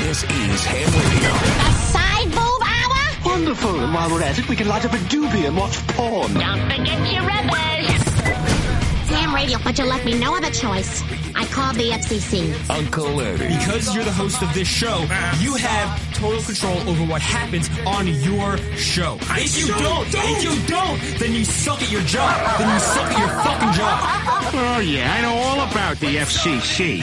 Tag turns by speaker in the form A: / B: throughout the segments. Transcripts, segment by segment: A: This is Ham Radio.
B: A side boob hour?
C: Wonderful. And while we're at it, we can light up a doobie and watch porn.
B: Don't forget your rubbers. Damn radio, but you left me no other choice. I called the FCC.
A: Uncle Eddie.
D: Because you're the host of this show, you have total control over what happens on your show. If you don't, if you don't, then you suck at your job. Then you suck at your fucking job.
E: Oh, yeah, I know all about the FCC.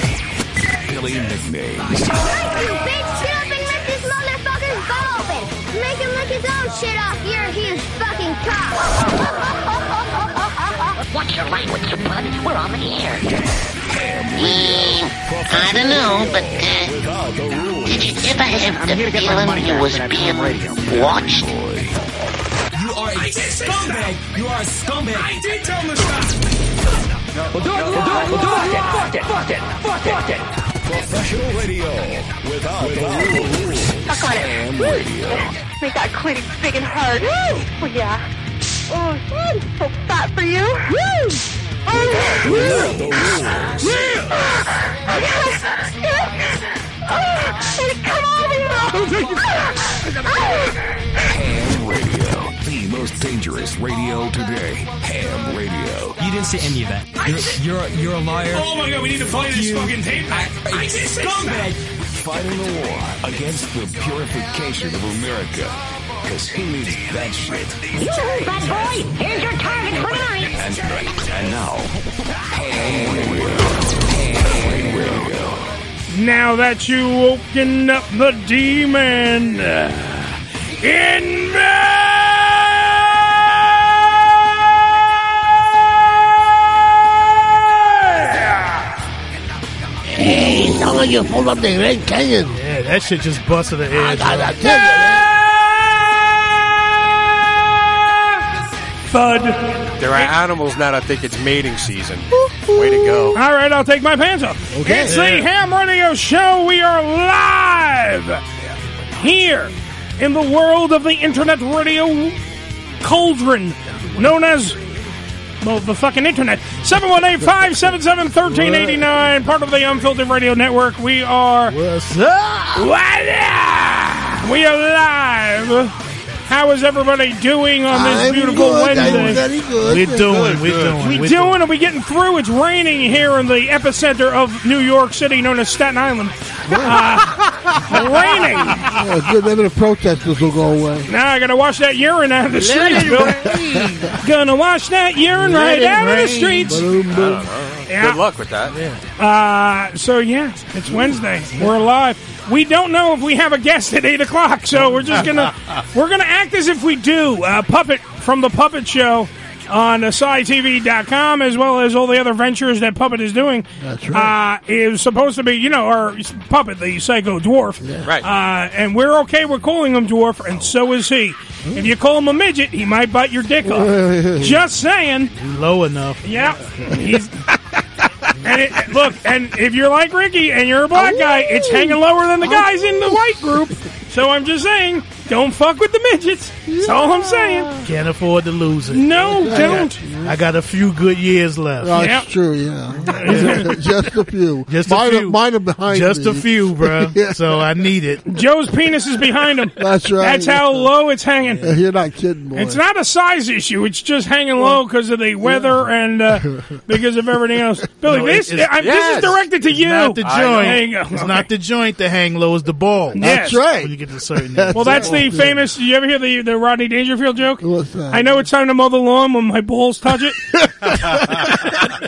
A: Billy McNames.
B: You big snoop and let this motherfucker's butt open. Make him lick his own shit off. You're a huge fucking cock. What's your language, you bud? We're on the air.
F: I don't know, but uh, did you ever have the feeling you was being watched?
D: You are a scumbag. You are a scumbag. I did tell him to
G: Professional radio without, the rules.
H: Suck on it.
A: Ham Radio.
H: Make that clinic big and hard. Woo! Oh, yeah. Oh, mm, so fat for you. Woo! Oh, woo!
G: Without the rules.
H: Yes, yes. Oh, and come on, me.
A: Ham Radio. The most dangerous radio today. Ham Radio.
D: You didn't say any of that. You're you're, you're a liar.
I: Oh, my God. We need to play this fucking tape back. I did say
D: Scumbag.
A: Fighting the war against the purification of America. Because who needs that shit?
B: You, bad boy, here's your target for tonight.
A: And, and now, Ham Radio. Ham Radio.
I: Now that you woken up the demon uh, in me!
F: Hey, sound like you're full of the Grand Canyon.
J: Yeah, that shit just busted the edge.
F: I, I tell you,
I: Thud.
K: There are animals now that think it's mating season. Way to go.
I: All right, I'll take my pants off.
J: Okay.
I: It's the Ham Radio Show. We are live here in the world of the internet radio cauldron known as, well, the fucking internet. 718 577 1389, part of the Unfiltered Radio Network. We are.
J: What's up?
I: Voila! We are live. How is everybody doing on this
F: I'm
I: beautiful
F: good, I'm
I: Wednesday?
F: very good.
J: We're
F: very
J: doing,
F: good.
J: we're doing,
I: We
J: we're
I: doing it. We getting through. It's raining here in the epicenter of New York City, known as Staten Island. Uh, raining.
G: Oh, good. Maybe the protesters will go away.
I: Now I gotta wash that urine out of the street, Bill. Gonna wash that urine right
J: it
I: out of the
J: rain,
I: streets.
G: Boom, boom.
I: Yeah.
K: Good luck with that.
I: Uh, so yeah, it's Wednesday. We're live. We don't know if we have a guest at eight o'clock, so we're just gonna we're gonna act as if we do. Uh, puppet from the Puppet Show on SciTV.com, as well as all the other ventures that Puppet is doing. That's right. Uh, is supposed to be, you know, or Puppet, the psycho dwarf.
L: Right.
I: Uh, and we're okay with calling him dwarf, and so is he. If you call him a midget, he might bite your dick off. Just saying.
J: Low enough.
I: Yeah. He's, and it, look, and if you're like Ricky and you're a black guy, it's hanging lower than the guys in the white group. So I'm just saying, don't fuck with the midgets. That's all I'm saying.
J: Can't afford to lose it.
I: No, don't.
J: I got a few good years left.
G: That's true, yeah. Just a few.
J: Just
G: mine,
J: a
G: are-
J: few.
G: Mine are behind
J: Just
G: me.
J: a few, bro. So I need it.
I: Joe's penis is behind him.
G: That's right.
I: That's how low it's hanging.
G: You're not kidding, boy.
I: It's not a size issue. It's just hanging low because of the weather and uh, because of everything else. Billy,
J: No,
I: this,
J: it's-
I: I, this is
J: yes.
I: directed to
J: It's
I: you.
J: Not the joint.
I: There you go.
J: It's not the joint to hang low. It's the ball.
I: That's Yes. right.
J: When you get to certain.
I: well, that's the famous. Did you ever hear the the Rodney Dangerfield joke? I know it's time to mow the lawn when my balls touch it.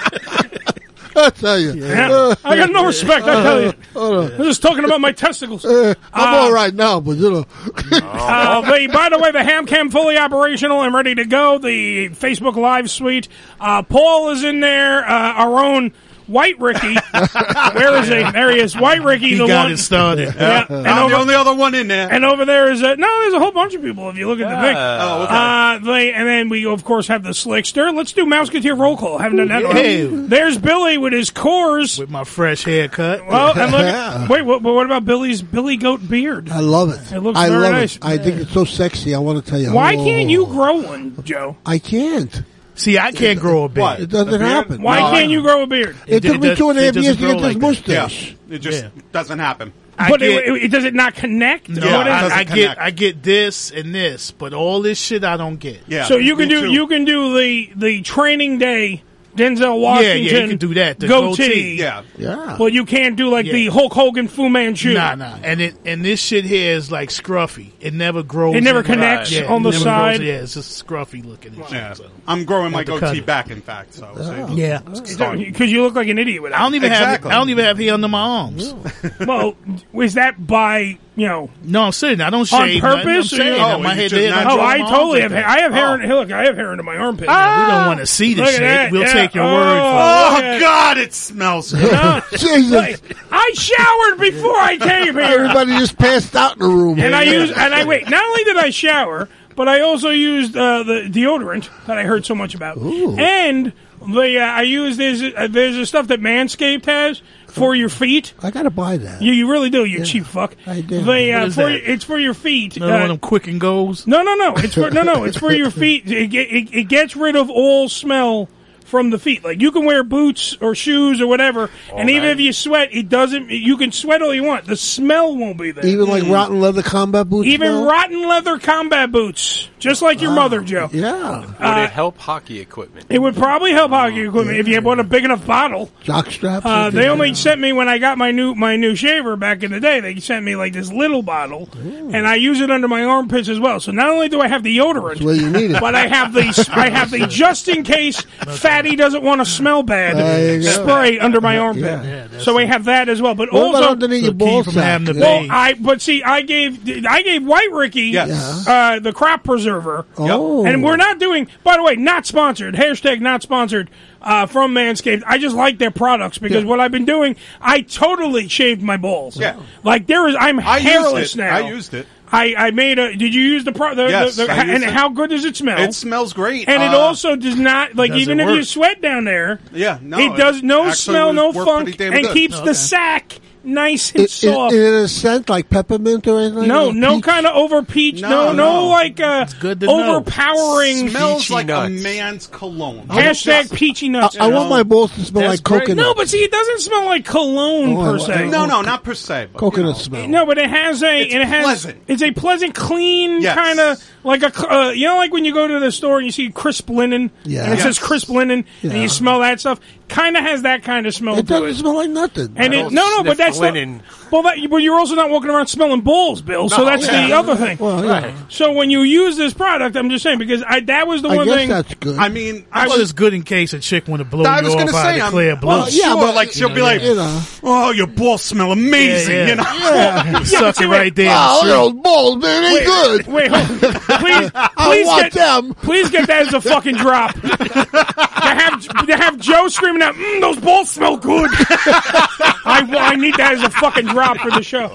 G: I tell you,
I: Yeah. I got no respect. I tell you, uh, I'm just talking about my testicles. I'm
G: Uh, I'm all right now, but you know,
I: Uh, the, by the way, the ham cam fully operational and ready to go. The Facebook Live suite. Uh, Paul is in there. Uh, our own White Ricky. Where is he? There he is. White Ricky.
J: He
I: the
J: got
I: one.
J: it started.
I: Yeah.
J: I'm
I: And
J: the
I: over-
J: only other one in there.
I: And over there is a no. There's a whole bunch of people if you look at the thing.
J: Oh, okay.
I: Uh, they, and then we of course have the slickster. Let's do Mouseketeer roll call. Haven't done that. in a
J: Hey.
I: while. There's Billy with his cores.
J: My fresh haircut.
I: Well, and look, wait, what, but what about Billy's Billy Goat beard?
G: I love it.
I: It looks
G: I
I: very
G: love
I: nice.
G: it. I think it's so sexy. I want to tell you.
I: Why
G: Oh.
I: can't you grow one, Joe?
G: I can't.
J: See, I can't grow a beard.
G: It doesn't happen.
I: Why
G: No,
I: can't you grow a beard?
G: It It- took it me does- two and a it half doesn't years to grow get this like that.
L: mustache. It just doesn't happen.
I: But it, it, does it not connect?
J: No,
I: What is it?
J: I, I get I get this and this, but all this shit I don't get.
I: so you can do you can do the the training day Denzel
J: Yeah, yeah,
I: Washington.
J: you can do that, the
I: goatee.
J: goatee. Yeah. Yeah.
I: But you can't do like the
J: Yeah.
I: Hulk Hogan Fu Manchu.
J: Nah, nah, and it and this shit here is like scruffy. It never grows.
I: It never
J: in.
I: connects
J: Yeah,
I: on
J: it
I: the
J: never
I: side.
J: grows. yeah, it's just scruffy looking. and shit,
L: Yeah.
J: so.
L: I'm growing my
J: Got to cut
L: goatee
J: it.
L: back, in fact. So,
I: Oh.
L: so-
J: Yeah,
L: It's gone.
I: because you look like an idiot with it.
J: I don't even
L: Exactly.
J: have I don't even have hair under my arms.
I: well, was that by you know?
J: No, I'm saying I don't
I: on
J: shave nothing.
I: purpose.
J: I'm
I: or you-
J: saying, my head there,
I: oh,
J: I'm drawing
I: I
J: my Oh.
I: totally have.
J: arms
I: hair.
J: like
I: I have hair.
J: that.
I: In, hey, look, I have hair into my armpit.
J: we don't want to see this
I: Look at
J: shit.
I: that.
J: We'll
I: Yeah.
J: take your
I: Oh,
J: word
I: look
J: for it.
I: at-
L: it smells.
G: Jesus.
I: I showered before I came here.
G: Everybody just passed out in the room.
I: and I use and I wait. Not only did I shower, but I also used uh, the deodorant that I heard so much about, and the uh, I use there's uh, there's the stuff that Manscaped has for your feet.
G: I gotta buy that.
I: You, you really do, you cheap fuck. I do. They, uh,
J: What is
I: for,
J: that?
I: your- It's for your feet. Uh,
J: Another one of them quick and goes.
I: No, no, no. It's for no, no. It's for your feet. It, ge- it, it gets rid of all smell from the feet. Like you can wear boots or shoes or whatever, and even if you sweat, it doesn't. You can sweat all you want. The smell won't be there.
G: Even like rotten leather combat boots.
I: Mm. Even
G: now?
I: rotten leather combat boots, just like your mother, Joe.
G: Ah,
I: Uh,
G: Yeah,
M: Would it help hockey equipment?
I: it would probably help hockey equipment if you bought a big enough bottle.
G: jock straps.
I: Uh,
G: and
I: they
G: things.
I: only sent me when I got my new my new shaver back in the day. They sent me like this little bottle, and I use it under my armpits as well. So not only do I have deodorant,
G: where you need it.
I: but I have the I have the just in case fatty doesn't want to smell
G: There
I: bad
G: you go.
I: spray under my armpit. so we have that as well. But
G: What about
I: also
G: underneath your ball
J: from
G: sack?
J: having the
G: Yeah.
I: well, I but see, I gave I gave White Ricky
G: Yes.
I: uh, the crop preserver.
G: Oh.
I: and we're not doing. By the way, not sponsored. Hashtag not sponsored uh, from Manscaped. I just like their products because what I've been doing, I totally shaved my balls.
L: Yeah.
I: like there is, I'm
L: I used
I: hairless
L: it.
I: now.
L: I used it.
I: I, I made a. Did you use the pro? The, the-
L: Yes,
I: the-
L: I used
I: and
L: it.
I: how good does it smell?
L: It smells great.
I: And it
L: Uh,
I: also does not like
L: Does
I: even
L: it
I: if you
L: work?
I: sweat down there.
L: Yeah, no,
I: it does no
L: actually
I: smell,
L: would
I: no
L: work
I: funk,
L: pretty damn
I: and
L: good.
I: keeps
L: Okay.
I: the sack nice and
G: Is, is,
I: soft.
G: is it a scent like peppermint or anything?
I: No,
G: Or
I: no
G: peach?
I: kind of over peach. No, no,
L: No, no.
I: like uh,
G: good to know.
I: overpowering.
L: smells like a
G: nuts.
L: man's cologne.
I: Hashtag peachy nuts.
G: I, I want my balls to smell like coconut.
I: No, but see, it doesn't smell like cologne
G: Oh, I
I: per
G: like-
I: se.
L: No, no, not per se. But,
G: coconut
L: you know.
G: smell.
I: No, but it has a.
L: It's
I: it has.
L: pleasant.
I: It's a pleasant, clean
L: Yes.
I: kind of like a. cl- Uh, you know, like when you go to the store and you see crisp linen,
G: Yeah.
I: and it says
G: Yes.
I: crisp linen, and
G: Yeah.
I: you smell that stuff. Kind of has that kind of smell.
G: It
I: to
G: doesn't smell like nothing.
I: And it, no, no, but that's the- well, that, but you're also not walking around smelling balls, Bill. So
G: No,
I: that's the
G: yeah.
I: other thing.
G: Well, yeah. Right.
I: So when you use this product, I'm just saying because I that was the
G: I
I: one
G: guess
I: thing.
G: that's good.
L: I mean,
J: I was, it's good in case a chick want to blow
L: I
J: you
L: was
J: off
L: gonna
J: out
L: say,
J: of
L: I'm-
J: clear blue.
L: well, yeah, Sure, but, like, she'll be like,
G: you know,
L: Oh, your balls smell amazing.
J: Yeah, yeah.
L: You know,
J: Yeah. You suck
L: but
J: it
L: wait.
J: right there.
E: Oh,
J: Wow,
I: your old
L: balls,
I: man, ain't Wait, good. wait, hold- please, please get them. Please get that as a fucking drop. to have to have Joe screaming out, mm, "Those balls smell good." I, wa- I need that as a fucking drop for the show.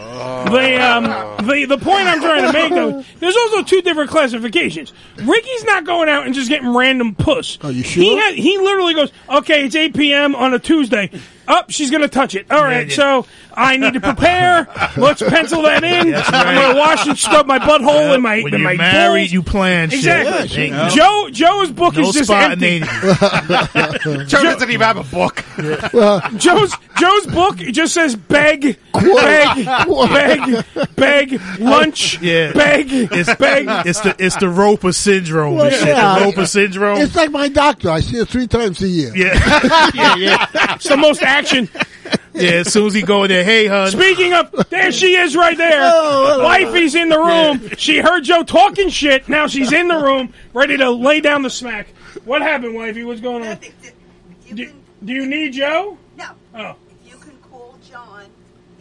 I: The um the the point I'm trying to make though, there's also two different classifications. Ricky's not going out and just getting random puss. Are you sure? He ha- he literally goes, "Okay, it's 8 p.m. on a Tuesday." Up, she's gonna touch it. All right, so I need to prepare. Let's pencil that in. I'm
J: That's right.
I: gonna wash and scrub my butthole and my
J: When
I: and
J: you're
I: my
J: married,
I: balls.
J: you plan shit.
I: exactly.
J: Yeah, she-
I: Joe Joe's book
J: No
I: is just empty.
J: spontaneity.
I: Joe doesn't even have a book. Joe's Joe's book it just says beg, beg, beg, beg, lunch,
J: Yeah,
I: beg,
J: It's
I: beg.
J: It's the it's the Roper syndrome.
G: Well,
J: and shit.
G: yeah.
J: The Roper syndrome.
G: It's like my doctor. I see her three times a year.
J: yeah. yeah, yeah.
I: It's the most action.
J: Yeah, as soon as he go in there, hey, hun. Oh,
I: Speaking of, there she is right there. Wifey's in the room. She heard Joe talking shit. Now she's in the room, ready to lay down the smack. What happened, wifey? What's going on? Do, do you need Joe?
N: No.
I: Oh.
N: If you can call John,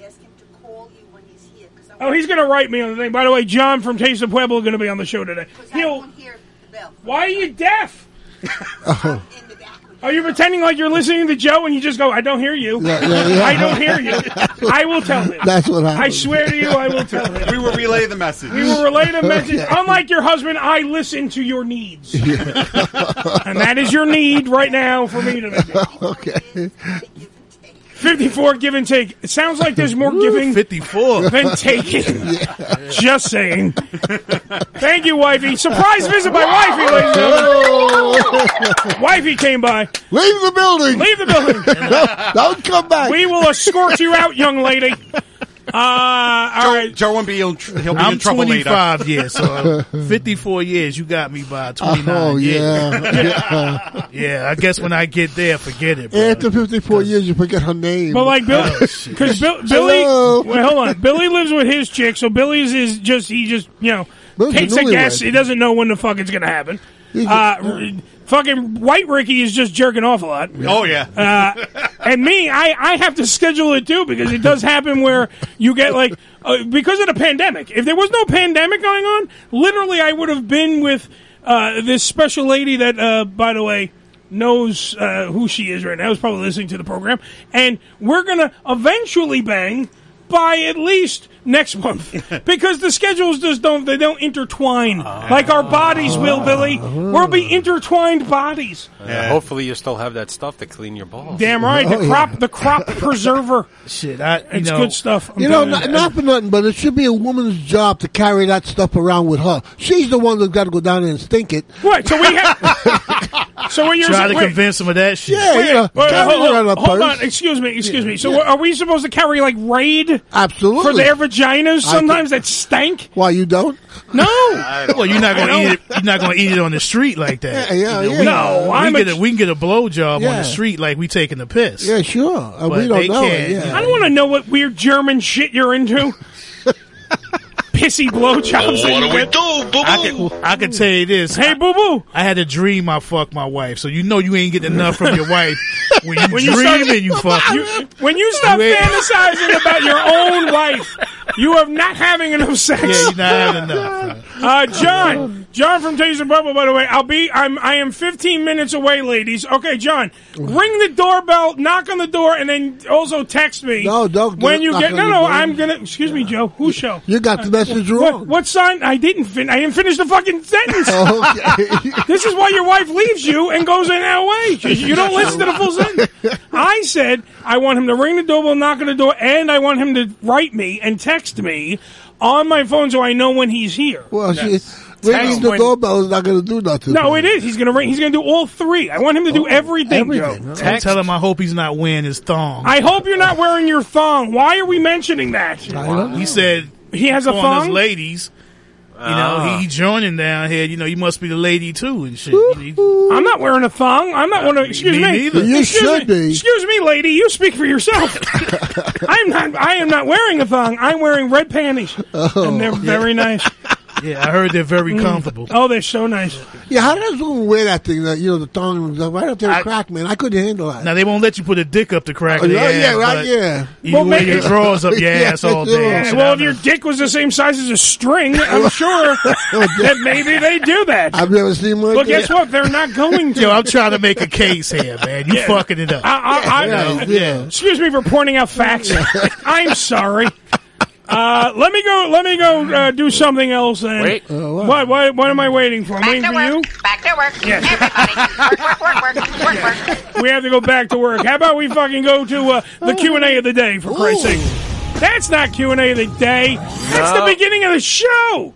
N: ask him to call you when he's here. Cause I
I: Oh, he's going to write me on the thing. By the way, John from Taste of Pueblo is going to be on the show today.
N: Because I
I: He'll,
N: won't hear the bell.
I: why are you deaf?
G: Oh.
I: Are you pretending like you're listening to Joe and you just go, I don't hear you.
G: Yeah, yeah, yeah.
I: I don't hear you. I will tell him.
G: That's what
I: I
G: happened.
I: swear to you, I will tell him.
L: We will relay the message.
I: We will relay the message.
G: Okay.
I: Unlike your husband, I listen to your needs. and that is your need right now for me to make it.
G: okay.
I: 54 give and take. It sounds like there's more giving
J: 54
I: than taking. Just saying. Thank you, Wifey. Surprise visit by Wifey, ladies and gentlemen. Wifey came by.
G: Leave the building.
I: Leave the building.
G: Don't come back.
I: We will escort you out, young lady. Uh, all right.
L: Joe won't be. He'll, he'll be
J: Uh, I'm
L: in trouble
J: 25
L: later.
J: years, so uh, 54 years. You got me by 29.
G: Oh, yeah.
J: yeah. Yeah, I guess when I get there, forget it. Bro.
G: After 54 years, you forget her name.
I: But like Bill,
J: Oh,
I: because Billy,
G: Hello.
I: wait, hold on. Billy lives with his chick, so Billy's is just he just you know
G: Bill's a
I: takes a guess.
G: newlywed.
I: He doesn't know when the fuck it's gonna happen.
G: He's
I: Uh,
G: a-
I: r- fucking white Ricky is just jerking off a lot.
L: Oh yeah.
I: Uh, and me, I, I have to schedule it too because it does happen where you get like uh, because of the pandemic. If there was no pandemic going on, literally, I would have been with uh, this special lady that, uh, by the way, knows uh, who she is right now. Is probably listening to the program, and we're gonna eventually bang by at least next month because the schedules just don't they don't intertwine like our bodies will billy we'll be intertwined bodies
K: Yeah, Uh, hopefully you still have that stuff to clean your balls.
I: Damn right,
G: Oh,
I: the crop, the crop preserver.
J: Shit, I, you
I: it's
J: know-
I: good stuff. I'm
G: you know,
I: telling
G: not, not for nothing, but it should be a woman's job to carry that stuff around with her. She's the one that's got to go down there and stink it.
I: Right, so we have. so what you're
J: Try to
I: wait,
J: convince him of that shit.
G: Yeah,
I: wait,
G: you know,
I: wait,
G: carry
I: hold,
G: around
I: hold-
G: a
I: hold
G: purse.
I: on, excuse me, excuse me. So what- are we supposed to carry like raid
G: Absolutely.
I: for their vaginas
G: I
I: sometimes that stank?
G: Why you don't?
I: No,
J: Well, you're not
I: I
J: gonna
I: know.
J: eat it. You're not gonna eat it on the street like that.
G: Yeah, yeah,
J: You know,
G: yeah.
J: we-
G: No,
J: we,
G: I'm a-
J: get a, we can get a blowjob on
G: Yeah.
J: the street like we taking a piss.
G: Yeah, sure. Uh,
J: But
G: we don't
J: they
G: know.
J: can't.
G: Yeah.
I: I don't want to know what weird German shit you're into. Pissy blowjobs. that you get.
J: I can, I can tell you this.
I: Hey, boo boo.
J: I had a dream I fucked my wife, so you know you ain't getting enough from your wife when you
I: When you
J: dream
I: start-
J: and you fuck. her.
I: When you stop
J: You ain't-
I: fantasizing about your own wife, you are not having enough sex.
J: yeah, you're not having enough.
I: Uh, John, John from Taste and Bubble. By the way, I'll be. I'm. I am 15 minutes away, ladies. Okay, John, ring the doorbell, knock on the door, and then also text me.
G: No, don't do
I: When
G: it,
I: you
G: knock
I: get
G: on
I: no,
G: the
I: no,
G: door.
I: I'm gonna. Excuse me, Joe. Who show?
G: You got the message
I: What,
G: wrong.
I: what sign? I didn't fin. I didn't finish the fucking sentence.
G: okay.
I: This is why your wife leaves you and goes in our way. You don't listen to the full sentence. I said I want him to ring the doorbell, knock on the door, and I want him to write me and text me on my phone so I know when he's here.
G: Well, she,
I: Text
G: ringing the
I: when-
G: doorbell is not going to do nothing.
I: No, it is. He's gonna ring. He's gonna do all three. I want him to do everything. Joe.
J: I tell him I hope he's not wearing his thong.
I: I hope you're not wearing your thong. Why are we mentioning that?
J: He said
I: He has a
J: on us
I: thong?
J: ladies. You know, he, he joining down here. You know, you must be the lady too and shit. You know,
I: I'm not wearing a thong. I'm not one of. Excuse me.
J: Uh, me neither.
G: You
I: excuse
G: should
I: me.
G: be.
I: Excuse me, lady. You speak for yourself.
G: Oh.
I: I'm not. I am not wearing a thong. I'm wearing red panties, and they're very nice.
J: Yeah, I heard they're
G: Mm.
J: very comfortable.
I: Oh, they're so nice.
G: Yeah, how does women wear that thing? That you know, the thong and stuff. Right up there, with crack man. I couldn't handle that.
J: Now they won't let you put a dick up the crack.
G: Oh,
J: of the
G: yeah,
J: ass,
G: yeah, right,
J: but
G: yeah.
J: You
G: Well,
J: can wear
G: maybe-
J: your drawers up your
G: Yeah,
J: ass all day.
I: Yeah,
J: Shit, I
I: well,
J: don't
I: if your dick was the same size as a string, I'm sure that maybe they do that.
G: Oh, I've never seen one.
I: But guess what? They're not going to.
J: Yo, I'm trying to make a case here, man. You fucking it up.
I: I, I, I,
J: Yeah, yeah.
I: Excuse me for pointing out facts. I'm sorry. Uh, let me go. Let me go uh, do something else. Then.
H: Wait.
I: what? what? What? am I waiting for? I'm waiting for you.
H: Back to work.
I: Yes.
H: Everybody. work, work, work, work, work, work.
I: we have to go back to work. How about we fucking go to uh, the Q and A of the day for Christ's sake? That's not Q and A of the day. That's
H: No.
I: the beginning of the show.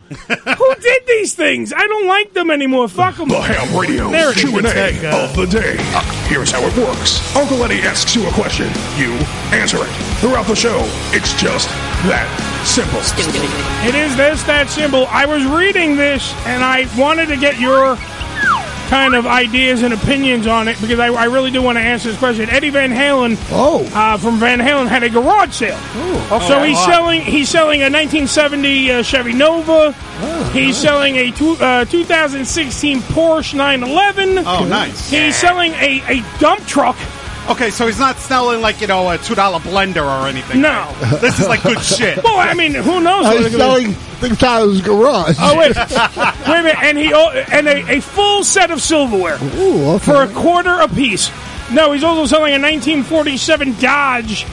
I: Who did these things? I don't like them anymore. Fuck them.
A: The Ham Radio
I: There it is.
A: Q&A of the day. Ah, Here's how it works. Uncle Eddie asks you a question. You answer it. Throughout the show, it's just that simple.
I: It is this that symbol. I was reading this and I wanted to get your kind of ideas and opinions on it because I, I really do want to answer this question. Eddie Van Halen,
G: oh,
I: uh, from Van Halen had a garage sale. so
H: Oh,
I: he's
H: wow.
I: selling he's selling a 1970 uh, Chevy Nova. he's selling a two, uh, 2016 Porsche 911.
L: Oh, nice.
I: He's selling a, a dump truck.
L: Okay, so he's not selling like you know a two dollar blender or anything.
I: No,
L: right? this is like good shit.
I: Well, I mean, who knows?
G: I
I: what
G: was
I: it could be.
G: selling things out of his garage.
I: Oh wait, wait a minute, and he o- and a, a full set of silverware for a quarter apiece. No, he's also selling a 1947 Dodge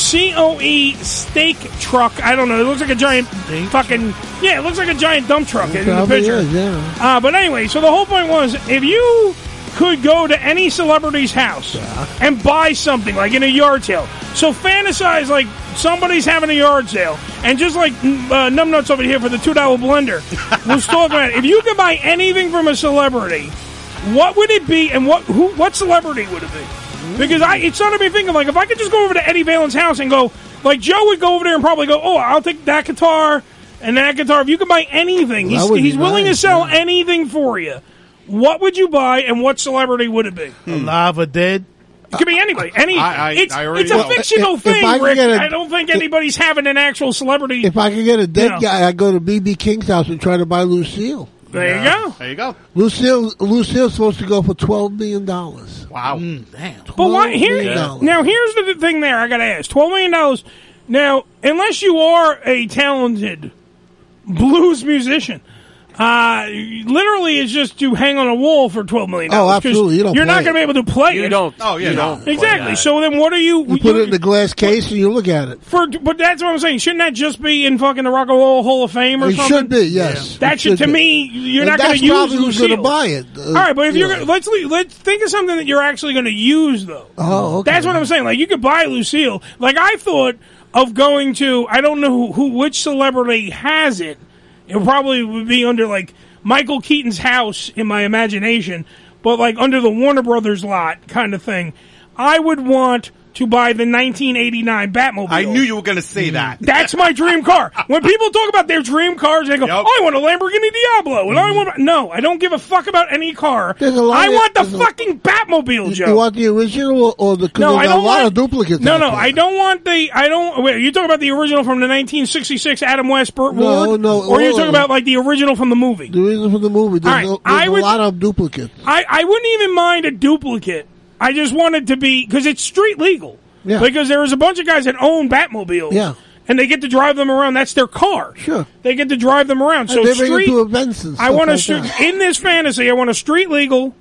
I: COE steak truck. I don't know. It looks like a giant fucking yeah. It looks like a giant dump truck in the
G: Probably
I: picture.
G: is, yeah.
I: Uh, but anyway, so the whole point was if you could go to any celebrity's house and buy something, like in a yard sale. So fantasize like somebody's having a yard sale, and just like mm, uh, numbnuts over here for the two dollar blender was talking about, if you could buy anything from a celebrity, what would it be, and what who what celebrity would it be? Because I it started me thinking like if I could just go over to Eddie Valen's house and go like Joe would go over there and probably go, oh, I'll take that guitar. And that guitar, if you could buy anything,
G: Well, that
I: he's,
G: would be
I: he's willing
G: nice,
I: to sell anything for you. What would you buy, and what celebrity would it be?
J: Alive or Hmm. dead?
I: It could be anybody. Any.
J: I- I-
I: it's,
J: I already
I: it's a
J: know.
I: fictional
G: If- if
I: thing,
G: I could
I: Rick.
G: get a-
I: I don't think anybody's having an actual celebrity.
G: If I could get a dead
I: No.
G: guy, I'd go to BB King's house and try to buy Lucille.
I: there you go.
L: There you go.
G: Lucille, Lucille's supposed to go for twelve million dollars.
L: Wow.
J: damn.
I: But why?
G: $12
I: Here,
G: Mm, million.
I: now here's the thing. There, I got to ask. Twelve million dollars. Now, unless you are a talented blues musician, uh, literally it's just to hang on a wall for twelve million dollars.
G: Oh, absolutely. You don't
I: are not
G: play
I: going to be able to play. You don't.
L: Oh yeah. don't
I: Exactly. So then, what are you?
G: You put it in the glass case and you look at it.
I: For but that's what I'm saying. Shouldn't that just be in fucking the Rock and Roll Hall of Fame or
G: It
I: something?
G: should be, yes.
I: That
G: It
I: should, to
G: should be.
I: me, you're
G: And
I: not going
G: that's
I: to use.
G: probably who's gonna
I: Lucille.
G: buy it, uh,
I: All right, but if you're
G: yeah.
I: gonna, let's le- let's think of something that you're actually going to use though.
G: Oh, okay.
I: That's what I'm saying. Like you could buy Lucille. Like I thought of going to. I don't know who, who which celebrity has it. It probably would be under like Michael Keaton's house in my imagination, but like under the Warner Brothers lot kind of thing. I would want to buy the 1989 Batmobile.
L: I knew you were gonna say that.
I: That's my dream car. When people talk about their dream cars, they go, "I want a Lamborghini Diablo," and I want no, I don't give a fuck about any car.
G: a lot
I: I
G: of-
I: want the
G: there's a-
I: fucking Batmobile, Joe.
G: You want the original or, or the? 'cause
I: no,
G: there's
I: I don't
G: a lot
I: want
G: of duplicates.
I: No,
G: out
I: no,
G: there.
I: I don't want the. I don't. Wait, you talking about the original from the 1966 Adam West, Burt
G: No,
I: Ward?
G: no,
I: Or you
G: all
I: talking
G: of
I: about like the original from the movie?
G: The reason for the movie, there's,
I: All right,
G: no, there's
I: I
G: a
I: would-
G: lot of duplicates.
I: I, I wouldn't even mind a duplicate. I just wanted to be because it's street legal.
G: Yeah.
I: Because there is a bunch of guys that own Batmobiles.
G: Yeah.
I: And they get to drive them around. That's their car.
G: Sure.
I: They get to drive them around. So
G: And they bring
I: street.
G: it to events and
I: I
G: stuff
I: want a
G: like
I: street
G: that.
I: in this fantasy. I want a street legal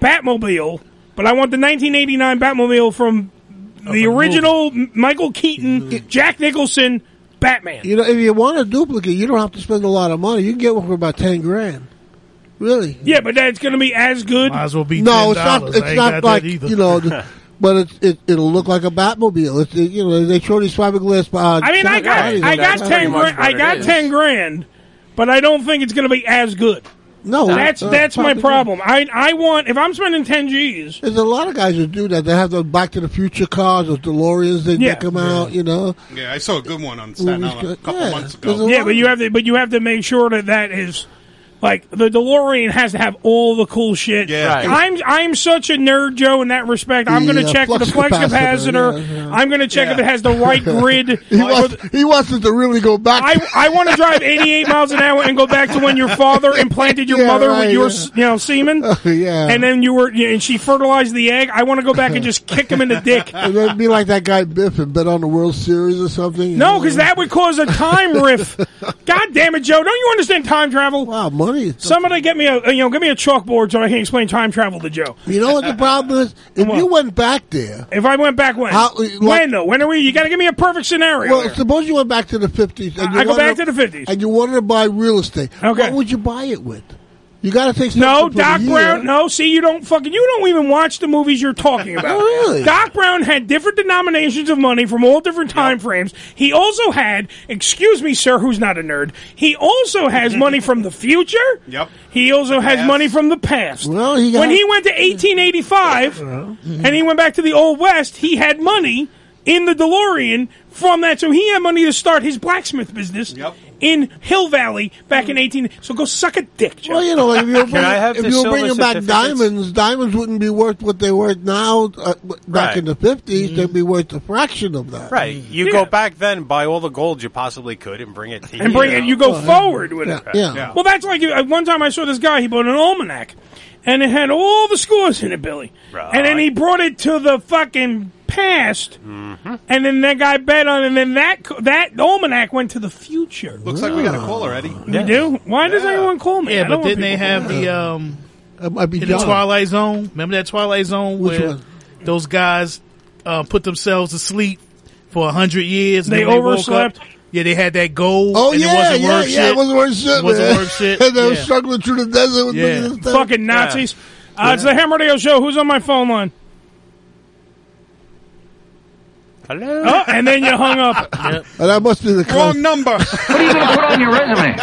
I: Batmobile, but I want the 1989 Batmobile from the original M- Michael Keaton,
J: Mm-hmm.
I: Jack Nicholson Batman.
G: You know, if you want a duplicate, you don't have to spend a lot of money. You can get one for about ten grand. Really?
I: Yeah, but that's going to be as good.
J: Might as well be
G: no,
J: $10.
G: it's not.
J: I
G: It's
J: ain't
G: not
J: got
G: like
J: that either.
G: you know, the- uh, but it's, it it'll look like a Batmobile. It's it, you know they show these fiberglass. Uh,
I: I mean, I got,
G: bodies
I: I
G: on
I: got
G: that.
I: ten grand. I got ten grand, but I don't think it's going to be as good.
G: No,
I: that's
G: uh,
I: that's my
G: probably not.
I: problem. I I want if I'm spending ten G's.
G: There's a lot of guys who do that. They have the Back to the Future cars or DeLoreans. They
I: Yeah.
G: make them out. You know,
L: Yeah, I saw a good one on Staten
G: Movies
L: Island a
G: good.
L: couple
G: Yeah,
L: months ago.
G: there's a
I: Yeah, but you have to but you have to make sure that that is Like the DeLorean has to have all the cool shit.
L: Yeah. Right.
I: I'm I'm such a nerd, Joe, in that respect. I'm going to
G: Yeah,
I: check
G: flux
I: the flux
G: capacitor,
I: capacitor. I'm going to check if it has the right grid.
G: he, wants, he wants us to really go back.
I: I, I want to drive 88 miles an hour and go back to when your father implanted your
G: Yeah,
I: mother
G: right,
I: with your
G: yeah.
I: s you know semen.
G: yeah.
I: And then you were yeah, and she fertilized the egg. I want to go back and just kick him in the dick.
G: And then be like that guy Biff and bet on the World Series or something. you
I: No,
G: know?
I: because that would cause a time riff. God damn it, Joe! Don't you understand time travel?
G: Wow, money.
I: Somebody get me a you know get me a chalkboard so I can explain time travel to Joe.
G: You know what the problem is? If you went back there,
I: If I went back when?
G: How- like-
I: when though? When are we? You got to give me a perfect scenario.
G: well,
I: here.
G: suppose you went back to the fifties.
I: I go back to the 50s.
G: and you wanted to buy real estate. Okay, what would you buy it with? You got to take
I: No,
G: something from
I: Doc
G: here.
I: Brown. No, see, you don't fucking. You don't even watch the movies you're talking about.
G: really?
I: Doc Brown had different denominations of money from all different time frames. He also had, excuse me, sir, who's not a nerd. He also has money from the future. Yep. He also has money from the past. Well,
G: he got-
I: when he went to 1885
G: Mm-hmm.
I: and he went back to the old west, he had money in the DeLorean from that. So he had money to start his blacksmith business. In Hill Valley back in 18. So go suck a dick, Joe.
G: Well, you know, if you were
I: Can I have
G: bringing,
I: the
G: if you were
I: silver
G: bringing back
I: certificates?
G: diamonds, diamonds wouldn't be worth what they were now. Uh, w- back in the 50s
I: Mm-hmm.
G: they'd be worth a fraction of that.
K: Right. You go back then, buy all the gold you possibly could, and bring it. To
I: and bring it. You go forward with it.
K: Yeah. Yeah.
I: Well, that's like uh, one time I saw this guy. He bought an almanac, and it had all the scores in it, Billy. And then he brought it to the fucking past,
K: Mm-hmm.
I: and then that guy bet on, it, and then that co- that almanac went to the future.
K: Looks like we
G: Ah.
K: got a call already.
I: You do? Why does anyone call me?
J: Yeah,
I: I
J: but
I: don't want
J: didn't they
I: people
J: have
I: calling
J: the
I: me.
J: um
G: That might be
J: in the
G: John.
J: Twilight Zone? Remember that Twilight Zone
G: Which
J: where
G: one?
J: those guys uh, put themselves to sleep for a hundred years. and
G: They
J: then woke up-
G: overslept?
J: Yeah, they had that gold.
G: Oh
J: and
G: yeah,
J: it wasn't
G: yeah,
J: worth
G: yeah.
J: shit.
G: It wasn't worth shit.
J: It wasn't
G: man.
J: worth shit.
G: and they were
J: Yeah.
G: struggling through the desert with
J: Yeah.
G: yeah.
I: fucking Nazis. Uh, It's the Ham Radio Show. Who's on my phone line?
K: Hello.
I: Oh, and then you hung up.
G: Oh, that must be the
I: Wrong number.
O: What are you going to put on your resume?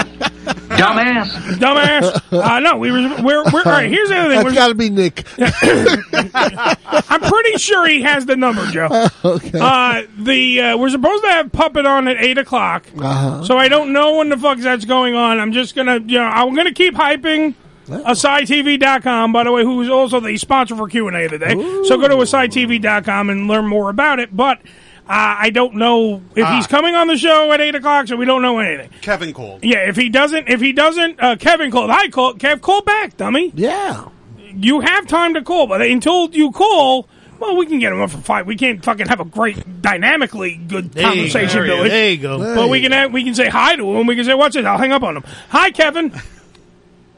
O: Dumbass.
I: Dumbass. Uh, no, we were, we're, we're all right. Here's the other thing.
G: That's
I: We're-
G: got to be Nick.
I: I'm pretty sure he has the number, Joe.
G: okay.
I: Uh, the uh, we're supposed to have puppet on at eight o'clock,
G: Uh-huh.
I: so I don't know when the fuck that's going on. I'm just gonna, you know, I'm gonna keep hyping. AsideTV.com, by the way, who's also the sponsor for Q and A today. So go to AsideTV.com and learn more about it. But uh, I don't know if he's coming on the show at eight o'clock, so we don't know anything.
L: Kevin called.
I: Yeah, if he doesn't, if he doesn't, uh, Kevin called. I called. Kev, call back, dummy.
G: Yeah.
I: You have time to call, but until you call, well, we can get him up for five. We can't fucking have a great, dynamically good
J: There you
I: conversation,
J: go.
I: Billy.
J: There you go.
I: But we can have, we can say hi to him. We can say, "What's it?" I'll hang up on him. Hi, Kevin.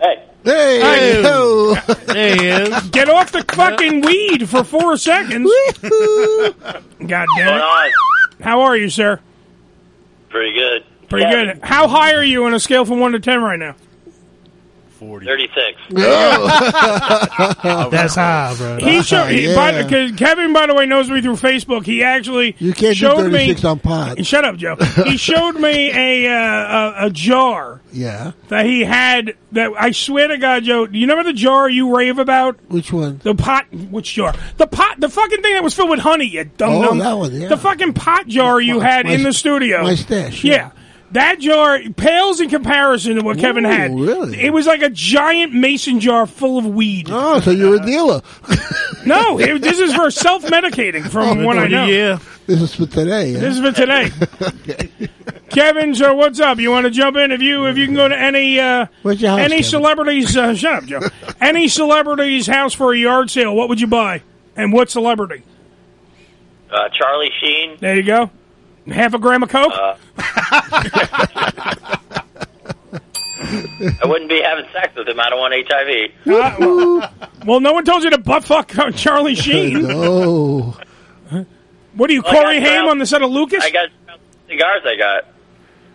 P: Hey.
G: Hey.
I: Hey.
G: Yo.
J: There he is.
I: Get off the fucking weed for four seconds. God damn it! How are you, sir?
P: Pretty good.
I: Pretty good. How high are you on a scale from one to ten right now?
P: 36.
J: That's high, bro.
I: He showed. He, by the,
J: Yeah.
I: 'cause Kevin, by the way, knows me through Facebook. He actually
G: You can't do
I: showed me.
G: 36 on pod.
I: Shut up, Joe. he showed me a, uh, a a jar
G: Yeah.
I: that he had. That I swear to God, Joe. You remember the jar you rave about?
G: Which one?
I: The pot. Which jar? The pot. The fucking thing that was filled with honey. You dumb
G: Oh,
I: dumb.
G: that one, yeah.
I: The fucking pot jar you had
G: my-
I: in the studio.
G: my stash,
I: Yeah. That jar pales in comparison to what Kevin
G: Ooh,
I: had.
G: really?
I: It was like a giant mason jar full of weed. Uh,
G: Oh, so you're a dealer.
I: No, it, this is for self medicating, from what I know.
G: Oh, This is for today. Yeah.
I: This is for today. Kevin, so what's up? You want to jump in? If you if you can go to any uh,
G: Where's your house,
I: any
G: Kevin?
I: celebrities, uh, shut up, Joe. any celebrity's house for a yard sale, what would you buy? And what celebrity?
P: Uh, Charlie Sheen.
I: There you go. Half a gram of coke.
P: Uh.
I: Uh,
P: I wouldn't be having sex with him. I don't want HIV.
I: Uh, well, well, no one told you to butt fuck Charlie Sheen.
G: no.
I: What are you,
P: Well, I
I: Corey
P: got
I: Haim
P: Brown-
I: on the set of Lucas?
P: I got cigars. I got.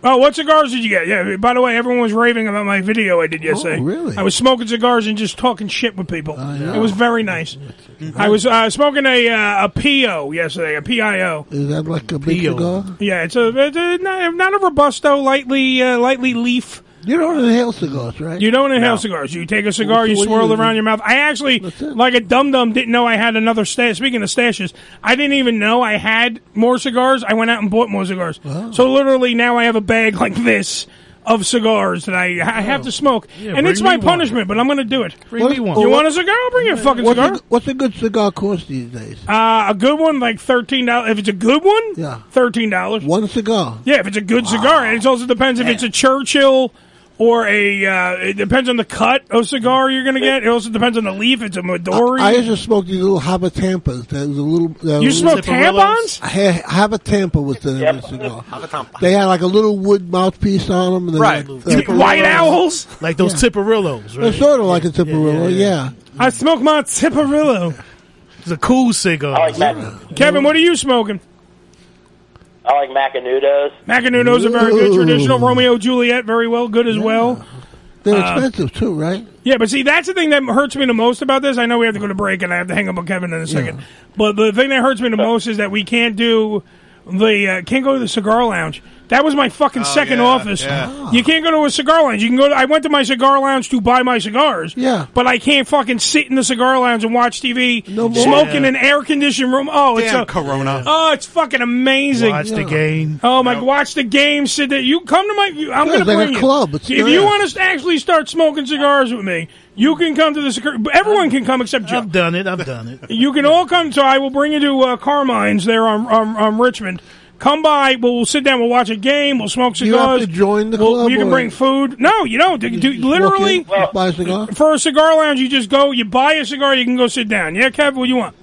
I: Oh, what cigars did you get? Yeah. By the way, everyone was raving about my video I
G: Oh,
I: did yesterday. really? I was smoking cigars and just talking shit with people.
G: Oh,
I: It was very nice. I was uh, smoking a uh, a PO yesterday, a PIO.
G: Is that like a big cigar?
I: Yeah, it's a, it's a not, not a robusto, lightly uh, lightly leaf.
G: You don't inhale cigars, right?
I: You don't inhale cigars. You take a cigar, you
G: Well, so
I: swirl
G: what
I: it
G: do you-
I: around your mouth. I actually, like a dum dum, didn't know I had another stash. Speaking of stashes, I didn't even know I had more cigars. I went out and bought more cigars. So literally now I have a bag like this of cigars that I, I have to smoke, and
G: bring
I: it's my
G: me one.
I: punishment. But I'm going to do it.
G: Bring me one.
I: You want a cigar? I'll bring you a fucking
G: what's
I: cigar.
G: A, what's a good cigar cost these days?
I: Uh, a good one, like thirteen dollars. If it's a good one, yeah, thirteen dollars. One cigar. Yeah, if it's a good cigar, and it also depends if it's a Churchill or a. Uh, it depends on the cut of cigar you're gonna get. It also depends on the leaf. It's a Midori.
G: I used to smoke these little Haba Tampas. That was a little. that
I: You
G: was-
I: smoke tampons?
G: I had- Haba Tampa was the name of the cigar. They had like a little wood mouthpiece on them. And they
J: Right.
G: had,
J: You mean white owls? Like those
G: tipperillos,
J: right?
G: sort of like a tipperillo, yeah.
I: I smoke my Tipperillo.
J: It's a cool cigar.
P: I like Mac-
I: Kevin, what are you smoking?
P: I like Macanudos.
I: Macanudos are very good.
P: Ooh.
I: Traditional Romeo Juliet, very well, good as well.
G: They're
I: Uh,
G: expensive too, right?
I: Yeah, but see, that's the thing that hurts me the most about this. I know we have to go to break, and I have to hang up with Kevin in a second. But the thing that hurts me the most is that we can't do the uh, can't go to the cigar lounge. That was my
J: Oh,
I: fucking second office. You can't go to a cigar lounge. You can go. To, I went to my cigar lounge to buy my cigars. Yeah, but I can't fucking sit in the cigar lounge and watch TV,
J: more.
I: smoke in
J: Yeah.
I: an air conditioned room. Oh, it's
J: Damn
I: a,
J: Corona.
I: Oh, it's fucking amazing.
J: Watch the game.
I: Oh my! Watch the game. Sit there. You come to my. you- I'm going
J: Yeah,
I: to
J: it's like a
I: bring you.
J: club. It's
I: if
J: nice.
I: you want to actually start smoking cigars with me, you can come to the cigar. Everyone can come except Joe.
J: I've done it. I've done it.
I: You can all come. So I will bring you to uh, Carmine's there on, on, on Richmond. Come by. We'll sit down. We'll watch a game. We'll smoke
G: You
I: cigars.
G: have to join the
I: Well,
G: club.
I: you can
G: or-
I: bring food. No, you don't. Do- do- literally,
G: in, just buy a cigar?
I: for a cigar lounge, you just go. You buy a cigar. You can go sit down. Yeah, Kev, what do you want?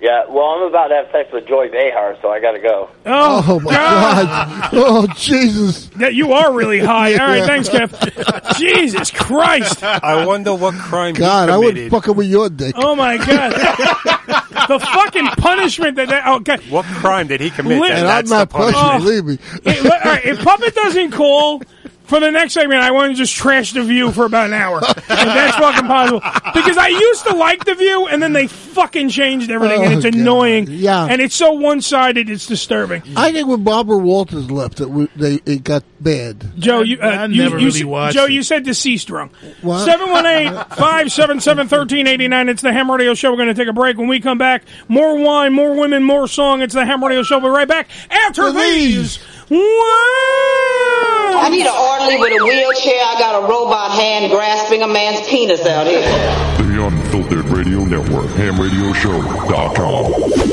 P: Yeah, well, I'm about to have sex with Joy Behar, so I gotta go.
I: Oh,
G: my God! Oh Jesus!
I: Yeah, you are really high. All right, thanks, Kev. Jesus Christ!
K: I wonder what crime
G: God,
K: he
G: I
K: committed.
G: wouldn't fucking with your dick.
I: Oh my god! the fucking punishment that oh, that okay.
K: What crime did he commit?
I: Lit-
K: that-
I: And
K: that's
I: I'm not
K: the punishment.
I: punching, believe
G: me.
I: Oh. Hey, look, all right, if Puppet doesn't call for the next segment, I want to just trash the View for about an hour. If that's fucking possible, because I used to like the View, and then they fucking changed everything, and
G: Oh,
I: it's
G: God.
I: annoying.
G: Yeah.
I: and it's so one sided. It's disturbing.
G: I think when Barbara Walters left, it w- they it got bad.
I: Joe, you, uh,
G: I
I: you-
G: never
I: you
G: really
I: s-
G: watched
I: Joe,
G: it.
I: you said deceased wrong.
G: What?
I: 718-577-1389. It's the Ham Radio Show. We're going to take a break. When we come back, more wine, more women, more song. It's the Ham Radio Show. We'll be right back after these. Wow!
Q: I need an orderly with a wheelchair. I got a robot hand grasping a man's penis out here.
R: The Unfiltered Radio Network, hamradioshow.com.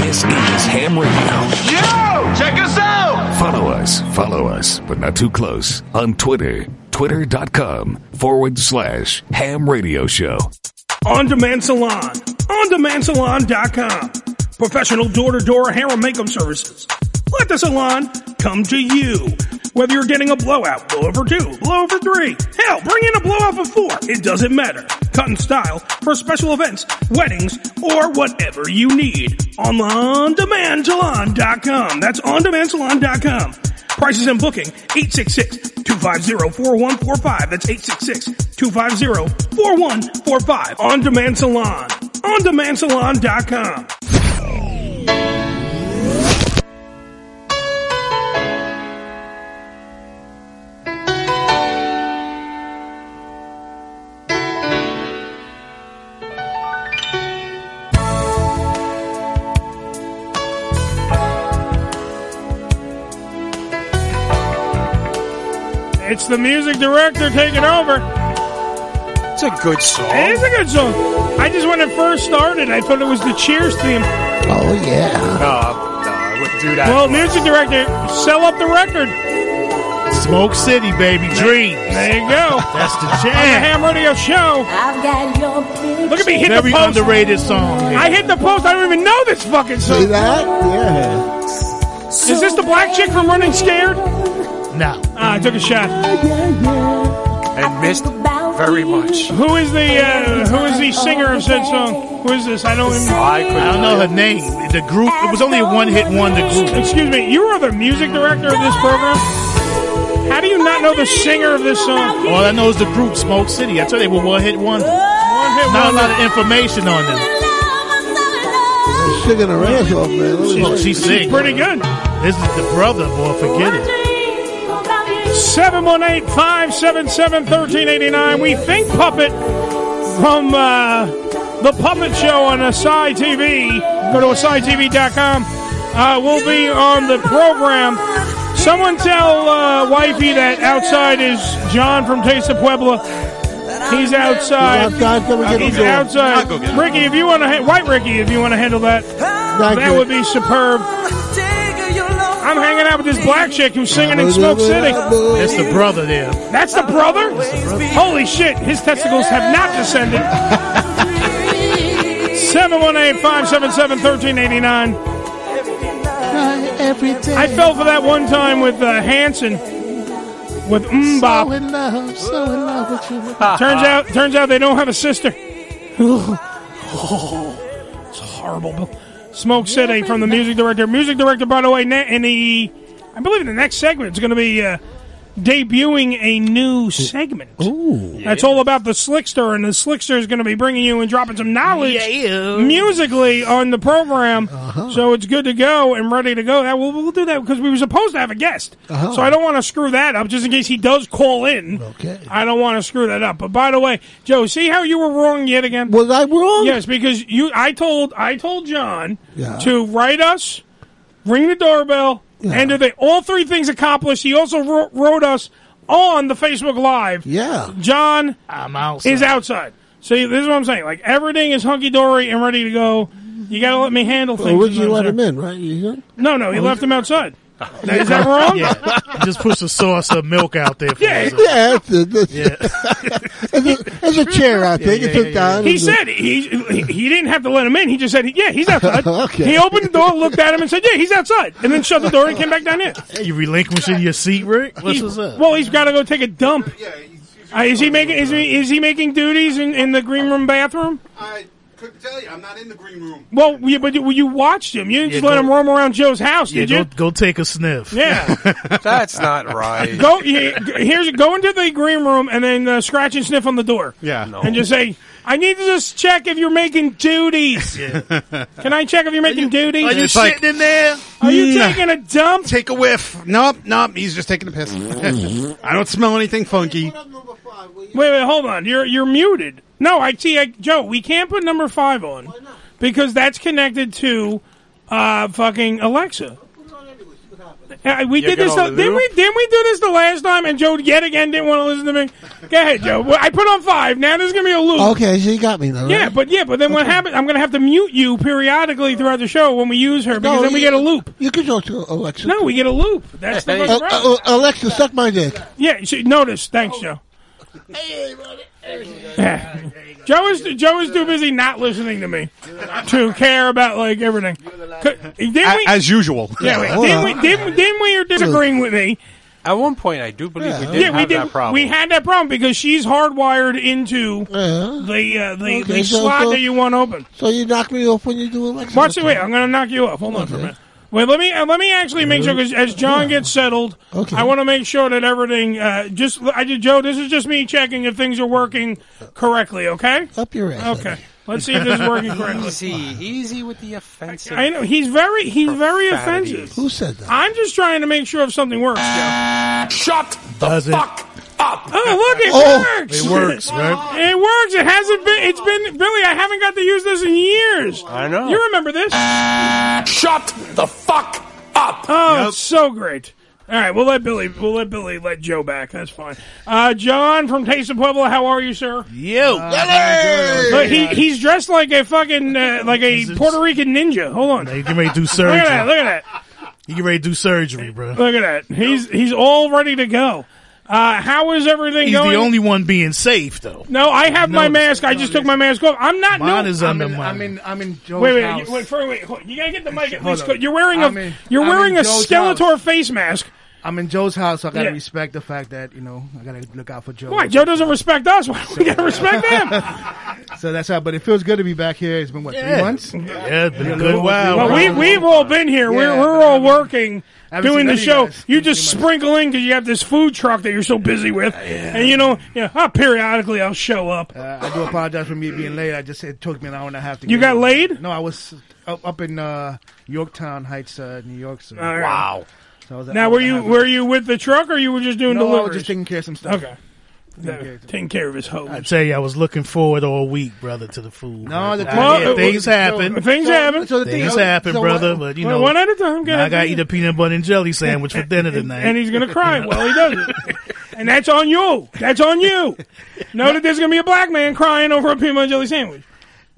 A: This is Ham Radio.
E: Yo! Check us out!
A: Follow us, follow us, but not too close on Twitter, twitter.com forward slash ham radio show.
I: On Demand Salon. OnDemandSalon.com. Professional door-to-door hair and makeup services. Let the salon come to you. Whether you're getting a blowout, blowover two, blowover three, hell, bring in a blowout for four. It doesn't matter. Cut and style for special events, weddings, or whatever you need. On OnDemandSalon.com. That's OnDemandSalon.com. Prices and booking, 866-250-4145. That's 866-250-4145. On Demand Salon. OnDemandSalon.com. It's the music director taking over. It's
K: a good song.
I: It is a good song. I just when it first started, I thought it was the Cheers theme.
G: Oh yeah.
M: Uh,
K: No, no, I wouldn't do that.
I: Uh, Well, music director, sell up the record.
J: Smoke City, baby, dreams.
I: There you go.
J: That's the
I: On the
J: jam.
I: Ham Radio Show. Look at me hit the
J: Very
I: post.
J: underrated song.
I: I hit the post. I don't even know this fucking song.
G: See that? Yeah.
I: Is this the black chick from Running Scared?
J: No.
I: Ah, I took a shot.
K: And missed very much.
I: Who is the uh, Who is the singer of said song? Who is this? I don't. Even...
K: I couldn't
J: I don't know her name. The group. It was only a one hit wonder group.
I: Excuse me. You are the music director of this program. How do you not know the singer of this song?
J: All I know is the group Smoke City. I tell you, they were one hit wonder. Not a lot of information on them.
G: She's singing her ass off, man. Look at her.
J: She, she sings.
I: Pretty good.
J: This is the brother, boy. Forget it.
I: 718 577 1389. We think Puppet from uh, The Puppet Show on Asai TV. Go to AsaiTV.com. Uh, we'll be on the program. Someone tell uh, Wifey that outside is John from Taste of Puebla. He's outside.
G: He's outside. Let me get him
I: He's
G: to him.
I: outside.
K: I'll go get him.
I: Ricky, if you want to, ha- White Ricky, if you want to handle that, that
G: you.
I: would be superb. I'm hanging out with this black chick who's singing in Smoke City.
J: It's the brother there.
I: That's the brother? Holy shit, his testicles have not descended. 718 577 1389. I fell for that one time with uh, Hanson with mm,
A: Mm,
I: Mbop.
A: Ah.
I: Turns out, turns out they don't have a sister. Oh, it's horrible. Smoke City from the music director. Music director, by the way, ne- in the I believe in the next segment, it's going to be uh, debuting a new segment. Ooh, that's all about the Slickster, and the Slickster is going to be bringing you and dropping some knowledge musically on the program. So it's good to go and ready to go. That we'll, we'll do that because we were supposed to have a guest.
G: Uh-huh.
I: So I don't want to screw that up just in case he does call in.
G: Okay.
I: I don't want to screw that up. But by the way, Joe, see how you were wrong yet again?
G: Was I wrong?
I: Yes, because you I told I told John
G: Yeah.
I: to write us, ring the doorbell, and do they all three things accomplished. He also wrote, wrote us on the Facebook Live.
G: Yeah.
I: John
J: I'm out.
I: is outside. See, this is what I'm saying. Like everything is hunky dory and ready to go. You gotta let me handle things.
G: Well, where'd you
I: is what
G: let
I: I'm saying.
G: him in, right? You hear?
I: No, no, he left him outside. Is that wrong?
J: Yeah. Just put some sauce or milk out there. For
I: Yeah.
J: us.
G: Yeah, that's it. That's
J: Yeah.
G: There's a, there's a chair out there. you
J: yeah,
G: sit
J: yeah,
G: down.
I: He
G: and-
I: said he, he he didn't have to let him in. He just said, yeah, he's outside.
G: Okay.
I: He opened the door, looked at him, and said, yeah, he's outside. And then shut the door and came back down in.
J: You relinquishing your seat, Rick? What's,
I: He-
J: what's up?
I: Well, he's got to go take a dump. Uh, is he making is he, is he making duties in, in the green room bathroom?
L: I couldn't tell you. I'm not in the green room.
I: Well, you, but you, you watched him. You didn't
J: Yeah,
I: just let
J: go-
I: him roam around Joe's house,
J: yeah,
I: did you?
J: go, go take a sniff.
I: yeah.
K: That's not right.
I: go he- here's go into the green room and then uh, scratch and sniff on the door.
L: Yeah.
I: And just say, I need to just check if you're making duties.
A: uh,
I: Can I check if you're making duties?
J: Are you
L: It's
J: sitting
L: like-
J: in there?
I: Are you
L: Nah.
I: taking a dump?
L: Take a whiff. Nope, nope. He's just taking a piss.
J: Mm.
L: I don't smell anything funky.
I: Wait, wait, hold on. You're you're muted. No, I see. I, Joe, we can't put number five on because that's connected to uh, fucking Alexa. Uh, we did
K: got
I: this.
K: all
I: The,
K: the
I: didn't we?
K: loop?
I: Didn't we do this the last time? And Joe yet again didn't want to listen to me. Go ahead, Joe. Well, I put on five. Now there's gonna be a loop.
G: Okay, so you got me now. right?
I: Yeah, but yeah, but then what happens? I'm gonna have to mute you periodically throughout the show when we use her because
G: No,
I: then we
G: you-
I: get a loop.
G: You can talk to Oh, Alexa.
I: No, we get a loop. That's the
K: Hey,
I: fucking
G: Uh,
I: problem.
G: uh, Alexa, suck my dick.
I: Yeah, you should notice. Thanks, Joe. Hey, Joe is Joe is too busy not listening to me to care about like everything. Could- Didn't we,
L: As usual.
I: yeah, wait, didn't we, didn't, didn't we? You're disagreeing with me.
M: At one point, I do believe we did
I: yeah,
M: have
I: we did.
M: that problem.
I: We had that problem because she's hardwired into the uh, the,
G: Okay,
I: the
G: so-
I: slot
G: so-
I: that you want open.
G: So you knock me off when you do it like
I: Watch it. Wait, I'm going to knock you off. Hold on for a minute. Wait, let me uh, let me actually make sure 'cause as John gets settled, I want to make sure that everything. Uh, just I did Joe. This is just me checking if things are working correctly. Okay.
G: Up your ass.
I: Okay. Let's see if this is working correctly.
M: Easy, easy with the offensive.
I: I know he's very he's very offensive.
G: Who said that?
I: I'm just trying to make sure if something works. Joe. Shut the fuck up! Oh look, it
J: Oh,
I: works.
J: it works, right?
I: It works. It hasn't been. It's been Billy. I haven't got to use this in years.
J: I know.
I: You remember this? Shut the fuck up! Oh, it's so great. All right, we'll let Billy. We'll let Billy let Joe back. That's fine. Uh, John from Taste of Pueblo, how are you, sir?
J: You.
I: But he he's dressed like a fucking uh, like a Puerto Rican ninja. Hold on.
J: Hey, get ready to do
I: Look
J: surgery.
I: at that! Look at that!
J: You get ready to do surgery, bro.
I: Look at that. He's he's all ready to go. Uh, how is everything
J: He's
I: going?
J: the only one being safe, though.
I: no, I have my
J: No,
I: mask. I just took my mask off. I'm not.
J: Mine
I: no,
J: is under I'm in- mine. I'm
S: in- I'm in Joe's
I: wait, wait,
S: house.
I: You, wait, for, wait. hold- You gotta get the mic at
S: Hold
I: least.
S: on.
I: You're wearing a
S: I'm in-
I: you're
S: I'm
I: wearing
S: in
I: a
S: Joe's
I: Skeletor face mask.
S: I'm in Joe's house, so I gotta
I: Yeah.
S: respect the fact that you know I gotta look out for Joe.
I: Why Joe doesn't respect us? Why do we gotta respect him?
S: So that's how. But it feels good to be back here. It's been what
I: Yeah.
S: three months?
J: Yeah, it's been a
S: Yeah,
J: good
S: little-
J: while.
I: Well, we we've all been here. we're
S: Yeah,
I: we're all working.
S: haven't
I: Doing
S: seen
I: the
S: any
I: show,
S: guys.
I: you just sprinkle in because you have this food truck that you're so busy with, and you know, yeah, I'll periodically I'll show up.
S: Uh, I do apologize for me being late. I just it took me an hour and a half to.
I: You
S: get
I: got
S: here.
I: laid?
S: No, I was up, up in uh, Yorktown Heights, uh, New York. So.
I: All right. Wow.
S: So I was an
I: Now,
S: hour
I: were
S: and a
I: you
S: half
I: were you with the truck, or you were just doing
S: No, I was
I: deliveries?
S: just taking care of some stuff.
I: Okay, Yeah, taking care of his home.
J: I tell you, I was looking forward all week, brother, to the food.
S: No, the
J: I
S: thing is-
J: get things
S: so-
J: happen.
I: Things
S: so-
I: happen.
S: so the thing
J: things
S: is-
J: happen,
S: so
J: brother.
S: what-
J: But you
S: Well,
J: know,
S: one at a time,
J: now
S: get
J: I
S: it
J: gotta
S: together.
J: eat a peanut butter and jelly sandwich for dinner tonight,
I: and he's gonna cry while he does it. And that's on you. That's on you. Know that there's gonna be a black man crying over a peanut butter jelly sandwich.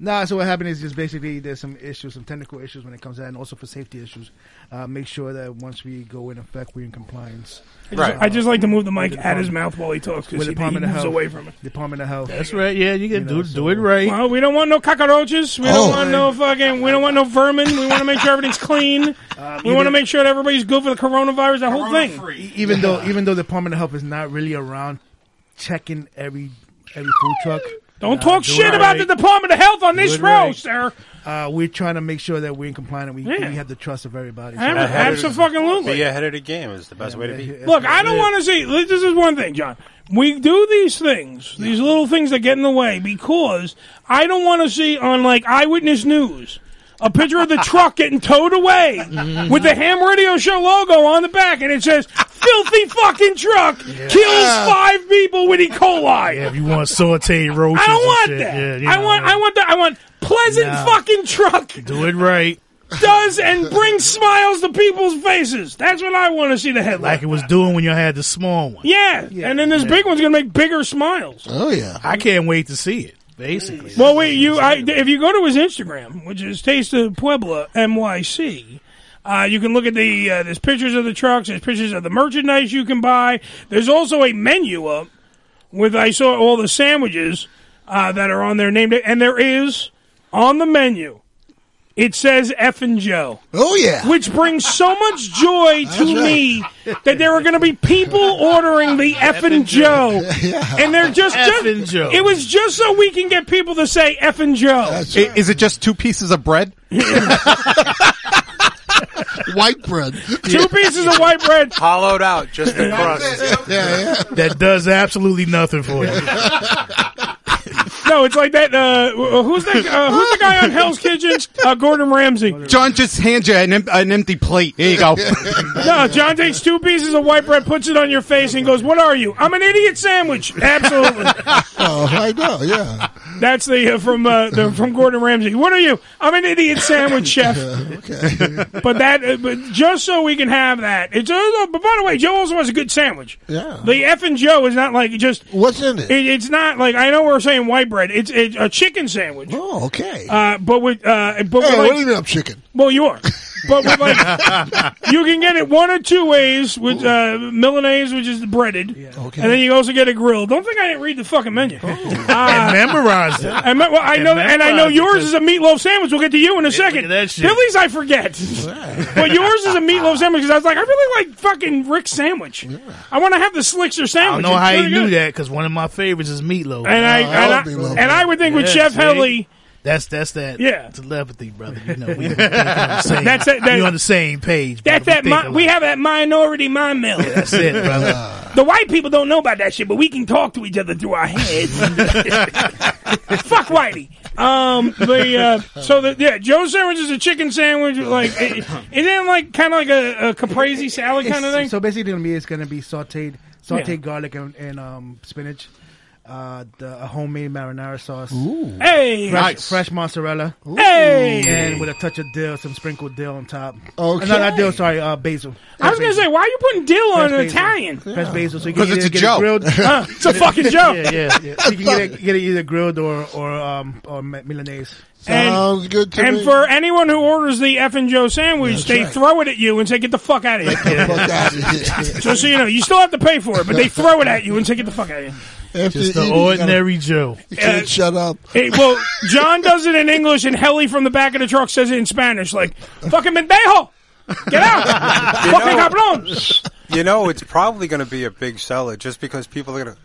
S: Nah, so what happened is just basically there's some issues, some technical issues when it comes to that, and also for safety issues. Uh, make sure that once we go in effect, we're in compliance. Uh,
I: I just, I just like to move the mic at his mouth while he talks because
S: With
I: he, he
S: Department of
I: moves
S: Health.
I: away from it.
S: Department of Health.
J: That's right. Yeah, you can do do it right. Oh.
I: Well, we don't want no cockroaches. We don't want no fucking. We don't want no vermin. We want to make sure everything's clean. we want to
S: Uh, even-
I: make sure that everybody's good for the coronavirus. That whole thing.
S: E- Even though even though the Department of Health is not really around checking every every food truck.
I: Don't talk shit about the Department of Health on this show, sir.
S: Uh, we're trying to make sure that we're in compliance and we,
I: Yeah.
S: we have the trust of everybody.
I: Ab- absolutely.
M: Be ahead of the game is the best way to be.
I: Look, I don't want to see. This is one thing, John. We do these things, these little things that get in the way, because I don't want to see on like Eyewitness News a picture of the truck getting towed away
J: Mm-hmm.
I: with the Ham Radio Show logo on the back, and it says "filthy fucking truck kills five people with E. coli."
J: Yeah, if you want sauteed roaches,
I: I don't want
J: and shit.
I: that.
J: Yeah, you
I: I
J: know,
I: want. I want that. I want pleasant
J: Nah.
I: fucking truck
J: do it right,
I: does and brings smiles to people's faces. That's what I want to see the headline.
J: like it was doing when you had the small one.
I: Yeah. and then this big one's gonna make bigger smiles.
J: Oh yeah, I can't wait to see it. Basically,
I: Well, wait, you, I, if you go to his Instagram, which is Taste of Puebla NYC. Uh, you can look at the uh, there's pictures of the trucks, there's pictures of the merchandise you can buy. There's also a menu up with I saw all the sandwiches uh, that are on their name, and there is on the menu. It says F and Joe.
G: Oh yeah,
I: which brings so much joy to me that there are going to be people ordering the F and Joe, and they're just
J: F and
I: just.
J: Joe.
I: It was just so we can get people to say F and Joe.
L: I- Is it just two pieces of bread?
G: White bread.
I: Two pieces of white bread.
M: Hollowed out, just the crust.
J: that does absolutely nothing for you.
I: No, it's like that. Uh, wh- who's that? Uh, who's the guy on Hell's Kitchen? Uh, Gordon Ramsay.
L: John just hands you an, em- an empty plate. Here you go.
I: No, John takes two pieces of white bread, puts it on your face, and goes, "What are you? I'm an idiot sandwich." Absolutely.
G: Oh, I know. Yeah.
I: That's the uh, from uh, the, from Gordon Ramsay. What are you? I'm an idiot sandwich chef. but that, uh, but just so we can have that. It's uh, but by the way, Joe also has a good sandwich.
G: Yeah.
I: The F and Joe is not like just
G: what's in it?
I: It's not like I know we're saying white bread. It's, it's a chicken sandwich.
G: Oh, okay.
I: Uh, but with uh, but
G: Hey,
I: with, like,
G: what do you mean I'm chicken?
I: well, you are. But with like, you can get it one or two ways with uh, Milanese, which is the breaded,
G: Okay.
I: and then you also get a grill. Don't think I didn't read the fucking menu. I
J: Oh. memorized it.
I: I, me- well, I
J: And
I: know, that, and I know
J: memorized it,
I: yours is a meatloaf sandwich. We'll get to you in a second.
J: that shit.
I: Billy's I forget, but yours is a meatloaf sandwich. Because I was like, I really like fucking Rick's sandwich. I want to have the Slickster
J: I don't
I: sandwich.
J: know
I: It's
J: how you
I: really
J: knew
I: good.
J: that because one of my favorites is meatloaf. Uh,
I: And I- and I- I love meatloaf. and I would think with Chef Helly-
J: that's that's that
I: Yeah.
J: telepathy, brother. You know, we on the same,
I: That's it, that-
J: we on the same page.
I: That's
J: brother.
I: that.
J: We
I: Mi-
J: think
I: we have that minority mind meld.
J: alike. that's it, brother.
I: The white people don't know about that shit, but we can talk to each other through our heads. Fuck whitey. Um, the uh, so the yeah, Joe's sandwich is a chicken sandwich. Like, it, it isn't like kind of like a, a caprese salad kind of
S: It's-
I: thing.
S: So basically, to me, it's gonna be sautéed, sautéed
I: Yeah.
S: garlic and, and um, spinach, uh, the a homemade marinara sauce.
I: Hey!
S: fresh,
I: Nice.
S: fresh mozzarella.
I: Hey!
S: and with a touch of dill, some sprinkled dill on top.
G: Okay.
S: no, not dill. Sorry, uh, basil.
I: I was gonna say, why are you putting dill on
S: Fresh
I: an
S: basil.
I: Italian?
S: Fresh basil, so you can
I: 'Cause
S: either
I: it's a
S: get
I: joke.
S: it grilled.
I: Huh, it's a fucking joke.
S: yeah, yeah, yeah. So you can get it, get it either grilled or or um or mi- Milanese.
G: good
S: to
I: and
S: me.
I: for anyone who orders the F and Joe sandwich,
S: That's
I: they
S: right.
I: throw it at you and say, "Get the fuck out of here." so, so you know, you still have to pay for it, but they throw it at you and say, "Get the fuck out of here."
J: Just the ordinary Joe.
G: You can't shut up.
I: Hey, well, John does it in English, and Helly from the back of the truck says it in Spanish, like "fucking mendejo, get out, fucking cabrones."
M: You know, it's probably going to be a big seller just because people are going to.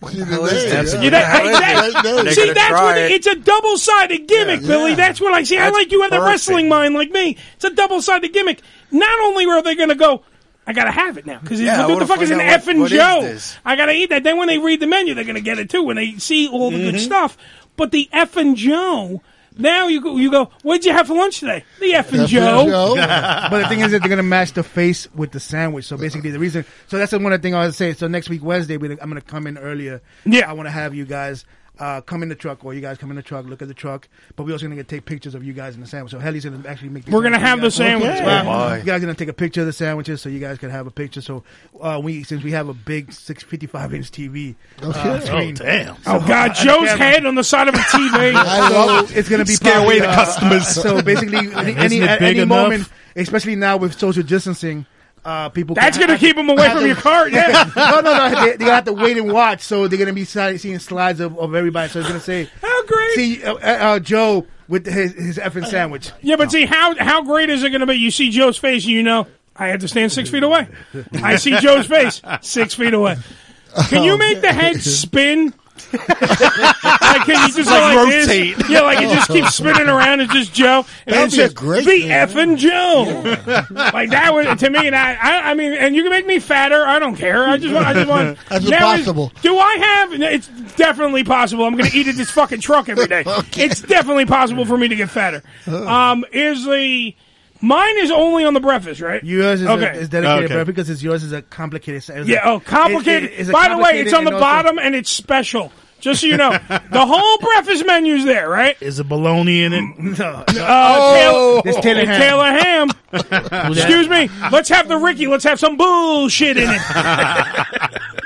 I: That's,
M: that?
I: you know,
M: How is
I: hey,
M: that?
I: that-
M: They're
I: see,
M: gonna
I: that's
M: try
I: what
M: it.
I: it's a double-sided gimmick, Billy. That's what I see. I
M: That's
I: like you had the
M: perfect.
I: wrestling mind, like me. It's a double-sided gimmick. Not only are they going to go, I got to have it now because
M: Yeah, I
I: what the
M: wanna
I: fuck is an
M: find out
I: F
M: what-
I: and
M: what is
I: Joe?
M: this?
I: I got to eat that. Then when they read the menu, they're going to get it too when they see all the good stuff. But the F and Joe. Now you go, you go. What'd you have for lunch today? The F and Joe.
S: but the thing is that they're gonna match the face with the sandwich. So basically, the reason. So that's the one thing I was saying. So next week Wednesday, we're, I'm gonna come in earlier. Yeah, I want to have you guys. Uh, come in the truck, or you guys come in the truck. Look at the truck, but we're also gonna get, take pictures of you guys in the sandwich. So Helly's gonna actually make.
I: We're gonna have the sandwich.
S: sandwiches.
I: Wow. Oh, my.
S: You guys gonna take a picture of the sandwiches, so you guys can have a picture. So uh, we since we have a big 655 inch TV. uh,
I: Okay.
S: screen.
I: Oh, damn. Oh, God,
S: So-
I: Joe's head on the side of a TV. I love it.
S: it's gonna be
I: Scare away
S: probably,
I: the
S: uh,
I: customers.
S: So basically, any,
I: Isn't
S: any,
I: it
S: at
I: big
S: any
I: enough?
S: moment, especially now with social distancing, uh, people.
I: That's
S: can-
I: gonna keep 'em away
S: have
I: from
S: to-
I: your cart, yeah.
S: no, no, no. They, they have to wait and watch. So they're gonna be si- seeing slides of, of everybody. So it's gonna say,
I: "How great!"
S: See uh, uh, uh, Joe with his his effing sandwich.
I: Yeah, but see how how great is it going to be? You see Joe's face, and you know I have to stand six feet away. I see Joe's face six feet away. Can you make the head spin? like, can you just
J: Like
I: go like this?
J: rotate.
I: Yeah, like it just keeps spinning around. It's just Joe, and
J: That'd
I: it's
J: be a
I: just
J: great
I: the
J: thing.
I: effing Joe. like that was to me, and I, I, I mean, and you can make me fatter. I don't care. I just want, I just want.
G: That's
I: Now is-
G: impossible.
I: do I have? It's definitely possible. I'm going to eat at this fucking truck every day. It's definitely possible for me to get fatter.
J: Uh-huh.
I: Um, is the mine is only on the breakfast, right?
S: Yours is, a-
I: okay.
S: is dedicated, but because it's yours is a complicated. sa-
I: yeah. Oh, complicated.
S: It- it- it's a
I: By the way, it's
S: complicated
I: on the
S: and also-
I: bottom and it's special. Just so you know, the whole breakfast menu's there, right?
J: Is a bologna in it?
S: No.
I: Uh,
J: Oh.
I: Taylor,
J: It's Taylor
I: it's
J: Ham.
I: Taylor Ham. Excuse me. Let's have the Ricky. Let's have some bullshit in it.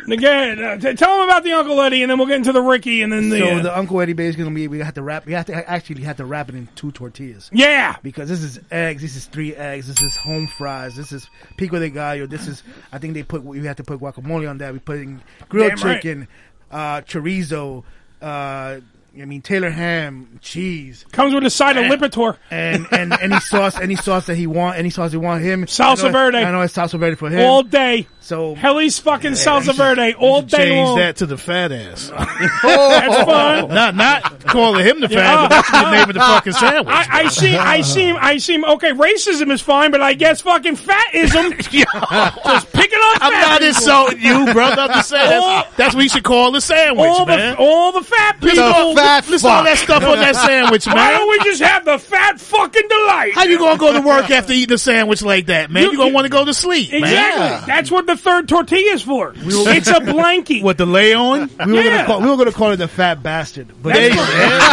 I: And Again, uh, t- tell him about the Uncle Eddie, and then we'll get into the Ricky, and then the.
S: so
I: uh,
S: the Uncle Eddie basically gonna be we have to wrap we have to actually have to wrap it in two tortillas.
I: Yeah,
S: because this is eggs, this is three eggs, this is home fries, this is pico de gallo, this is I think they put we have to put guacamole on that. We put in grilled
I: Damn right.
S: chicken, uh, chorizo, uh, I mean Taylor ham, cheese.
I: Comes with a side of Lipitor
S: and and any sauce, any sauce that he want, any sauce he want him.
I: Salsa
S: I know-
I: verde.
S: I know it's salsa verde for him.
I: all day.
S: So
I: Helly's fucking
S: Yeah, you
I: salsa
S: should-
I: verde all day
J: Change
I: long.
J: that to the fat ass.
I: That's fun.
J: Oh. Not not calling him the fat,
I: Yeah.
J: but that's the name of the fucking sandwich.
I: I, I see. I seem. I seem. Okay, racism is fine, but I guess fucking fatism. Oh. just picking on
J: I'm
I: fat
J: not
I: people.
J: insulting you, brother. I'm just saying
I: All-
J: that's, that's what you should call a sandwich,
I: all the-
J: man.
I: all the fat
J: Listen
I: people.
J: to all-
I: Fat
J: listen to all
I: fuck.
J: that stuff on that sandwich, man.
I: Why don't we just have the fat fucking delight?
J: How you gonna go to work after eating a sandwich like that, man? You, gonna want to go to sleep, man.
I: Exactly. That's what the third tortilla is for.
J: will-
I: it's a blankie.
J: What the lay on?
S: We were
I: Yeah.
S: gonna call, we were gonna call it the fat bastard, but
I: That's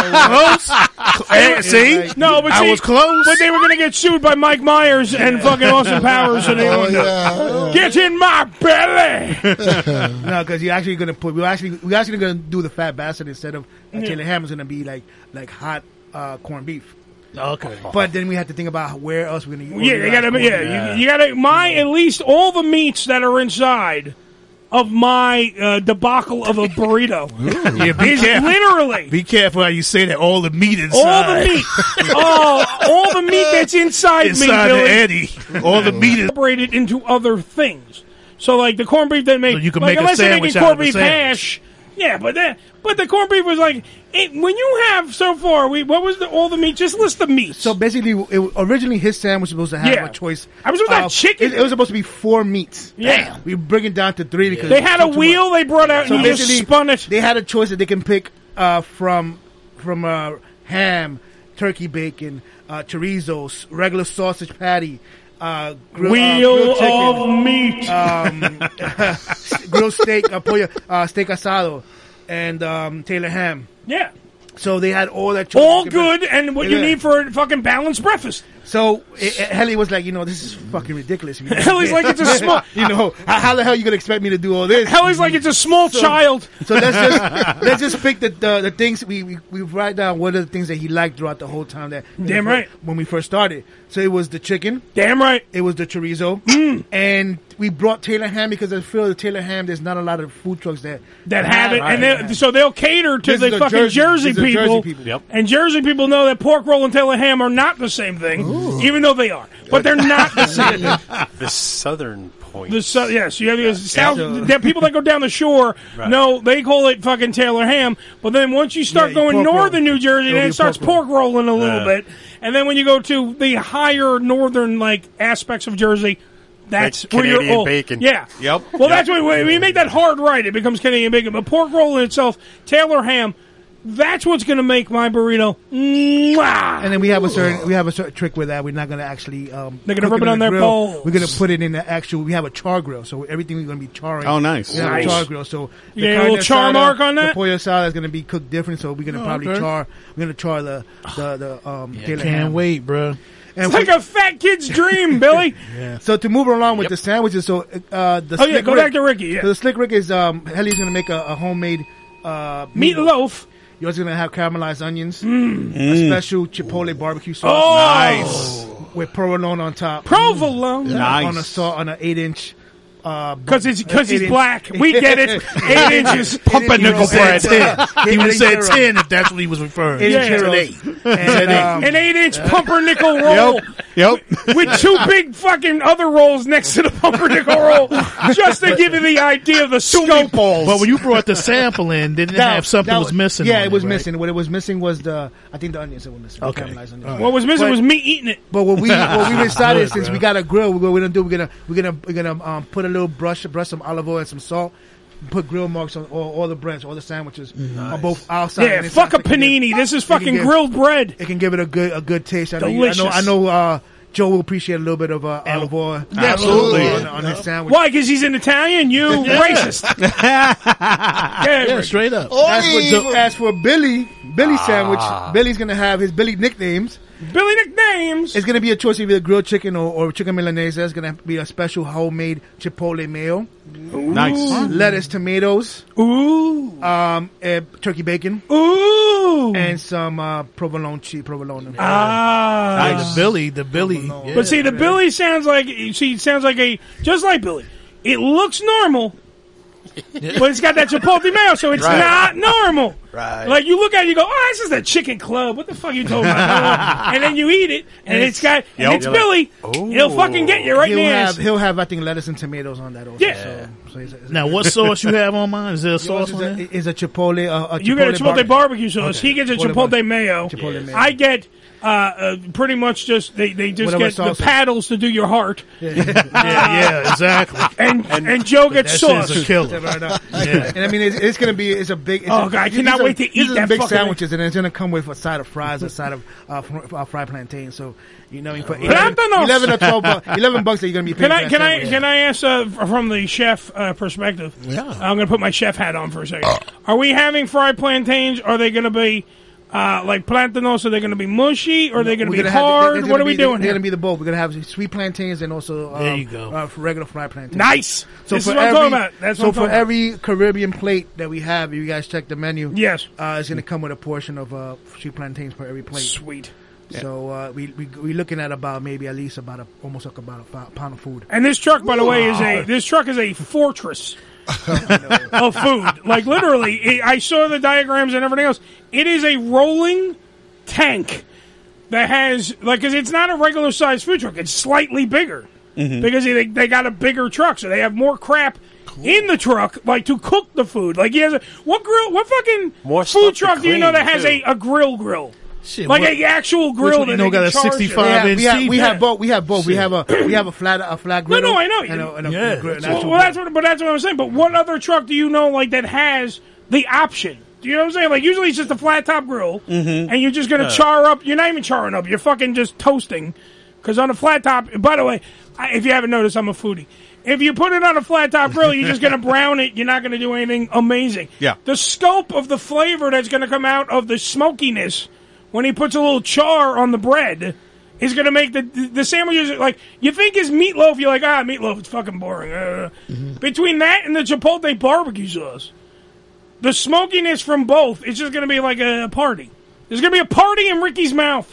J: close.
S: Eh, see?
I: no, but
S: I
I: see,
S: was
I: close. But they were going to get sued by Mike Myers and fucking Austin Powers, so they
S: Oh,
I: were
S: yeah,
I: get in my belly.
S: no, because you're actually gonna put we're actually we're actually gonna do the fat bastard instead of like, Taylor Hammer's gonna be like like hot uh, corned beef.
J: Okay,
S: But then we have to think about where else we're gonna.
I: Yeah, they gotta. Yeah, You, you gotta. My at least all the meats that are inside of my uh, debacle of a burrito
J: Yeah, be
I: is
J: careful.
I: literally
J: Be careful how you say that. All the meat inside.
I: all the meat. oh, all the meat that's inside,
J: Inside
I: me,
J: the
I: Billy.
J: Eddie. All the meat is-
I: separated into other things. So, like the corned beef they make,
J: you can
I: like,
J: make a
I: unless they're making
J: sandwich out
I: corned
J: of a
I: beef hash.
J: sandwich.
I: Yeah, but that, but the corned beef was like it, when you have so far. We what was the, all the meat? Just list the meat.
S: So basically, it, originally his sandwich was supposed to have
I: Yeah.
S: a choice.
I: I was supposed to have
S: of-
I: chicken.
S: It, it was supposed to be four meats.
I: Yeah.
S: we bring it down to three because
I: They had a
S: too- too
I: wheel they brought out
S: So
I: and you just
S: basically,
I: spun it.
S: They had a choice that they can pick uh, from from uh, ham, turkey bacon, uh, chorizo, s- regular sausage patty, uh, grill,
I: Wheel
S: uh,
I: of meat,
S: um, grilled steak, uh, pollo, uh, steak asado, and um, Taylor ham.
I: Yeah.
S: So they had all that. choice.
I: all good and what you
S: Yeah.
I: need for a fucking balanced breakfast.
S: So it, it- Helly was like, you know, this is fucking ridiculous.
I: Helly's like, it's a small-
S: you know, how, how the hell you gonna expect me to do all this?
I: Helly's like, it's a small child.
S: So let's just let's just pick the the, the things we, we we write down. What are the things that he liked throughout the whole time that
I: Damn right.
S: when we first started. So it was the chicken.
I: Damn right. Mm.
S: It was the chorizo, and we brought Taylor ham because I feel the Taylor ham. There's not a lot of food trucks that
I: that have it, and
S: Right.
I: they, so they'll cater to
S: This
I: the
S: is the
I: fucking Jersey,
S: Jersey- this is the
I: people.
S: Jersey people. Yep.
I: And Jersey people know that pork roll and tail of ham are not the same thing, even though they are. But they're not the same.
K: the southern point.
I: The so, yes, you have the south.
K: so-
I: the people that go down the shore,
K: Right.
I: no, they call it fucking Taylor ham. But then once you start
J: Yeah,
I: going
J: pork roll.
I: northern New Jersey,
J: It'll
I: then
J: be
I: it starts
J: pork roll.
I: pork rolling a little
J: Yeah.
I: bit, and then when you go to the higher northern like aspects of Jersey. That's
K: Like
I: where you're
K: Canadian
I: all,
K: bacon.
I: Yeah.
K: Yep.
I: Well,
K: Yep.
I: that's what when you make that hard right, it becomes Canadian bacon. But pork roll in itself, Taylor ham, that's what's going to make my burrito. Mwah!
S: And then we have a certain we have a certain trick with that. We're not going to actually. Um,
I: They're gonna
S: cook
I: rub it
S: in
I: on
S: the
I: their
S: grill.
I: bowls.
S: We're going to put it in the actual. We have a char grill, so everything we're going to be charring.
L: Oh, nice.
S: We have
L: Nice.
S: a char grill, so
I: You got a little
S: carne
I: char
S: asada,
I: mark on
S: The
I: that?
S: pollo salad is going to be cooked different, so we're going to
I: Oh,
S: probably
I: okay.
S: char. We're going to char the the, the um. Taylor
J: can't
S: ham.
J: wait, bro.
S: And
I: it's like a fat kid's dream, Billy.
S: So to move along with the sandwiches, so uh, the
I: Oh,
S: slick
I: yeah, go
S: Rick-
I: back to Ricky, yeah.
S: So the slick Rick is um, Helly's going to make a, a homemade uh,
I: meatloaf.
S: You're also going to have caramelized onions,
L: Mm.
S: a special chipotle barbecue sauce,
I: Oh!
L: Nice.
S: with provolone on top,
I: Provolone.
S: Yeah,
L: Nice.
S: on a saw on an eight inch. uh, Because
I: 'Cause it's- 'cause he's black. We get it. Eight inches.
J: Pumpernickel bread. He would have said
S: ten.
J: ten if that's what he was referring.
S: Eight
J: to.
S: inch rolls.
J: Said
S: And,
J: eight.
S: um,
I: An eight inch pumpernickel roll.
L: Yep.
I: With two big fucking other rolls next to the pumpernickel roll, just to give you the idea of the scope.
J: But when you brought the sample in, didn't it
S: that-
J: have something
S: that
J: was missing.
S: Yeah,
J: on
S: it was
J: right?
S: missing. What it was missing was the I think the onions that were missing. the
J: Okay.
S: caramelized onions.
J: All right.
I: What was missing was
S: But-
I: me eating it.
S: But what we what we decided
I: Good,
S: since
I: bro.
S: we got a grill, what we're gonna do we're gonna we're gonna we're gonna um, put a little brush, brush some olive oil and some salt, put grill marks on all, all the breads, all the sandwiches on both outside.
I: Yeah,
S: and inside.
I: fuck a
S: It can give-
I: panini. This is
S: it can
I: fucking
S: give-
I: grilled bread.
S: It can give it a good a good taste. I know you- I know I
I: Delicious.
S: know uh, Joe will appreciate a little bit of uh, olive oil.
I: Absolutely.
S: on, on his sandwich.
I: Why? Because he's an Italian. You racist. yeah,
J: Yeah, straight up.
S: As for, Joe- as for Billy, Billy sandwich, Billy's gonna have his Billy nicknames.
I: Ah. Billy nicknames.
S: It's gonna be a choice of either grilled chicken or, or chicken milanese. It's gonna be a special homemade chipotle mayo.
L: Nice.
S: Lettuce, tomatoes.
I: Ooh.
S: Um, eh, turkey bacon.
I: Ooh.
S: And some uh, provolone cheese, provolone.
I: Ah.
J: Nice. The Billy, the Billy.
I: But see, the Billy sounds like she sounds like a just like Billy. It looks normal, but it's got that chipotle mayo, so it's
J: Right.
I: not normal.
J: Right.
I: Like you look at it, you go, "Oh, this is the chicken club." What the fuck you told me? about?" and then you eat it, and,
S: And
I: it's got and
S: Yep.
I: it's
S: You're
I: Billy.
S: like,
I: He'll fucking get you right
S: he'll
I: in the
S: have,
I: ass.
S: He'll have, I think, lettuce and tomatoes on that also.
I: Yeah.
S: So, So it's, it's-
J: Now, what sauce you have on mine? Is there a
S: Yours
J: sauce
S: is
J: on
S: a-
J: there?
S: Is a chipotle? Uh, a
I: you get a chipotle barbecue,
S: barbe-
I: sauce.
S: Okay.
I: He gets a chipotle, mayo.
S: Chipotle mayo.
I: I get uh, uh, pretty much just they, they just
S: Whatever
I: get the
S: sauce is-
I: paddles to do your heart.
J: yeah, yeah, exactly.
I: And and, Joe gets
S: That shit
I: sauce.
S: is a killer. And I mean, it's, it's gonna be it's a big. It's
I: Oh,
S: a,
I: God, I
S: these
I: cannot
S: are-
I: wait to
S: these
I: eat
S: are
I: that
S: big
I: fucking-
S: sandwiches, and it's gonna come with a side of fries, a side of uh, fr- uh, fried plantain. So you know, for
I: Plantanos!
S: 11, or twelve, bucks, eleven bucks that you're gonna be paying.
I: Can I
S: for
I: can
S: that
I: I can I ask uh, f- from the chef uh, perspective? Yeah, I'm going to put my chef hat on for a second. Are we having fried plantains? Are they going to be uh, like plantanos? Are they going to be mushy? Or are they going to be hard? what are we doing?
S: They're
I: here?
S: gonna be the both. We're gonna have sweet plantains and also um,
I: There you go.
S: Uh, regular fried plantains.
I: Nice!
S: So
I: This
S: for
I: is what I'm
S: every,
I: talking about. That's
S: so
I: what I'm
S: for
I: talking about.
S: every Caribbean plate that we have, if you guys check the menu,
I: yes,
S: uh, it's gonna come with a portion of uh, sweet plantains for every plate.
I: Sweet.
S: So uh, we we we looking at about maybe at least about a almost like about a fi- pound of food.
I: And this truck, by the way, is a this truck is a fortress of food. Like literally, it, I saw the diagrams and everything else. It is a rolling tank that has like because it's not a regular sized food truck. It's slightly bigger
J: Mm-hmm.
B: Mhm.
I: because they they got a bigger truck, so they have more crap. In the truck, like to cook the food. Like he has a what grill? What fucking food truck do you know
J: clean,
I: that has a,
J: too.
I: a grill grill?
J: Shit,
I: like
J: what-
I: a actual
J: which
I: grill.
J: one
I: that
J: you
I: they
J: know
I: can
J: got a
I: charge it.
J: 65
S: Yeah, we have, we have
I: Yeah.
S: both. We have both. We have a we have a flat a flat griddle.
I: No, no, I know.
S: And a, and a,
I: Yeah.
S: a grid- an
I: well,
S: actual
I: well, that's what, but that's what I'm saying. But what other truck do you know like that has the option? Do you know what I'm saying? Like usually it's just a flat top grill,
B: Mhm.
I: and you're just gonna
B: Yeah.
I: char up. You're not even charring up. You're fucking just toasting. Because on a flat top, by the way, I, if you haven't noticed, I'm a foodie. If you put it on a flat top grill, you're just gonna brown it. You're not gonna do anything amazing.
B: Yeah.
I: The scope of the flavor that's gonna come out of the smokiness when he puts a little char on the bread is going to make the the sandwiches like you think is meatloaf. You're like ah meatloaf, it's fucking boring. Uh, Between that and the chipotle barbecue sauce, the smokiness from both, it's just going to be like a party. There's going to be a party in Ricky's mouth.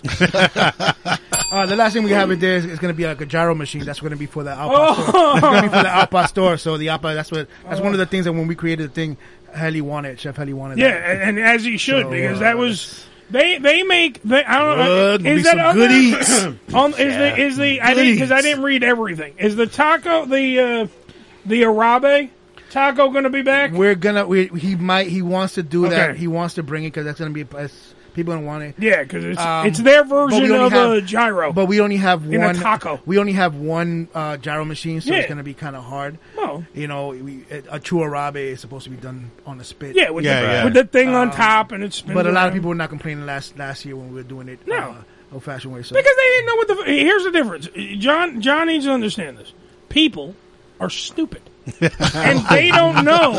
S: uh, the last thing we have in there is, is going to be like a gyro machine. That's going to be for the Alpa
I: Oh.
S: store. That's going to be for the Alpa store. So the Alpa, that's what that's one of the things that when we created the thing, Helly wanted, Chef Helly wanted.
I: Yeah,
S: that.
I: and, and as he should
S: So,
I: because
S: uh,
I: that was they they make they, I don't
S: Good,
I: know
S: be
I: is that
S: some
I: other,
S: good eats.
I: on is the is the I didn't because I
S: Good
I: didn't read everything is the taco the uh, the arabe taco going to be back.
S: We're gonna. We, he might. He wants to do that.
I: Okay.
S: He wants to bring it because that's gonna be that's, people gonna want it.
I: Yeah, 'cause it's-
S: Um,
I: it's their
S: but we
I: version
S: only
I: of a
S: have-
I: gyro.
S: But we only have
I: in a
S: one
I: taco.
S: We only have one uh, gyro machine, so
I: Yeah. Oh.
S: it's gonna be kind of hard.
I: Well.
S: you know, we, a true arabe is supposed to be done on a spit. Um,
I: Yeah, with, the, with the thing on top and it's.
S: But a lot of people were not complaining last last year when we were doing it. No. Uh, Old fashioned way. So
I: because they didn't know what the. Here's the difference. John John needs to understand this. People are stupid, and they don't know.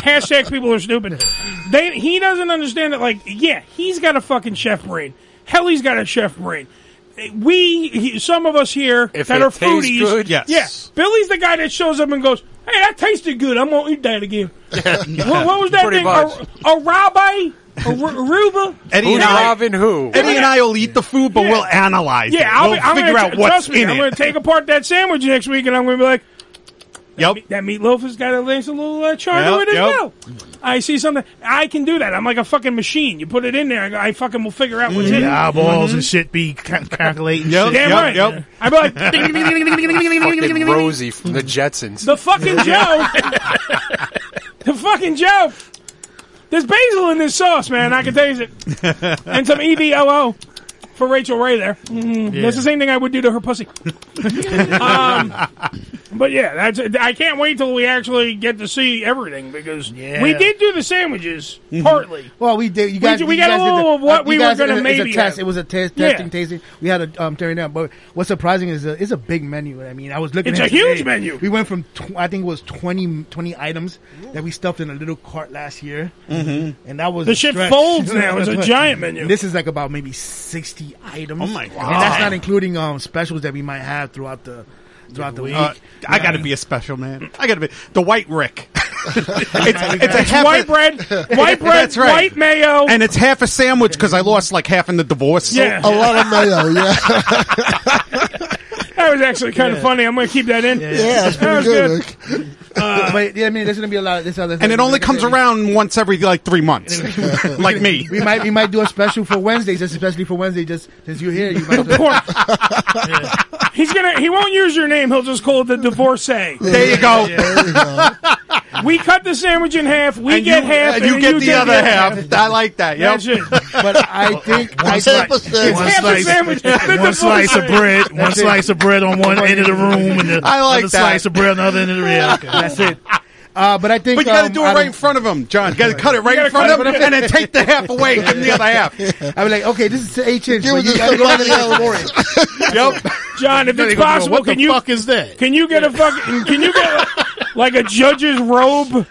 I: Hashtag people are stupid. They he doesn't understand that. Like, yeah, he's got a fucking chef brain. Hell, he's got a chef brain. We he, some of us here
B: If
I: that
B: it
I: are
B: tastes
I: foodies.
B: good, yes.
I: Yeah, Billy's the guy that shows up and goes, "Hey, that tasted good. I'm gonna eat that again." what, what was that
B: Pretty
I: thing?
B: much.
I: A, a rabbi. Aruba,
L: Eddie and I- Eddie and I will eat the food, but we'll analyze
I: yeah,
L: it.
I: I'll
L: We'll
I: be, I'm
L: figure
I: gonna,
L: out what's
I: trust me,
L: in
I: I'm
L: it.
I: going to take apart that sandwich next week, and I'm going to be like, that yep, that meatloaf has got a nice little uh, char to
B: Yep,
I: it as
B: yep.
I: well. I see something. I can do that. I'm like a fucking machine. You put it in there, I, go- I fucking will figure out what's in it.
J: The eyeballs and shit be ca- calculating.
I: Yep,
J: shit.
I: Damn yep, right. yep. I'd be like,
K: Fucking Rosie from the Jetsons.
I: The fucking Joe. the fucking Joe. There's basil in this sauce, man. I can taste it. And some E EVOO for Rachel Ray there. Mm,
B: Yeah.
I: That's the same thing I would do to her pussy. um, but yeah, that's it. I can't wait till we actually get to see everything because we did do the sandwiches partly.
S: Mm-hmm. Well, we did. You
I: We
S: guys,
I: ju- we
S: you
I: got
S: guys
I: a
S: did
I: little
S: the- uh,
I: of what
S: you
I: we were
S: guys-
I: gonna
S: it was a
I: maybe
S: test.
I: have.
S: It was a test,
I: Yeah.
S: testing, tasting. We had to um, tear it down. But what's surprising is a, it's a big menu. I mean, I was looking.
I: It's
S: at
I: a
S: it today.
I: huge menu.
S: We went from tw- I think it was 20, 20 items that we stuffed in a little cart last year,
B: Mhm.
S: and that
I: Mm-hmm.
S: was
I: The
S: a
I: shit
S: stretch.
I: folds now. It's a giant menu.
S: This is like about maybe sixty items.
I: Oh my God.
S: And that's not including um specials that we might have throughout the throughout the week.
L: Uh, I got to be a special man. I got to be the white Rick. it's, it's a
I: It's
L: half
I: white bread, white bread,
L: That's right.
I: white mayo.
L: and it's half a sandwich because I lost like half in the divorce.
I: Yeah. A lot of
L: mayo. Yeah,
I: That was actually kind of funny. I'm going to keep that in.
L: Yeah, it's
I: that was
L: pretty
I: good. Uh,
S: but yeah, I mean, there's going to be a lot of this other.
L: and it only comes around once every like three months, like me.
S: We might we might do a special for Wednesdays, just especially for Wednesday, just since you're here. You might
I: He's gonna. He won't use your name. He'll just call it the divorcee.
L: There you go.
I: we cut the sandwich in half. We
L: And
I: get
L: you-
I: half,
L: and you
I: then
L: get the other half. I like that, yep.
I: That's it.
S: But I think
J: One
S: I
J: slice,
S: think-
J: one slice, one slice of bread, one
S: That's it.
J: slice of bread on one end of the room, and the
S: I like
J: other
S: that.
J: slice of bread on the other end of the room.
S: That's it. Uh, but I think
L: But you got to
S: um,
L: do it
S: out
L: right in
S: of-
L: front of him, John. You got to cut it right in front of him, and then take the half away, and give him the other half.
S: I was like, okay, this is eight inch.
L: Give
S: but
L: it
S: you
L: to
S: gotta go
L: somebody
S: out of the-
L: else.
I: Yep. John, if
S: Then
I: it's
S: they gonna go,
I: possible,
S: "What the
I: can you
S: fuck
J: is that?
I: Can you get a fucking? Can you get a- like a judge's robe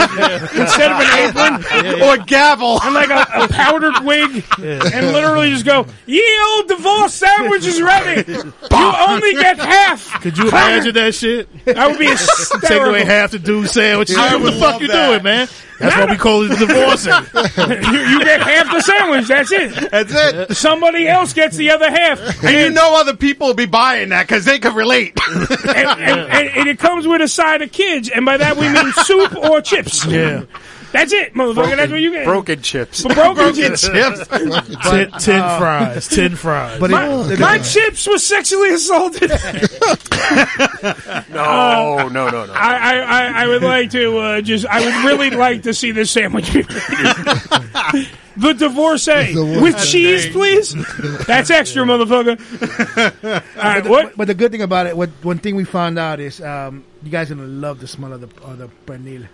I: instead of an apron
L: or a gavel
I: and like a, a powdered wig and literally just go, "Ye old divorce sandwich is ready. You only get half."
J: Could you imagine that shit?
I: That would be
J: Take away
I: hysterical.
J: half the dude's sandwich.
I: I
J: what
I: would
J: the fuck
I: love
J: you
I: that.
J: doing, man? That's why we call it divorcing.
I: you, you get half the sandwich. That's it.
L: That's it.
I: Somebody else gets the other half,
L: and you know other people will be buying that because they can relate.
I: and, and, and it comes with a side of kids, and by that we mean soup or chips.
L: Yeah.
I: That's it, motherfucker. That's what you get.
L: Broken chips.
I: For broken, uh,
L: chips.
J: Ten, ten fries, ten fries.
I: But my, my chips were sexually assaulted.
K: No,
I: Uh,
K: no, no, no.
I: I, I, I, I would like to uh, just. I would really like to see this sandwich. be made. the divorcee with cheese, please. That's extra, motherfucker. All right,
S: but, the,
I: what?
S: but the good thing about it, what one thing we found out is, um, you guys are gonna love the smell of the of the pernil,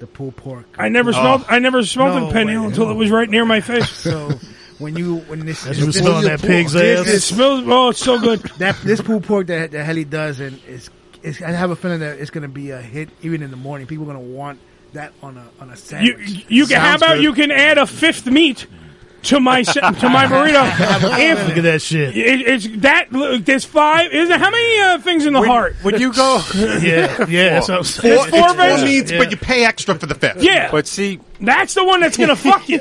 S: the pulled pork.
I: I never smelled. I never smelled
S: Oh. No
I: a penny until it was right near my face. So
S: when you when this
J: That's what's smelling that pig's ass.
I: It smells. Oh, it's so good.
S: That this pulled pork that that Helly does, and it's, it's I have a feeling that it's gonna be a hit even in the morning. People are gonna want that on a on a
I: You,
S: sandwich.
I: you can. How about you can add a fifth meat to my sa- to my burrito? if
J: Look at that shit.
I: It, it's that. Look, there's five. Is it how many uh, things in the heart?
L: Would you go?
J: Yeah, yeah. That's what
L: Four,
J: I'm saying.
L: it's
I: Four
L: four
I: veggies.
L: meats,
I: Yeah.
L: but you pay extra for the fifth.
I: Yeah.
L: But see,
I: That's the one that's gonna fuck you.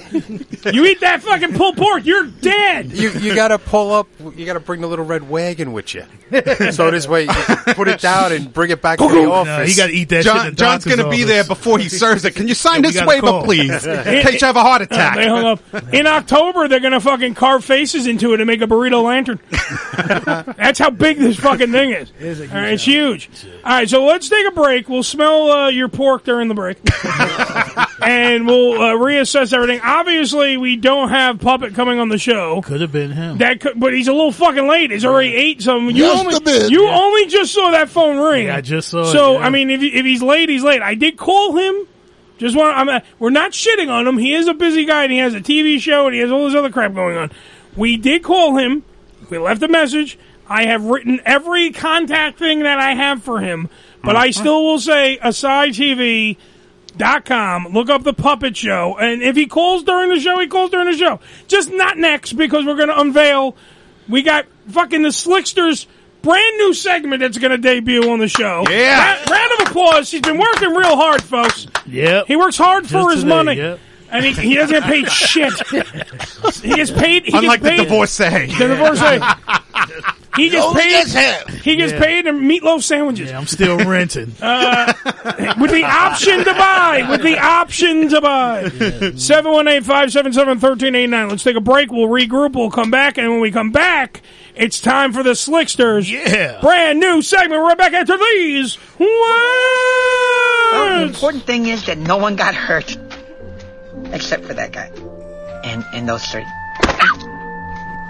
I: You eat that fucking pulled pork, you're dead.
L: you, you got to pull up. You got to bring the little red wagon with you. so this way, you can put it down and bring it back to the
J: No,
L: office.
J: he gotta eat that
L: John,
J: shit in the
L: John's
J: doctor's
L: gonna be there
J: office.
L: before he serves it. Can you sign
J: Yeah, we
L: this
J: gotta
L: waiver,
J: call.
L: please? In case you have a heart attack.
I: Uh, they hung up. In October, they're gonna fucking carve faces into it and make a burrito lantern. That's how big this fucking thing is.
S: It is a huge
I: All right, it's huge. All right, so let's take a break. We'll smell uh, your pork during the break, and we'll uh, reassess everything. Obviously, we don't have puppet coming on the show.
J: Could have been him.
I: That could, but he's a little fucking late. He's already ate some. You
J: Just
I: only
J: a bit.
I: you only just saw that phone ring.
J: Yeah, I just saw it,
I: So
J: yeah.
I: I mean, if he- if he's late, he's late. I did call him. Just want I'm uh, we're not shitting on him. He is a busy guy and he has a TV show and he has all this other crap going on. We did call him. We left a message. I have written every contact thing that I have for him, but
J: Uh-huh.
I: I still will say aside TV dot com. Look up the puppet show, and if he calls during the show, he calls during the show. Just not next because we're going to unveil. We got fucking the Slicksters. Brand new segment that's going to debut on the show.
J: Yeah.
I: Ra- round of applause. He's been working real hard, folks.
J: Yep.
I: He works hard
J: Just
I: for his
J: today,
I: money.
J: yep.
I: And he, he doesn't get paid shit. He gets paid. He
L: Unlike the
I: gets paid,
L: divorcee.
I: The divorcee. He gets
J: Only
I: paid.
J: gets half.
I: he gets
J: Yeah.
I: paid in meatloaf sandwiches
J: I'm still renting.
I: uh, with the option to buy. With the option to buy. 718 577 1389. Let's take a break. We'll regroup. We'll come back. And when we come back, it's time for the Slicksters.
J: Yeah.
I: Brand new segment. We're back after these.
B: The
I: Words.
B: important thing is that no one got hurt. Except for that guy. And and those three. Ah.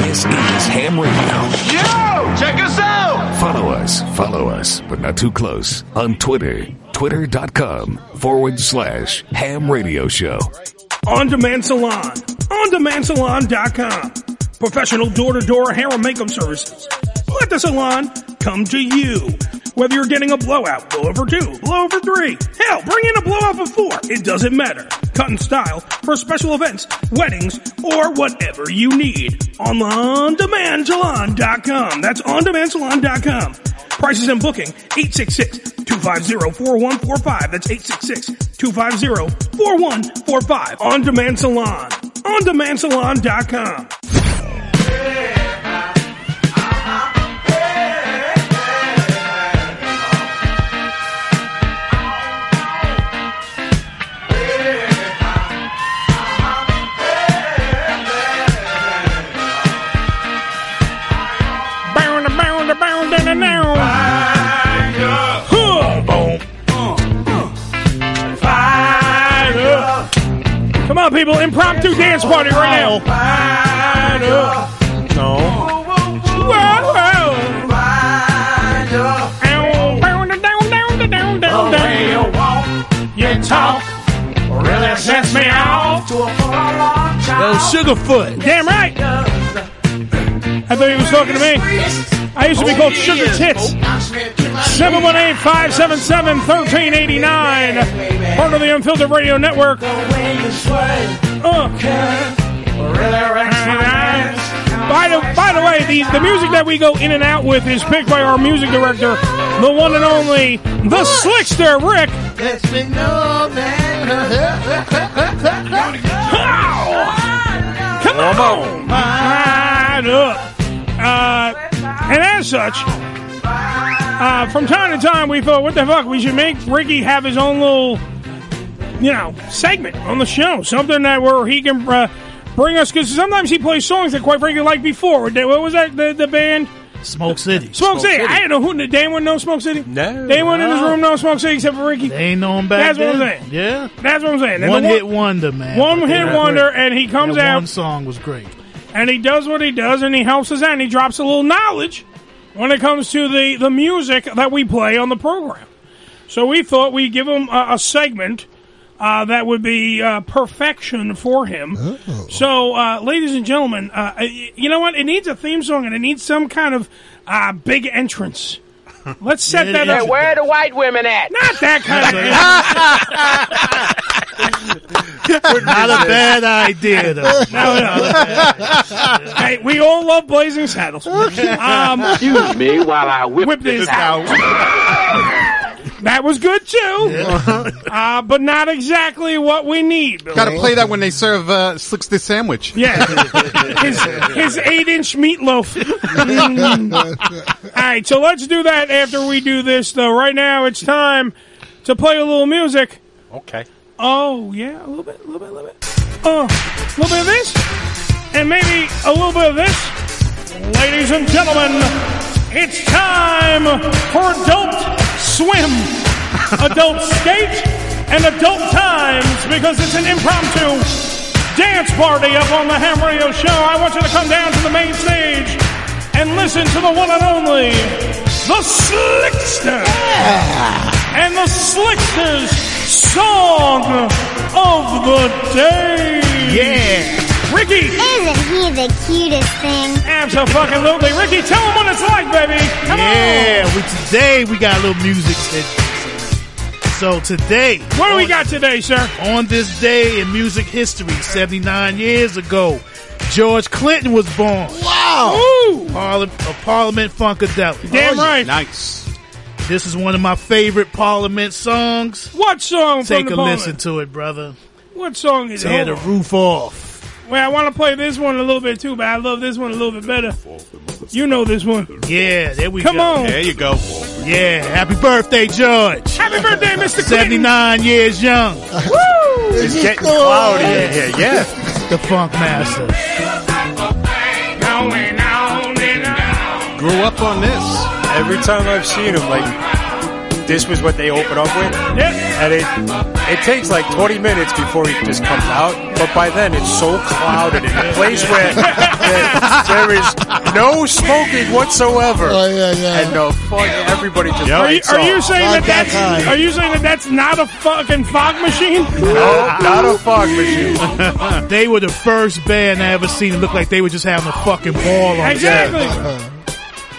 A: This is Ham Radio.
E: Yo! Check us out!
A: Follow us, follow us, but not too close on Twitter, twitter.com forward slash ham radio show.
I: On Demand Salon. OnDemandSalon.com. Professional door-to-door hair and makeup services. Let the salon come to you. Whether you're getting a blowout, blowover two, blowover three, hell, bring in a blowout of four. It doesn't matter. Cut and style for special events, weddings, or whatever you need. On OnDemandSalon.com. That's OnDemandSalon.com. Prices and booking, 866-250-4145. That's 866-250-4145. On Demand Salon. OnDemandSalon.com. Bound, bound, bound, and a now. Huh. Come on, people. Impromptu dance party right now.
E: No. The way you walk, you talk, really sets me off to a full alarm
I: Yo, Sugarfoot. Damn right. I thought he was talking to me. I used to be called Sugar
E: Oh,
I: Tits. 718-577-1389. Part of the Unfiltered Radio Network. Uh. By the, by the way, the, the music that we go in and out with is picked by our music director, the one and only, the slickster, Rick.
E: Let's me know that.
I: Come on! Line up. Uh, and as such, uh, from time to time, we thought, what the fuck? We should make Ricky have his own little, you know, segment on the show. Something that where he can uh, bring us, because sometimes he plays songs that, quite frankly, like before. What was that, the, the band?
J: Smoke City.
I: Smoke, City. I didn't know who. Did anyone know Smoke City? No. Did anyone in this
J: No.
I: room know Smoke City except for Ricky? They ain't know him
J: back
I: That's what
J: then.
I: I'm saying. Yeah. That's what I'm saying. And the
J: One hit wonder, man.
I: One
J: But
I: hit
J: that-
I: wonder, and he comes
J: that
I: out-
J: One song was great.
I: and he does what he does, and he helps us out, and he drops a little knowledge when it comes to the, the music that we play on the program. So we thought we'd give him a, a segment uh, that would be uh, perfection for him.
J: Oh.
I: So, uh, ladies and gentlemen, uh, y- you know what? It needs a theme song, and it needs some kind of uh, big entrance. Let's set
E: Yeah,
I: that
E: yeah.
I: up.
E: Hey, where
I: are the white women at? Not that kind of.
J: Not a bad idea, though.
I: No, no. hey, we all love Blazing Saddles. Um,
E: Excuse me while I whip this
I: that was good too, uh, but not exactly what we need. Billy.
C: Got to play that when they serve uh, slicks the sandwich.
I: Yeah, his, his eight-inch meatloaf. Mm. All right, so let's do that after we do this. Though right now it's time to play a little music.
K: Okay.
I: Oh yeah, a little bit, a little bit, a little bit. Oh, a little bit of this, and maybe a little bit of this. Ladies and gentlemen, it's time for Adult Swim, Adult Skate, and Adult Times because it's an impromptu dance party up on the Ham Radio Show. I want you to come down to the main stage and listen to the one and only, the Slickster and the Slicksters song of the day.
D: Yeah.
I: Ricky.
D: Isn't he the cutest thing?
I: Absolutely. Ricky, tell them what it's like, baby. Come
J: yeah, we, today we got a little music. That, so today,
I: what do we got today, sir?
J: On this day in music history, seventy-nine years ago, George Clinton was born.
G: Wow!
J: Parliament, a Parliament Funkadelic.
C: Oh,
I: Damn right.
J: Nice. This is one of my favorite Parliament songs.
I: What song?
J: Take
I: from the
J: a
I: Parliament?
J: listen to it, brother.
I: What song is
J: Tear
I: it? Oh.
J: the roof off.
I: Well, I want to play this one a little bit too, but I love this one a little bit better. You know this one.
J: Yeah, there we
I: Come
J: go.
I: on.
J: you go. Yeah, happy birthday, George.
I: Happy birthday, Mr. Clinton.
J: 79 years young.
I: Woo!
J: It's
I: getting cloudy
J: in here, yeah. the Funk Master.
E: Going on and on.
L: Grew up on this. Every time I've seen him, like this was what they open up with.
I: Yep.
L: And it it takes like 20 minutes before he just comes out, but by then it's so clouded in a place where there- there is no smoking whatsoever. And no, fuck, everybody just.
I: Are you,
L: lights
I: are you
L: off.
I: saying that that's are you saying that that's not a fucking fog machine?
L: No, not a fog machine.
J: they were the first band I ever seen that looked like they were just having a fucking ball on
I: Exactly.
J: stage.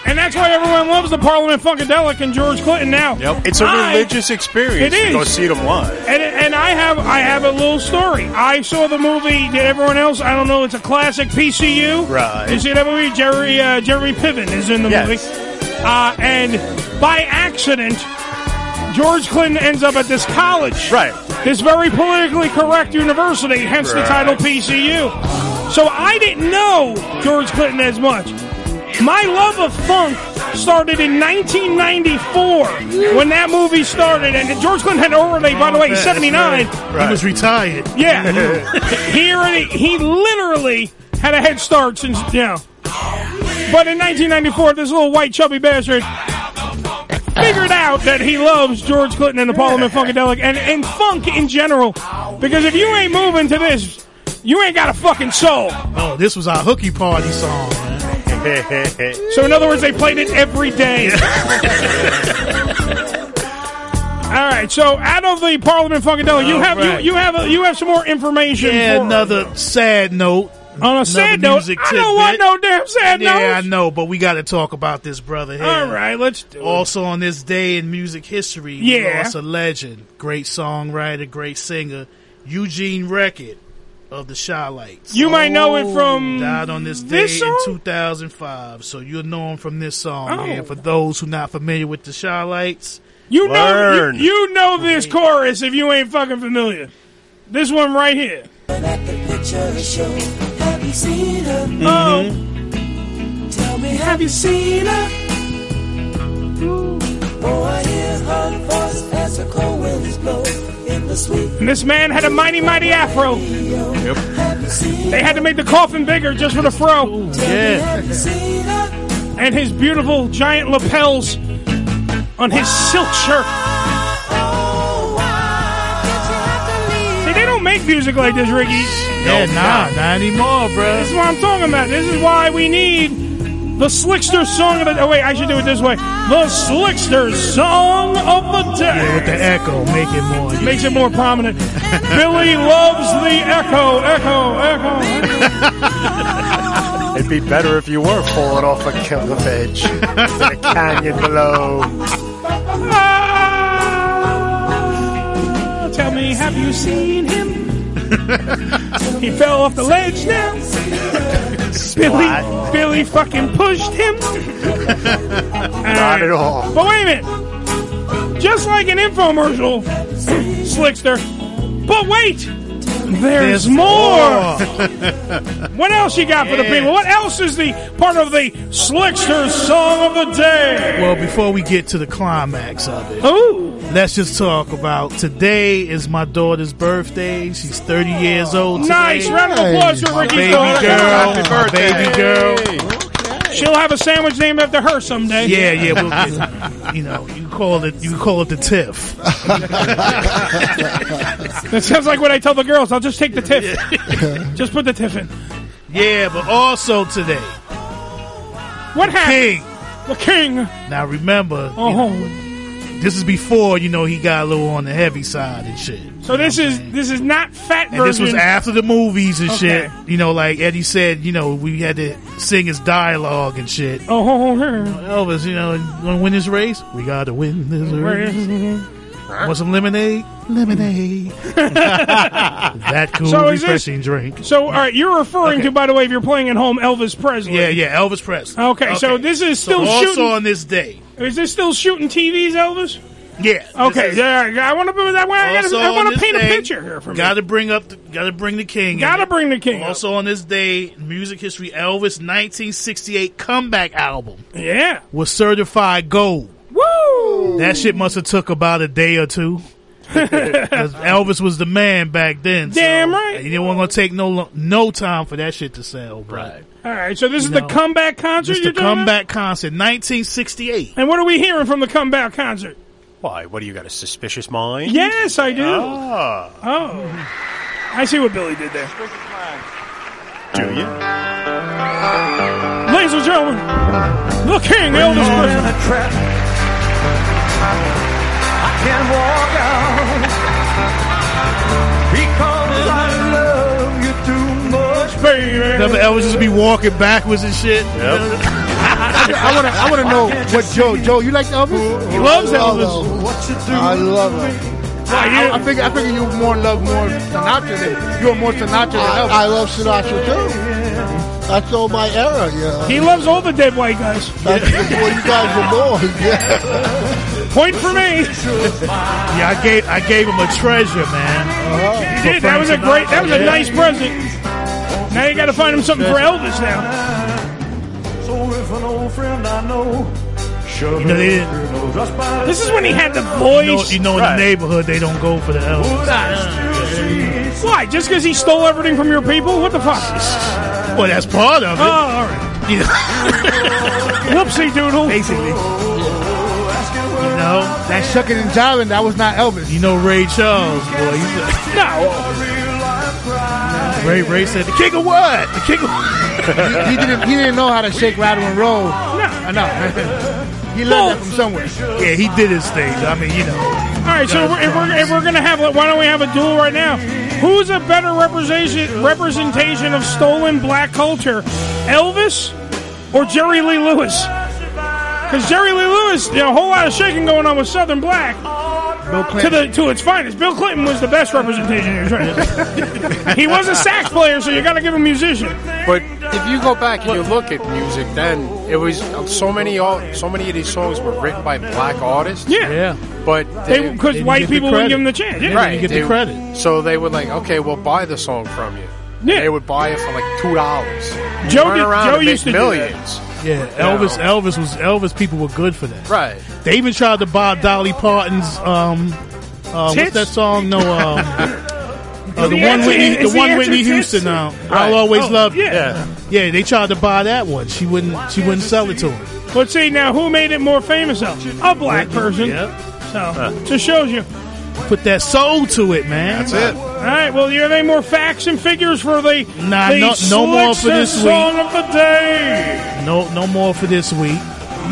I: And that's why everyone loves the Parliament Funkadelic and George Clinton now.
L: Yep. It's a
I: I-
L: religious experience.
I: It is.
L: to Go see them live.
I: And, and I have I have a little story. I saw the movie. Did everyone else? I don't know. It's a classic PCU.
L: Right.
I: You see that movie? Jerry uh, Jerry Piven is in the
L: Yes.
I: movie. Uh, and by accident, George Clinton ends up at this college. Right. This very politically correct university, hence the
E: Right.
I: title PCU. So I didn't know George Clinton as much. My love of funk started in 1994 when that movie started, and George Clinton had already, by the way,
J: That's
I: 79.
J: right. He was retired.
I: Yeah, he already, he literally had a head start since you know. But in 1994, this little white chubby bastard figured out that he loves George Clinton and the Parliament Funkadelic and, and funk in general. Because if you ain't moving to this, you ain't got a fucking soul.
J: Oh, this was our hooky party song.
I: So in other words, they played it every day. All right. So out of the Parliament Funkadelic, you
J: All
I: have
J: right.
I: you, you have a, you have some more information.
J: Yeah,
I: for-
J: another sad note.
I: On a sad note, I don't want no damn sad
J: yeah,
I: notes.
J: I know, but we got to talk about this brother here.
I: All right, let's do it.
J: Also, on this day in music history, we
I: Yeah.
J: lost a legend, great songwriter, great singer, Eugene Record of the Shylights.
I: You might know it from
J: died on this day
I: this song?
J: in 2005, so you'll know him from this song.
I: Oh.
J: And for those who not familiar with the Shylights,
I: You know, you, you know this chorus if you ain't fucking familiar. This one right here.
E: Have you seen her?
I: Oh,
E: Tell me, have you seen her? Oh, I hear her voice as the cold wind is blowing in the sweet.
I: and this man had a mighty, mighty afro. Yep. They had to make the coffin bigger just for the fro.
E: Have you seen her?
I: And his beautiful giant lapels on his silk shirt. See, they don't make music like this, Ricky.
J: Yeah, nah, not anymore, bro.
I: This is what I'm talking about. This is why we need the Slickster song of the. Oh wait, I should do it this way. The Slickster song of the day.
J: with the echo, make it more.
I: Makes it more prominent. Billy loves the echo, echo, echo.
L: It'd be better if you were falling off a cliff edge in a canyon below.
I: Ah, tell me, have you seen him? he fell off the ledge now. Billy, Billy fucking pushed him.
L: Not at all.
I: But wait a minute. Just like an infomercial, Slickster. But wait, there's,
J: There's
I: more.
J: more.
I: what else you got for the
J: Yeah.
I: people? What else is the part of the Slickster song of the day?
J: Well, before we get to the climax of it,
I: Ooh.
J: let's just talk about today is my daughter's birthday. She's 30 years old. Today.
I: Nice round of applause for
J: My
I: Ricky's
J: baby
I: daughter.
J: girl.
I: Happy
J: my
I: birthday.
J: baby girl.
I: She'll have a sandwich named after her someday.
J: Yeah, yeah. We'll get, you know, you call it you call it the tiff.
I: That sounds like what I tell the girls. I'll just take the tiff. just put the tiff in.
J: Yeah, but also today,
I: What happened?
J: King.
I: The king.
J: Now remember, you
I: Oh,
J: know, This is before you know he got a little on the heavy side and shit.
I: So this is this is not fat
J: And this was
I: version-
J: after the movies and
I: Okay.
J: shit. You know, like Eddie said, you know, we had to sing his dialogue and shit.
I: Oh, ho, ho, ho.
J: Elvis, you know, gonna win this race? We gotta win this race. Want some lemonade? Lemonade. that cool,
I: So is this-
J: refreshing drink.
I: So, all right, you're referring to, by the way, if you're playing at home, Elvis Presley.
J: Yeah, yeah, Elvis Presley.
I: Okay, so this is still
J: also
I: shooting.
J: on this day.
I: Is this still shooting TVs, Elvis?
J: Yeah.
I: Okay,
J: is-
I: yeah, I want to. I want to.
J: Also
I: I
J: on
I: want to
J: this
I: paint a
J: day,
I: picture here for me.
J: Gotta bring up, the, gotta bring the king.
I: Gotta
J: bring
I: the king.
J: Also on this day, music history, Elvis 1968 comeback album.
I: Yeah.
J: Was certified gold.
I: Woo!
J: That shit must have took about a day or two. 'Cause Elvis was the man back then. Damn right. And it wasn't gonna take no lo- no time for that shit to sell, bro. Right.
I: All right, so this
J: You
I: is
J: know,
I: the comeback concert.
J: this is
I: you're
J: the
I: talking
J: comeback concert, 1968.
I: And what are we hearing from the comeback concert?
K: Why? What do you got? A suspicious mind?
I: Yes, I do.
K: Ah.
I: Oh, I see what Billy did there.
K: Do you?
I: Ladies and gentlemen, the King Elvis Presley.
E: I can walk out because I love you too much, baby.
J: Remember Elvis just be walking backwards and shit.
E: I
J: wanna- I wanna know
G: what Joe. Joe, you like Elvis? Oh,
J: He loves Elvis.
G: What you do? I love it. I, I, think I think you more love more Sinatra than you're more Sinatra than Elvis. I, love Sinatra too. That's all my era. Yeah.
I: He loves all the dead white guys.
G: That's before you guys were born. Yeah.
I: Point for me.
J: yeah, I gave I gave him a treasure, man.
I: He did. That was a great. That was a nice present. Now you got to find him something for Elvis now.
E: So if an old friend I know
J: You know, they didn't-
I: This is when he had the
J: you
I: voice.
J: know, you know in the neighborhood they don't go for the Elvis.
I: Why? Just because he stole everything from your people? What the fuck?
J: Well, that's part of it.
I: Oh, all right. Whoopsie doodle.
J: Basically. You know
G: that shucking and jiving that was not Elvis.
J: You know Ray Charles, boy. He's
I: no.
J: a, Ray Ray said the king of what? The king of
G: he, he didn't he didn't know how to shake, rattle, and roll. No, no. he learned that from somewhere.
J: Yeah, he did his thing. I mean, you know.
I: All right. So we're, if we're if we're gonna have, why don't we have a duel right now? Who's a better representation representation of stolen black culture, Elvis or Jerry Lee Lewis? Because Jerry Lee Lewis, you know, a whole lot of shaking going on with Southern black. To the to its finest. Bill Clinton was the best representation. He was, trying to say. he was a sax player, so you got to give him musician.
K: But if you go back and you look at music, then it was uh, so many all so many of these songs were written by black artists.
I: Yeah.
K: But
I: They- 'cause They didn't white get the people wouldn't credit. give 'em the chance. Yeah. They
K: right.
I: didn't get the
K: They-
I: credit.
K: So they would like, okay, we'll buy the song from you.
I: Yeah.
K: They would buy it for like two dollars.
J: Joe
K: turn
J: did-
K: around
J: Joe
K: and make
J: used to do that.
K: millions.
J: Yeah, Elvis. Elvis was Elvis. People were good for that.
K: Right.
J: They even tried to buy Dolly Parton's um, uh, what's
K: Tits?
J: that song? No, um, uh,
K: Is
J: the
K: the
J: one
K: answer-
J: Whitney, the
K: is the
J: one
K: answer
J: Whitney
K: tits?
J: Houston. Um,
K: Right.
J: I'll always
K: Oh,
J: love. you.
K: yeah.
J: yeah. They tried to buy that one. She wouldn't. She wouldn't sell it to him.
I: Let's see now who made it more famous. Though? A black person. So just shows you.
J: Uh. Put that soul to it, man. That's it.
I: All right. Well, are they more facts and figures for the
J: Nah,
I: the
J: no- no more for this
I: slickster
J: week.
I: song of the day?
J: No, no more for this week.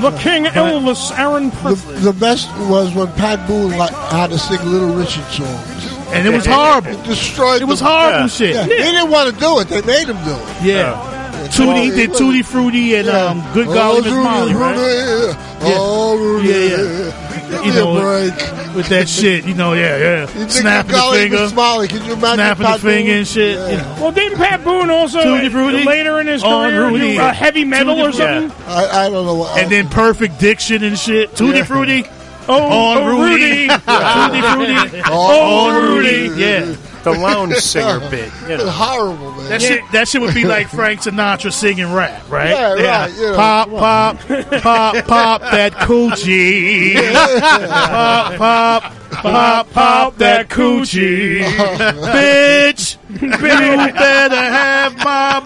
I: The King Elvis, Aaron Presley.
G: The best was when Pat Boone like, had to sing Little Richard songs.
J: And it was horrible.
G: It destroyed.
J: It was
G: them.
J: horrible shit.
G: Yeah. They didn't want to do it. They made him do it.
J: Yeah.
G: Yeah.
J: Tootie he did Tootie Fruity and
G: Yeah.
J: um, Good
G: Oh,
J: God, Miss
G: Rudy,
J: Molly, right?
G: Rudy, Oh,
J: yeah,
G: Rudy.
J: yeah.
G: Give
J: you
G: me
J: know,
G: a
J: with that shit, you know, yeah, yeah.
G: think
J: Snapping the
G: Golly
J: finger,
G: Miss Molly, could you imagine
J: snapping the
G: Pat Boone?
J: finger and shit. You know.
I: Well, didn't Pat Boone also
J: Tutti Frutti?
I: later in his
J: Oh,
I: career
J: Rudy.
I: do uh, heavy metal
J: Tutti
I: or something?
G: I, I don't know what.
J: And then Perfect Diction and shit. Tutti
I: Yeah.
J: Frutti.
I: Oh,
J: on
I: oh,
J: Rudy.
I: Rudy.
J: Tutti Frutti.
I: Oh,
J: on
I: Rudy.
J: Rudy. Yeah.
K: The lounge singer bit. You know.
G: Horrible, man.
J: That shit, that shit would be like Frank Sinatra singing rap, right?
G: Yeah, right, you know,
J: pop,
G: come on.
J: pop, pop, pop that coochie. pop, pop, pop, pop that coochie. Bitch, you better have my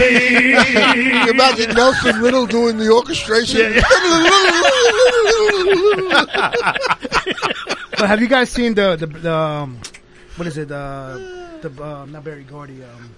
G: Can you imagine Nelson Riddle doing the orchestration?
S: But have you guys seen the the, the um, what is it? Uh, the um, not Barry Gordy. Um,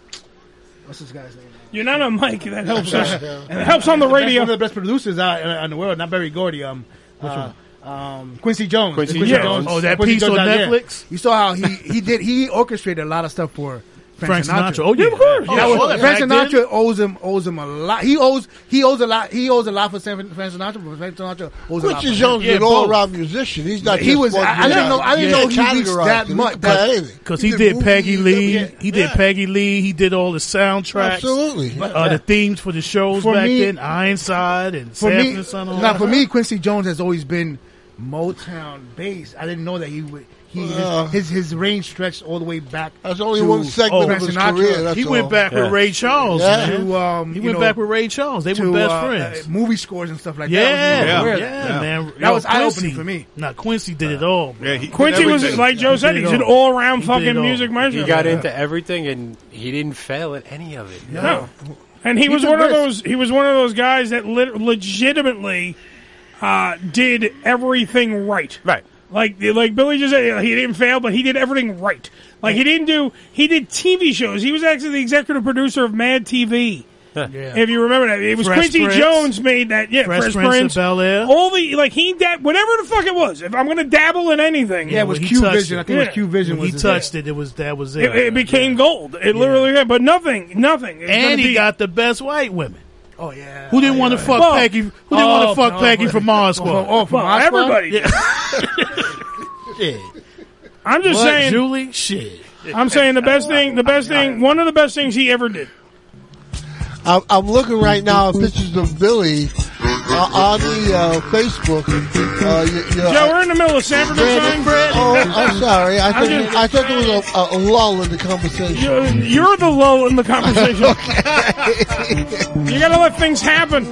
S: what's this guy's name?
I: You're not on mic. That helps us. and it helps on the
S: That's
I: radio.
S: One of the best producers out in, in the world. Not Barry Gordy. Um, uh, um, Quincy Jones.
J: Quincy
S: Quincy
J: Jones. Oh, that piece on
S: yeah.
J: Netflix?
S: You saw how he he did he orchestrated a lot of stuff for. Frank,
J: Frank Sinatra. Oh, yeah. Yeah, of course. Yeah,
S: That
J: I
S: was-
J: saw that
S: Frank
J: back
S: Sinatra owes him owes him a lot. He owes he owes a lot. He owes a lot for San- Frank Sinatra. But Frank Sinatra owes a lot.
G: Quincy
S: for
G: Jones
S: him.
G: is an all-around musician. He's not.
S: He
G: just
S: was-
G: one
S: I- I didn't know- I didn't know he reached that much. That-
J: Because he did Peggy Lee, he did
G: Yeah.
J: Peggy Lee, he did all the soundtracks,
G: Absolutely.
J: uh, the themes for the shows
S: For
J: back
S: me-
J: then, Ironside and
S: for me,
J: Sanford and Son. all
S: now
J: that.
S: for me, Quincy Jones has always been Motown based. I didn't know that he would. He,
J: Well.
S: his, his his range stretched all the way back.
G: That's
J: Uh. only
S: to
J: one segment
S: Frank
J: of his
S: Sinatra.
J: career, that's oh, He went all. back with Yeah. Ray Charles, man.
S: To, um,
J: He
S: you
J: went
S: know,
J: back with Ray Charles. They were
S: to,
J: best
S: uh,
J: friends.
S: uh, movie scores and stuff like
J: yeah,
S: that. I
J: yeah,
S: wasn't aware of
J: yeah, man.
S: That
J: Yo,
S: was eye opening
J: Quincy-
S: for me.
J: Nah, Quincy did it all. Yeah, he
I: Quincy was like Joe said, he's an all around fucking music maestro.
K: He got into everything and he didn't fail at any of it.
I: No. And he
K: He's
I: was
K: a
I: one of
K: risk.
I: those. He was one of those guys that lit legitimately uh, did everything right. Right. Like like Billy just said, he didn't fail, but he did everything right. Like he didn't do. He did TV shows. He was actually the executive producer of Mad TV. If you remember that, it was
J: Fresh
I: Quincy
J: Prince.
I: Jones made that. Yeah,
J: Fresh
I: Fresh,
J: Prince of
I: Prince,
J: Bel-Air.
I: All the like he dab- whatever the fuck it was. If I'm gonna dabble in anything,
J: Yeah, when he touched
I: Yeah.
J: When He touched it. It was that was it.
I: It, it became gold. It literally, but nothing, nothing. It's gonna
J: and he
I: be-
J: got the best white women. Oh yeah. Who didn't want to fuck Oh, Peggy? Who didn't want to fuck Peggy from oh, Mars Squad?
I: Well, everybody. I'm just
J: What,
I: saying,
J: Julie, shit.
I: I'm saying the best thing, the best thing, one of the best things he ever did.
G: I'm, I'm looking right now at pictures of Billy uh, on the uh, Facebook. Uh, you, you know,
I: Joe, we're in the middle of Sanford and Son.
G: Oh, I'm sorry. I
I: I'm
G: thought,
I: just-
G: I thought there was a, a lull in the conversation.
I: You're, you're the lull in the conversation. you got to let things happen.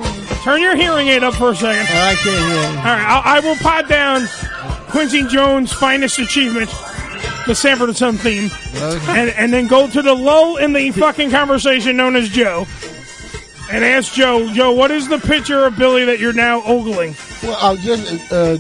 I: Turn your hearing aid up for a second.
G: I can't hear.
I: All right, I'll, I will pot down Quincy Jones' finest achievement, the Sanford and Son theme, and, and then go to the lull in the fucking conversation known as Joe, and ask Joe, Joe, what is the picture of Billy that you're now ogling?
G: Well, I just, uh,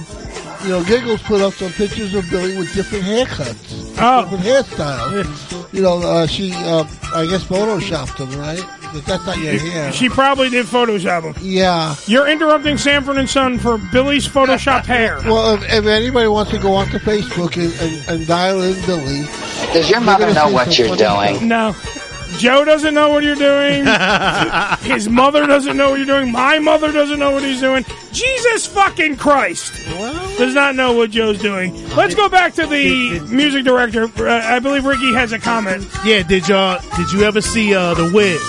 G: you know, Giggles put up some pictures of Billy with different haircuts,
I: Oh.
G: different hairstyles. You know, uh, she, uh, I guess, photoshopped him, right? But that's not your hair.
I: She probably did Photoshop him.
G: Yeah.
I: You're interrupting Sanford and Son for Billy's Photoshopped hair.
G: Well, if, if anybody wants to go onto Facebook and, and, and dial in Billy,
O: Does your
G: they're
O: mother
G: gonna
O: know
G: see
O: what
G: some
O: you're
G: funny
O: doing?
G: stuff.
I: No. Joe doesn't know what you're doing. His mother doesn't know what you're doing. My mother doesn't know what he's doing. Jesus fucking Christ does not know what Joe's doing. Let's go back to the music director. Uh, I believe Ricky has a comment.
J: Yeah, did y'all? Did you ever see uh, the Wiz?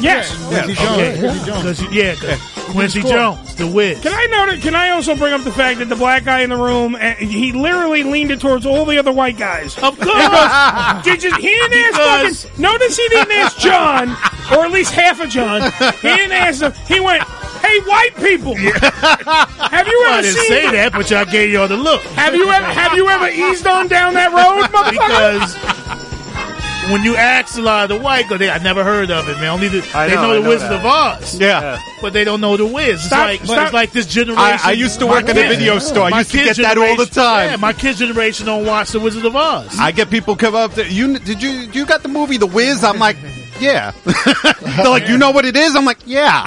I: Yes.
J: Okay. 'Cause you- yeah, 'cause Quincy Jones, the Wiz.
I: Can I notice? Can I also bring up the fact that the black guy in the room, uh, he literally leaned it towards all the other white guys. Of
E: course.
I: did you? He didn't ask
E: Because-
I: fucking. Notice he didn't ask John, or at least half of John. He didn't ask them. He went, "Hey, white people, have you
J: I
I: ever
J: didn't
I: seen?
J: say that, but y'all gave y'all the look.
I: Have you ever? Have you ever eased on down that road, motherfucker?
J: because when you ask a lot of the white, because I never heard of it, man. Only the,
C: I
J: they
C: know,
J: know,
C: I
J: the
C: know
J: Wizard
C: that.
J: of Oz.
C: Yeah.
J: but they don't know the Wiz. It's
C: Stop-
J: like
C: stop.
J: it's like this generation.
C: I- I used to work
J: My
C: at a
J: kid-
C: video store. I
J: my
C: used to
J: kid's
C: get that all the
J: generation-
C: time.
J: Yeah, my kids' generation don't watch the Wizard of Oz.
C: I get people come up to you. Did you you got the movie The Wiz? I'm like, yeah. They're like, you know what it is? I'm like, yeah.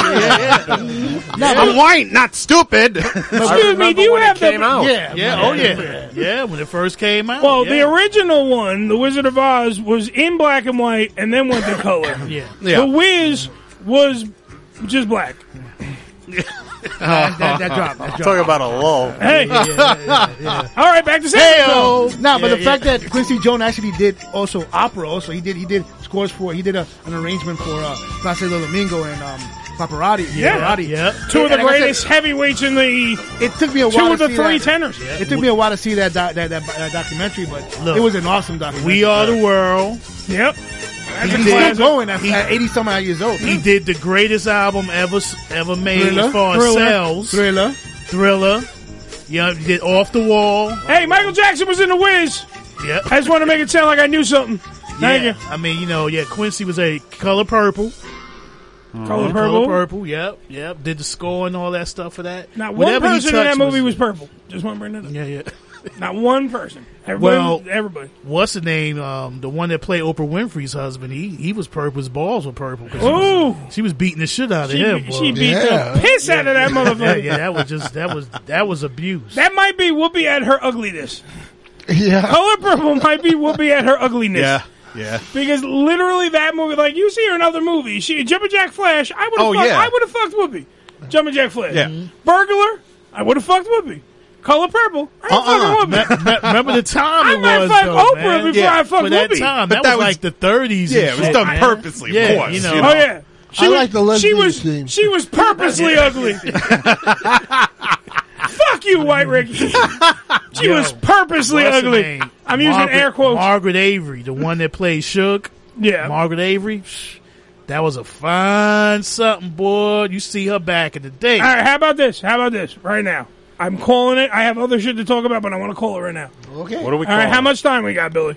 C: I'm white, not stupid.
I: Excuse me, do you have the?
J: Yeah, yeah, oh yeah, yeah. When it first came out.
I: Well,
J: yeah.
I: the original one, The Wizard of Oz, was in black and white and then went to color.
J: Yeah.
I: The Wiz was just black.
S: That, that, that dropped. That dropped.
K: Talk about a lull.
I: Hey.
S: Yeah, yeah, yeah, yeah.
I: All right, back to
S: No,
I: Sanford.
S: nah, but the fact that Quincy Jones actually did also opera. Also, he did he did scores for he did a, an arrangement for uh, Placido Domingo and um, Paparotti.
I: Yeah.
S: Pavarotti.
I: Two of the
S: And like I said,
I: greatest heavyweights in the.
S: It took me a while
I: Two
S: to
I: of the
S: see
I: three
S: that.
I: tenors.
S: It took me a while to see that doc, that, that, that documentary, but
J: Look.
S: it was an awesome documentary.
J: We Are the World.
I: Yep.
S: He's
J: He
S: still
J: did-
S: going at 80 some odd years old.
J: He did the greatest album ever ever made
S: Thriller,
J: as far as
S: Thriller,
J: sales.
S: Thriller,
J: Thriller. Yeah, he did Off the Wall.
I: Hey, Michael Jackson was in The Wiz.
J: Yep.
I: I just want to make it sound like I knew something. Thank
J: yeah.
I: you.
J: I mean, you know, yeah, Quincy was a color purple.
I: Color
J: Yeah,
I: Purple.
J: purple. Yep, yep. Did the score and all that stuff for that.
I: Not one
J: Whatever he
I: person in that
J: touched
I: movie was, purple. Just want to bring that up.
J: Yeah, yeah.
I: Not one person. Everybody,
J: well,
I: everybody.
J: What's the name? Um, the one that played Oprah Winfrey's husband. He he was purple. His balls were purple. 'cause
I: Ooh.
J: she was, she was beating the shit out of
I: She-
J: him.
I: she beat the piss out of that motherfucker.
J: Yeah, yeah, that was just that was that was abuse.
I: That might be Whoopi at her ugliness.
G: Yeah.
I: Color purple might be Whoopi at her ugliness.
C: Yeah, yeah.
I: Because literally that movie, like you see her in other movies, she Jumpin' Jack Flash. I would have
C: Oh,
I: fucked,
C: yeah.
I: I would have fucked Whoopi. Jumpin' Jack Flash.
C: Yeah. Mhm.
I: Burglar. I would have fucked Whoopi. Color purple. I
J: Uh-uh.
I: ain't fucking Whoopi.
J: Remember the time
I: I
J: it
I: might
J: was
I: fuck
J: though,
I: Oprah
J: man.
I: before I fuck
J: But that
I: Whoopi.
J: time,
I: But
J: that,
I: that
J: was,
I: was-
J: like the 30s.
I: Yeah,
J: and
I: it was
J: shit,
I: done
J: man.
I: purposely, of
J: yeah,
I: course,
J: You know.
I: you know. Oh, yeah. She
J: I
I: was-
J: like the
I: she
J: lesbian
I: was
J: scene.
I: she was purposely ugly. Fuck you, White Ricky. She
J: Yo,
I: was purposely
J: what's her
I: ugly.
J: name?
I: I'm using
J: Margaret-
I: air quotes.
J: Margaret Avery, the one that played Shook.
I: Yeah.
J: Margaret Avery. psh, That was a fine something, boy. You see her back in the day.
I: All right, how about this? How about this? Right now, I'm calling it. I have other shit to talk about, but I want to call it right now.
G: Okay.
K: What are we
I: All right,
K: calling
I: how
K: it?
I: much time we got, Billy?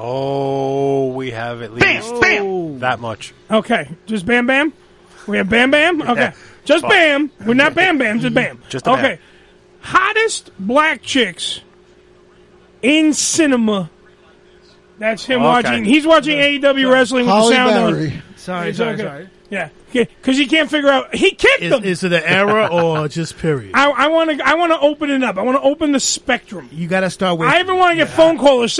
K: Oh, we have at least that much.
I: Okay, just Bam Bam. We have Bam Bam. Okay,
K: Yeah.
I: just
K: Fuck.
I: Bam. We're not Bam Bam. Just Bam.
K: Just a
I: okay.
K: Bam.
I: Hottest black chicks in cinema. That's him
S: Okay.
I: watching. He's watching AEW wrestling with
S: Holly
I: the sound
S: Berry.
I: on.
S: Sorry,
I: He's
S: sorry,
I: okay.
S: sorry.
I: Yeah, because he can't figure out. He kicked
J: Is,
I: them.
J: is it an era or just period?
I: I want to. I want to open it up. I want to open the spectrum.
S: You got to start with.
I: I even want to get phone callers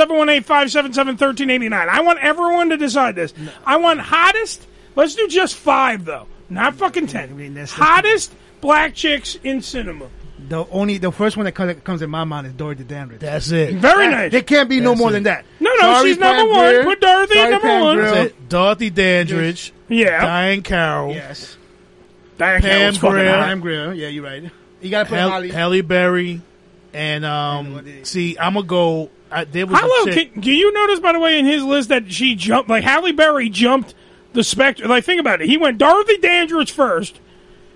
I: 718-577-1389. I want everyone to decide this. I want hottest. Let's do just five though, not fucking ten. hottest black chicks in cinema.
S: The only the first one that comes, comes in my mind is Dorothy Dandridge.
J: That's it.
I: Very nice.
S: There can't be no
J: That's
S: more
J: it.
S: than that.
I: No, no, she's number one. Put Dorothy at number one.
J: That's it. Dorothy Dandridge.
I: Yeah.
J: Diane Carroll.
S: Yes.
I: Diane
J: Pam
S: Carroll's fucking
J: Grier.
S: hot. Pam Grier. Yeah, you're right. You got to put
J: Hall-
S: Holly.
J: Halle Berry. And, um, see, I'm going to go. I, there was
I: Hello,
J: a chick.
I: can, do you notice by the way in his list that she jumped like Halle Berry jumped the spectrum? Like think about it. He went Dorothy Dandridge first.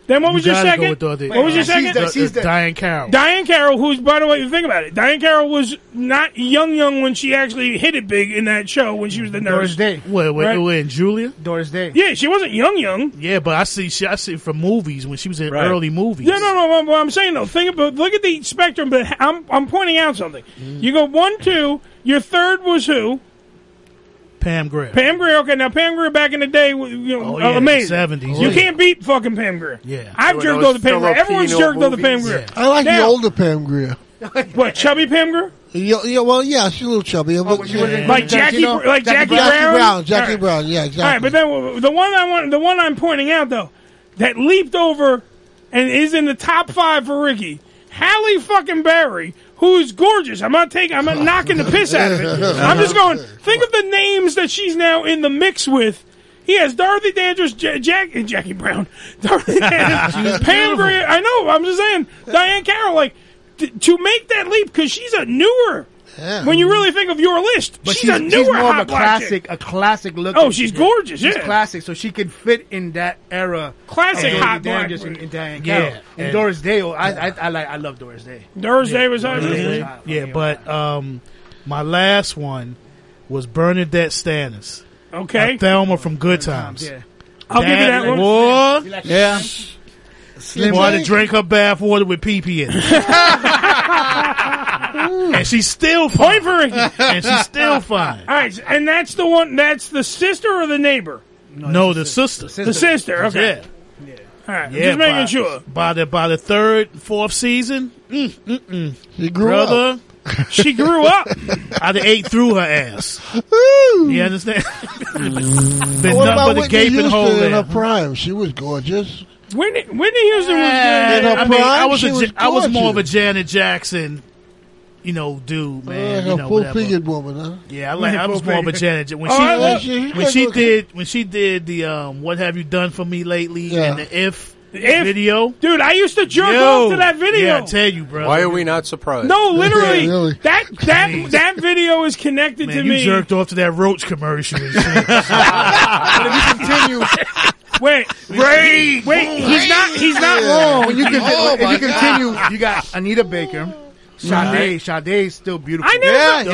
I: Then what
J: You
I: was your
J: gotta go
I: second?
J: with Dorothy.
I: What was your
J: She's
I: second?
J: the- she's the- Diane Carroll.
I: Diane Carroll, who's by the way, think about it. Diane Carroll was not young, young when she actually hit it big in that show when she was the nurse.
J: Doris Day. Wait, wait,
I: Right?
J: wait, and Julia?
S: Doris Day.
I: Yeah, she wasn't young, young.
J: Yeah, but I see. She, I see from movies when she was in
I: Right.
J: early movies.
I: Yeah, no, no. What, what I'm saying though, think about look at the spectrum. But I'm I'm pointing out something.
J: Mm.
I: You go one, two. Your third was who?
J: Pam Grier.
I: Pam Grier. Okay, now Pam Grier back in the day, w- you know,
J: Oh, yeah,
I: uh, amazing.
J: 70s,
I: you
J: yeah.
I: can't beat fucking Pam Grier.
J: Yeah.
I: I've
G: Doing
I: jerked
G: those
I: over Pam Grier. Everyone's
G: Filipino
I: jerked over Pam
G: movies.
I: Grier.
G: I like the
I: Now-
G: older Pam Grier.
I: what chubby Pam Grier?
G: Yeah, yeah, well, yeah, she's a little chubby. Oh, but- yeah.
I: like Jackie, like Jackie, Brown,
G: Jackie
I: All right.
G: Brown, yeah, exactly.
I: All right, but then w- the one I want, the one I'm pointing out though, that leaped over and is in the top five for Ricky, Halle fucking Berry, who's gorgeous. I'm not taking, I'm not knocking the piss out of it. I'm just going. Think of the names that she's now in the mix with. He has Dorothy Dandridge, J- Jack, and Jackie Brown, Dorothy Dandridge, Pam Grier. I know. I'm just saying, Diane Carroll. Like t- to make that leap because she's a newer. When you really think of your list,
S: But
I: she's,
S: she's,
I: a newer
S: she's more
I: hot
S: of a
I: black chick.
S: classic, a classic look.
I: Oh, she's gorgeous,
S: She's
I: yeah.
S: classic, so she could fit in that era.
I: Classic
S: of
I: hot black
S: Dorothy Dandridge and, and Diane
J: Yeah,
S: Carroll. And,
J: and-
S: Doris Day. oh, I, I, I like. I love Doris Day.
I: Doris Day was
J: Yeah,
I: on it.
J: yeah, yeah, but um, my last one was Bernadette Stannis.
I: Okay.
J: Uh, Thelma from Good Times.
I: yeah. I'll give you that one.
J: What?
I: You like
J: yeah.
S: Slim
J: Wanted to
S: Jim?
J: drink her bath water with pee pee in it. and she's still
I: Point for Ricky.
J: And she's still fine.
I: All right, and that's the one. That's the sister or the neighbor.
J: No, the sister.
I: The sister. Okay.
J: Yeah.
I: All right.
J: Yeah,
I: just making
J: by,
I: sure.
J: By the by the third, fourth season, mm, mm, mm.
G: She grew
J: brother,
I: she grew up.
J: I done ate through her ass. You understand? Been
G: what
J: nothing
G: about
J: but a
G: Whitney
J: gaping
G: Houston
J: hole
G: in her
J: there.
G: prime? She was gorgeous.
I: Whitney, Whitney Houston was
J: Eh,
I: good.
G: In her
J: I mean, I
G: prime,
J: was,
G: she
J: a,
G: was
J: Ja- I was more of
G: gorgeous.
J: a Janet Jackson, you know, dude, man.
G: Like
J: you
G: a
J: know,
G: full
J: whatever.
G: figured woman, huh?
J: Yeah, I, like, I was more of a Janet Jackson. When
G: Oh,
J: she,
G: I like- she-
J: when
G: she
J: she
G: look-
J: did when she did the um, "What Have You Done for Me Lately"
K: Yeah.
J: and the "If."
I: If-
J: video,
I: dude, I used to jerk off to that video.
J: Yeah, I tell you, bro.
K: Why are we not surprised?
I: No, literally, that that that video is connected
J: Man,
I: to
J: you
I: me.
J: jerked off to that Roach commercial. And shit.
I: but if you continue, wait,
J: Ray,
I: wait, he's not he's not wrong.
S: When you, conti-
I: Oh,
S: if
I: my
S: you continue, you got Anita Baker, Sade.
J: Right.
S: Sade is still beautiful.
I: I never,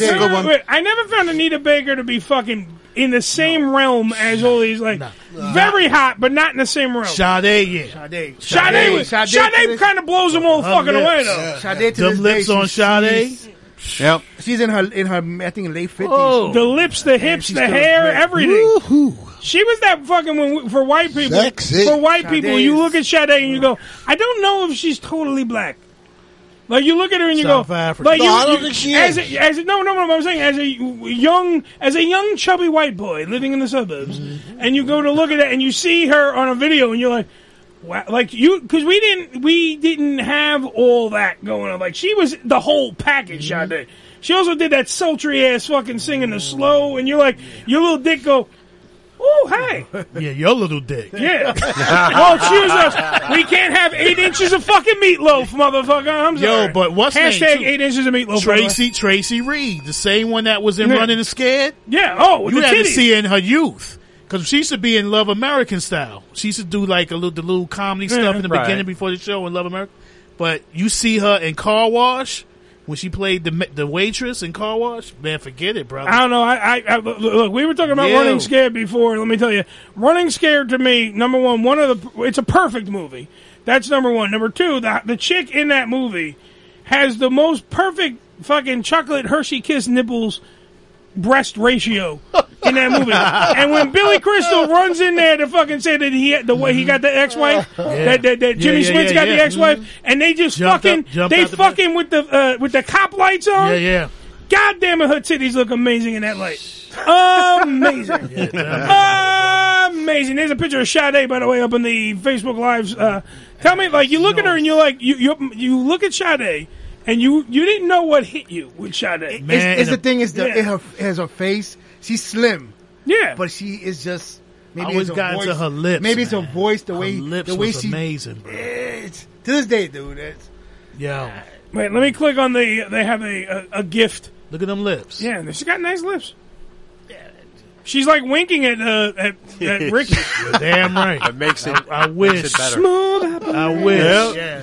S: Sade.
I: I never found Anita Baker to be fucking in the same realm as all these like very hot, but not in the same realm.
J: Sade, yeah.
S: Sade,
I: Sade, was-
S: Sade
I: Sade,
S: to this- Um,
I: kind of blows them all
S: Her
I: fucking
S: lips.
I: away though.
S: Sade to this day, she's- she's-
C: Yep.
S: She's in her in her I think late fifties.
I: Oh. The lips, the hips, the hair, everything. She was that fucking when for white people.
G: Sexy.
I: For white
G: Sade
I: people, you look at Sade and you go, I don't know if she's totally black. Like you look at her and you
J: South
I: go,
J: Africa.
I: like
J: No,
I: you,
J: I don't
I: you-
J: think she
I: as
J: is.
I: A, as a, no, no, no. I'm saying as a young, as a young chubby white boy living in the suburbs, and you go to look at it and you see her on a video and you're like. Wow, like you, because we didn't, we didn't have all that going on. Like she was the whole package
J: Mm-hmm.
I: out there. She also did that sultry ass fucking singing the slow, and you're like, your little dick go, oh hey,
J: Yeah, your little dick.
I: yeah. oh, excuse us, we can't have eight inches of fucking meatloaf, motherfucker. I'm sorry.
J: Yo, but what's
I: hashtag
J: name, too?
I: eight inches of meatloaf?
J: Tracy Tracy Reed, the same one that was in
I: Yeah.
J: Running and Scared.
I: Yeah. Oh, with
J: you
I: the
J: had to
I: titties.
J: see her in her youth because she used to be in Love American Style. She used to do like a little the little comedy stuff in the
I: Right.
J: beginning before the show in Love America. But you see her in Car Wash when she played the ma- the waitress in Car Wash. Man, forget it, brother.
I: I don't know. I, I, I look, look, we were talking about
J: Yo.
I: Running Scared before. Let me tell you, Running Scared to me, number one, one of the, it's a perfect movie. That's number one. Number two, the the chick in that movie has the most perfect fucking chocolate Hershey Kiss nipples breast ratio in that movie. and when Billy Crystal runs in there to fucking say that he had the way he got the ex-wife, that, that, that
J: Yeah,
I: Jimmy
J: yeah,
I: Swintz
J: yeah,
I: got the
J: yeah.
I: ex-wife, and they just
J: Jumped
I: fucking,
J: up- jumped
I: they
J: out the
I: fucking with the uh, with the cop lights on.
J: Yeah, yeah.
I: God damn it, her titties look amazing in that light. Amazing. Amazing. There's a picture of Sade, by the way, up in the Facebook Lives. Uh, tell me, like, you look at her and you're like, you you, you look at Sade and you, you didn't know what hit you with Sade.
S: it's, it's the thing is the
I: Yeah.
S: it, her has her face. She's slim.
I: Yeah,
S: but she is just. Maybe
J: I always
S: it's her
J: got
S: voice.
J: into her lips.
S: Maybe it's her
J: man.
S: voice, the
J: Her
S: way
J: lips
S: the way
J: was
S: she
J: amazing, bro.
S: It's, to this day, dude. It's,
J: Yo,
I: Wait, let me click on the. They have a, a, a gift.
J: Look at them lips.
I: Yeah, she's got nice lips. She's like winking at uh, at, at Ricky.
J: You're damn right.
I: It makes it.
J: I wish. makes it better.
I: Smooth operator.
J: I wish. Yep.
I: Yeah.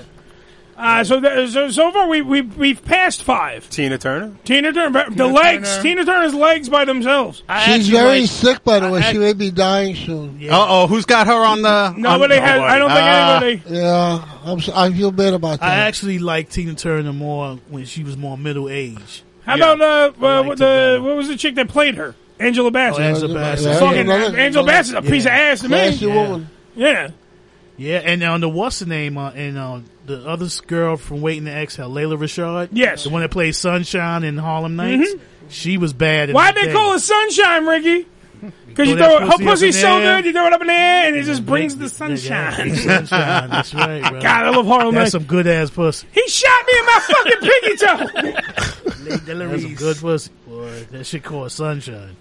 I: Uh, so, that, so so far we we we've passed five.
M: Tina Turner.
I: Tina Turner, but the
M: Tina
I: legs.
M: Turner.
I: Tina Turner's legs by themselves.
G: She's very sick, by the way. she may be dying soon.
C: Uh oh, who's got her on the?
I: Nobody has- I don't think
C: Ah.
I: anybody-
G: Yeah, I'm, so- I feel bad about
J: Uh, I
G: that.
J: actually liked Tina Turner more when she was more middle age.
I: How about uh, uh what the what was the chick that played her? Angela Bassett.
J: Oh, Angela Bassett. Yeah,
I: Fucking
J: yeah, yeah.
I: Angela Bassett's a
J: Yeah.
I: piece of ass to me.
J: Classy woman.
I: Yeah.
J: Yeah, and on the what's the name uh, and uh, the other girl from Waiting to Exhale, Layla Rashad.
I: Yes,
J: the one that plays Sunshine in Harlem Nights. She was bad. in
I: Why'd
J: the
I: they
J: day.
I: call it sunshine, Ricky? Because you
J: Throw
I: throw it,
J: that
I: her
J: pussy up
I: pussy's
J: in
I: so
J: the air.
I: good, you throw it up in the air, and it just brings the sunshine.
J: Sunshine? That's right. Bro.
I: God, I love Harlem
J: That's
I: Nights.
J: some good ass pussy.
I: He shot me in my fucking pinky toe.
J: That's some good pussy. Boy, that shit called Sunshine.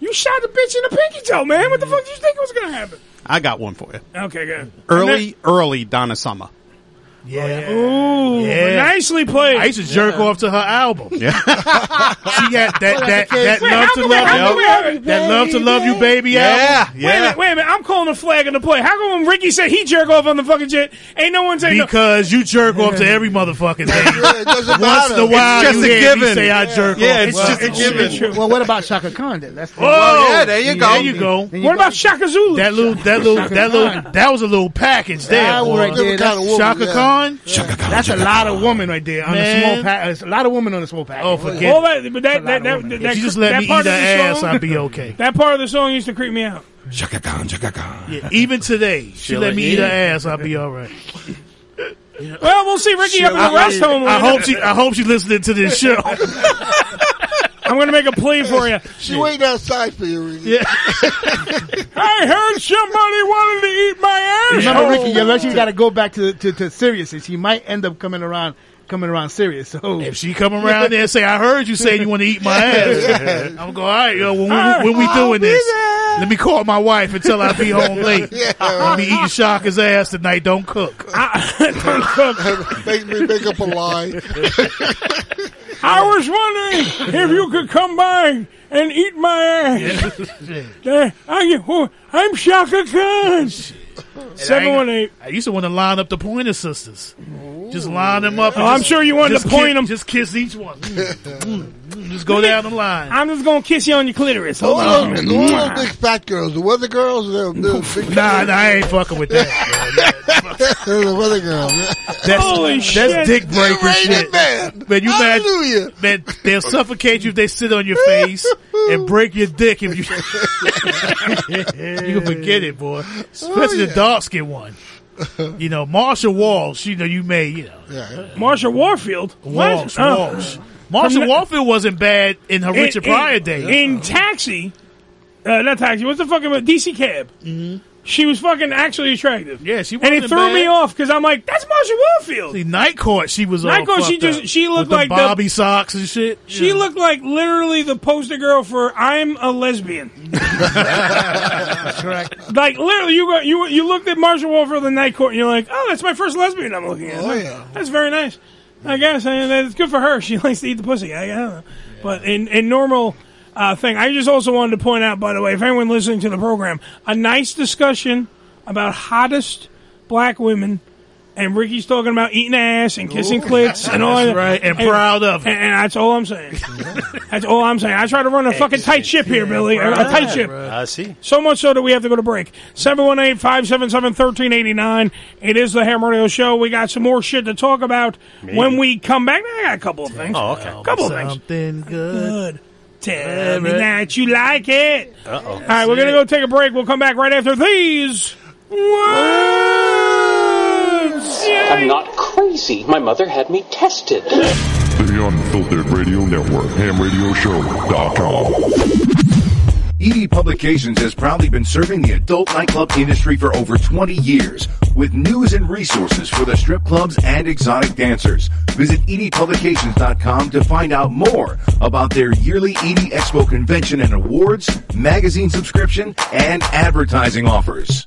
I: You shot the bitch in the pinky toe, man. What the fuck did you think was gonna happen?
C: I got one for you.
I: Okay, good.
C: Early, early Donna Summer.
J: Oh, Yeah.
I: Ooh, nicely played.
J: I used to jerk off to her album.
C: Yeah.
J: she got that that that,
I: Wait,
J: that
I: how
J: love
I: come
J: to
I: we-
J: love
I: how come we
J: you,
I: haven't-
J: that love to love you, baby. album.
I: Wait a minute, wait a minute. I'm calling a flag on the play. How come when Ricky said he jerk off on the fucking jet, ain't no one saying no?
J: Because you jerk off to every motherfucking thing.
G: doesn't
J: Once in a while,
C: It's just
J: you
C: a
J: hear me
C: given.
J: Say I jerk
C: Yeah,
J: off.
C: it's just a given.
S: Well, what about Shaka Khan? Then that's the-
J: Oh,
C: yeah, there you go.
J: There you go.
S: Then you What
I: about Shaka Zulu?
J: That little, that little, that little, that was a little package there.
S: That
J: boy.
S: right there, that's-
J: Shaka Khan.
S: Shaka Khan. That's a lot of woman right there on
J: Man.
S: a small pack. It's a lot of women on a small pack.
J: Oh, forget
I: All that, but that that that, that,
J: If you just
I: that
J: let me
I: part
J: eat her
I: of the
J: ass,
I: song,
J: I'd be okay.
I: That part of the song used to creep me out.
J: Shaka Khan, Shaka Khan. Yeah, even today, she
I: She'll
J: let me eat her
I: eat.
J: ass, I'll be all right.
I: Well, we'll see Ricky up in the rest home.
J: I hope she. I hope she's listening to this show.
I: I'm gonna make a plea for you.
G: She waiting outside for you. Ricky.
I: I heard somebody wanted to eat my ass.
S: Remember, Ricky, unless you got oh. to go back to, to, to Sirius, and she might end up coming around coming around Sirius. So if
J: she come around there and say, "I heard you saying you want to eat my ass," I'm going. All right, yo, when we, when we doing this, let me call my wife and tell her I'll be home late. I'll be eating Shaka's ass tonight. Don't cook.
I: don't cook.
G: make me make up a lie.
I: I was wondering if you could come by and eat my ass. Uh, I, oh, I'm Shaka Khan. Seven one eight.
J: I used to want to line up the Pointer Sisters. Just line them up. and
I: Oh, I'm
J: just-
I: sure you wanted
J: just
I: to point
J: kiss-
I: 'em.
J: Just kiss each one. Mm, mm, mm, Just go down the line. Oh,
I: I'm just gonna kiss you on your clitoris. Hold
G: All
I: on.
G: those, all those big fat girls, the weather girls, they're, they're big
J: Nah, nah, I ain't fucking with that.
G: they're the weather girls.
J: That's,
G: Holy
J: that's
G: shit.
J: dick breaker
G: They're rated
J: shit. Man, you Hallelujah. man, they'll suffocate you if they sit on your face and break your dick if you. you can forget it, boy. Especially the
I: yeah.
J: dark skin one. You know, Marsha Walsh. You know, you may. You know,
I: Marsha Warfield.
J: Walsh.
I: What? Uh,
J: Walsh. Marsha
I: from-
J: Warfield wasn't bad in her Richard Pryor days.
I: In Taxi, uh, not Taxi, what's the fucking DC Cab? Mm-hmm. She was fucking actually attractive. Yeah, she And it
J: wasn't
I: threw
J: bad.
I: me off because I'm like, that's Marsha Warfield.
J: See, Night Court, she was.
I: Night
J: all
I: Court, she
J: fucked up.
I: just- she looked
J: With the
I: like the-
J: Bobby socks and shit.
I: She looked like literally the poster girl for "I'm a lesbian." correct. Like literally, you go, you you looked at Marshall Warfield in Night Court, and you're like, "Oh, that's my first lesbian I'm looking at." Oh yeah, that's very nice. I guess and it's good for her. She likes to eat the pussy. I, I don't know, but in in normal. Uh, thing. I just also wanted to point out, by the way, if anyone listening to the program, a nice discussion about hottest black women, and Ricky's talking about eating ass and kissing clits and all
J: That's
I: that.
J: right, and proud of it.
I: And, and that's all I'm saying. That's all I'm saying. I try to run a fucking tight ship here, Billy. A, a tight ship.
K: I see.
I: So much so that we have to go to break. 718 577 1389. It is the Ham Radio Show. We got some more shit to talk about
J: Maybe.
I: when we come back. I got a couple of things.
J: Oh, okay.
I: A couple of things.
J: Something good.
I: Tell me that you like it.
J: Uh oh.
I: All right, we're going to go take a break. We'll come back right after these.
F: I'm not crazy. My mother had me tested.
R: The Unfiltered Radio Network, hamradioshow.com.
T: ED E Publications has proudly been serving the adult nightclub industry for over 20 years with news and resources for the strip clubs and exotic dancers. Visit E edpublications.com to find out more about their yearly ED Expo convention and awards, magazine subscription, and advertising offers.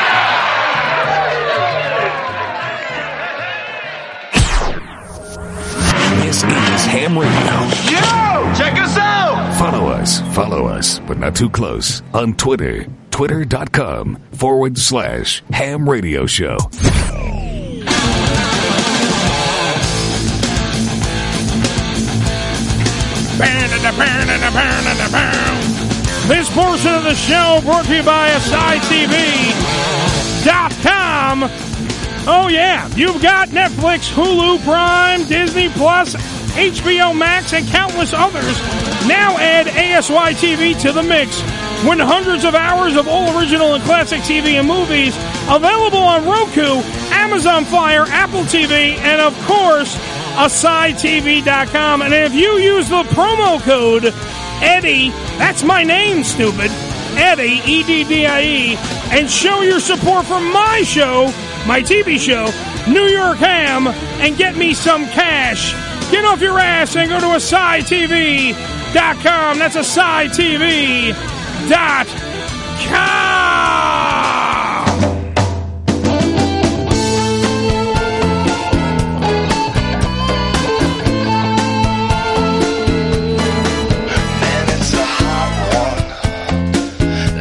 A: This is Ham Radio.
E: Yo! Check us out!
A: Follow us, follow us, but not too close on Twitter. Twitter.com forward slash ham radio show.
I: This portion of the show brought to you by SITV.com. Oh, yeah. You've got Netflix, Hulu, Prime, Disney Plus, HBO Max, and countless others. Now add ASY TV to the mix. When hundreds of hours of all original and classic TV and movies available on Roku, Amazon Fire, Apple TV, and of course, AsideTV.com. And if you use the promo code Eddie, that's my name, stupid. Eddie, E D D I E, and show your support for my show, my TV show, New York Ham, and get me some cash. Get off your ass and go to AsideTV.com. That's AsideTV.com. dot com.
H: Man, it's a hot one,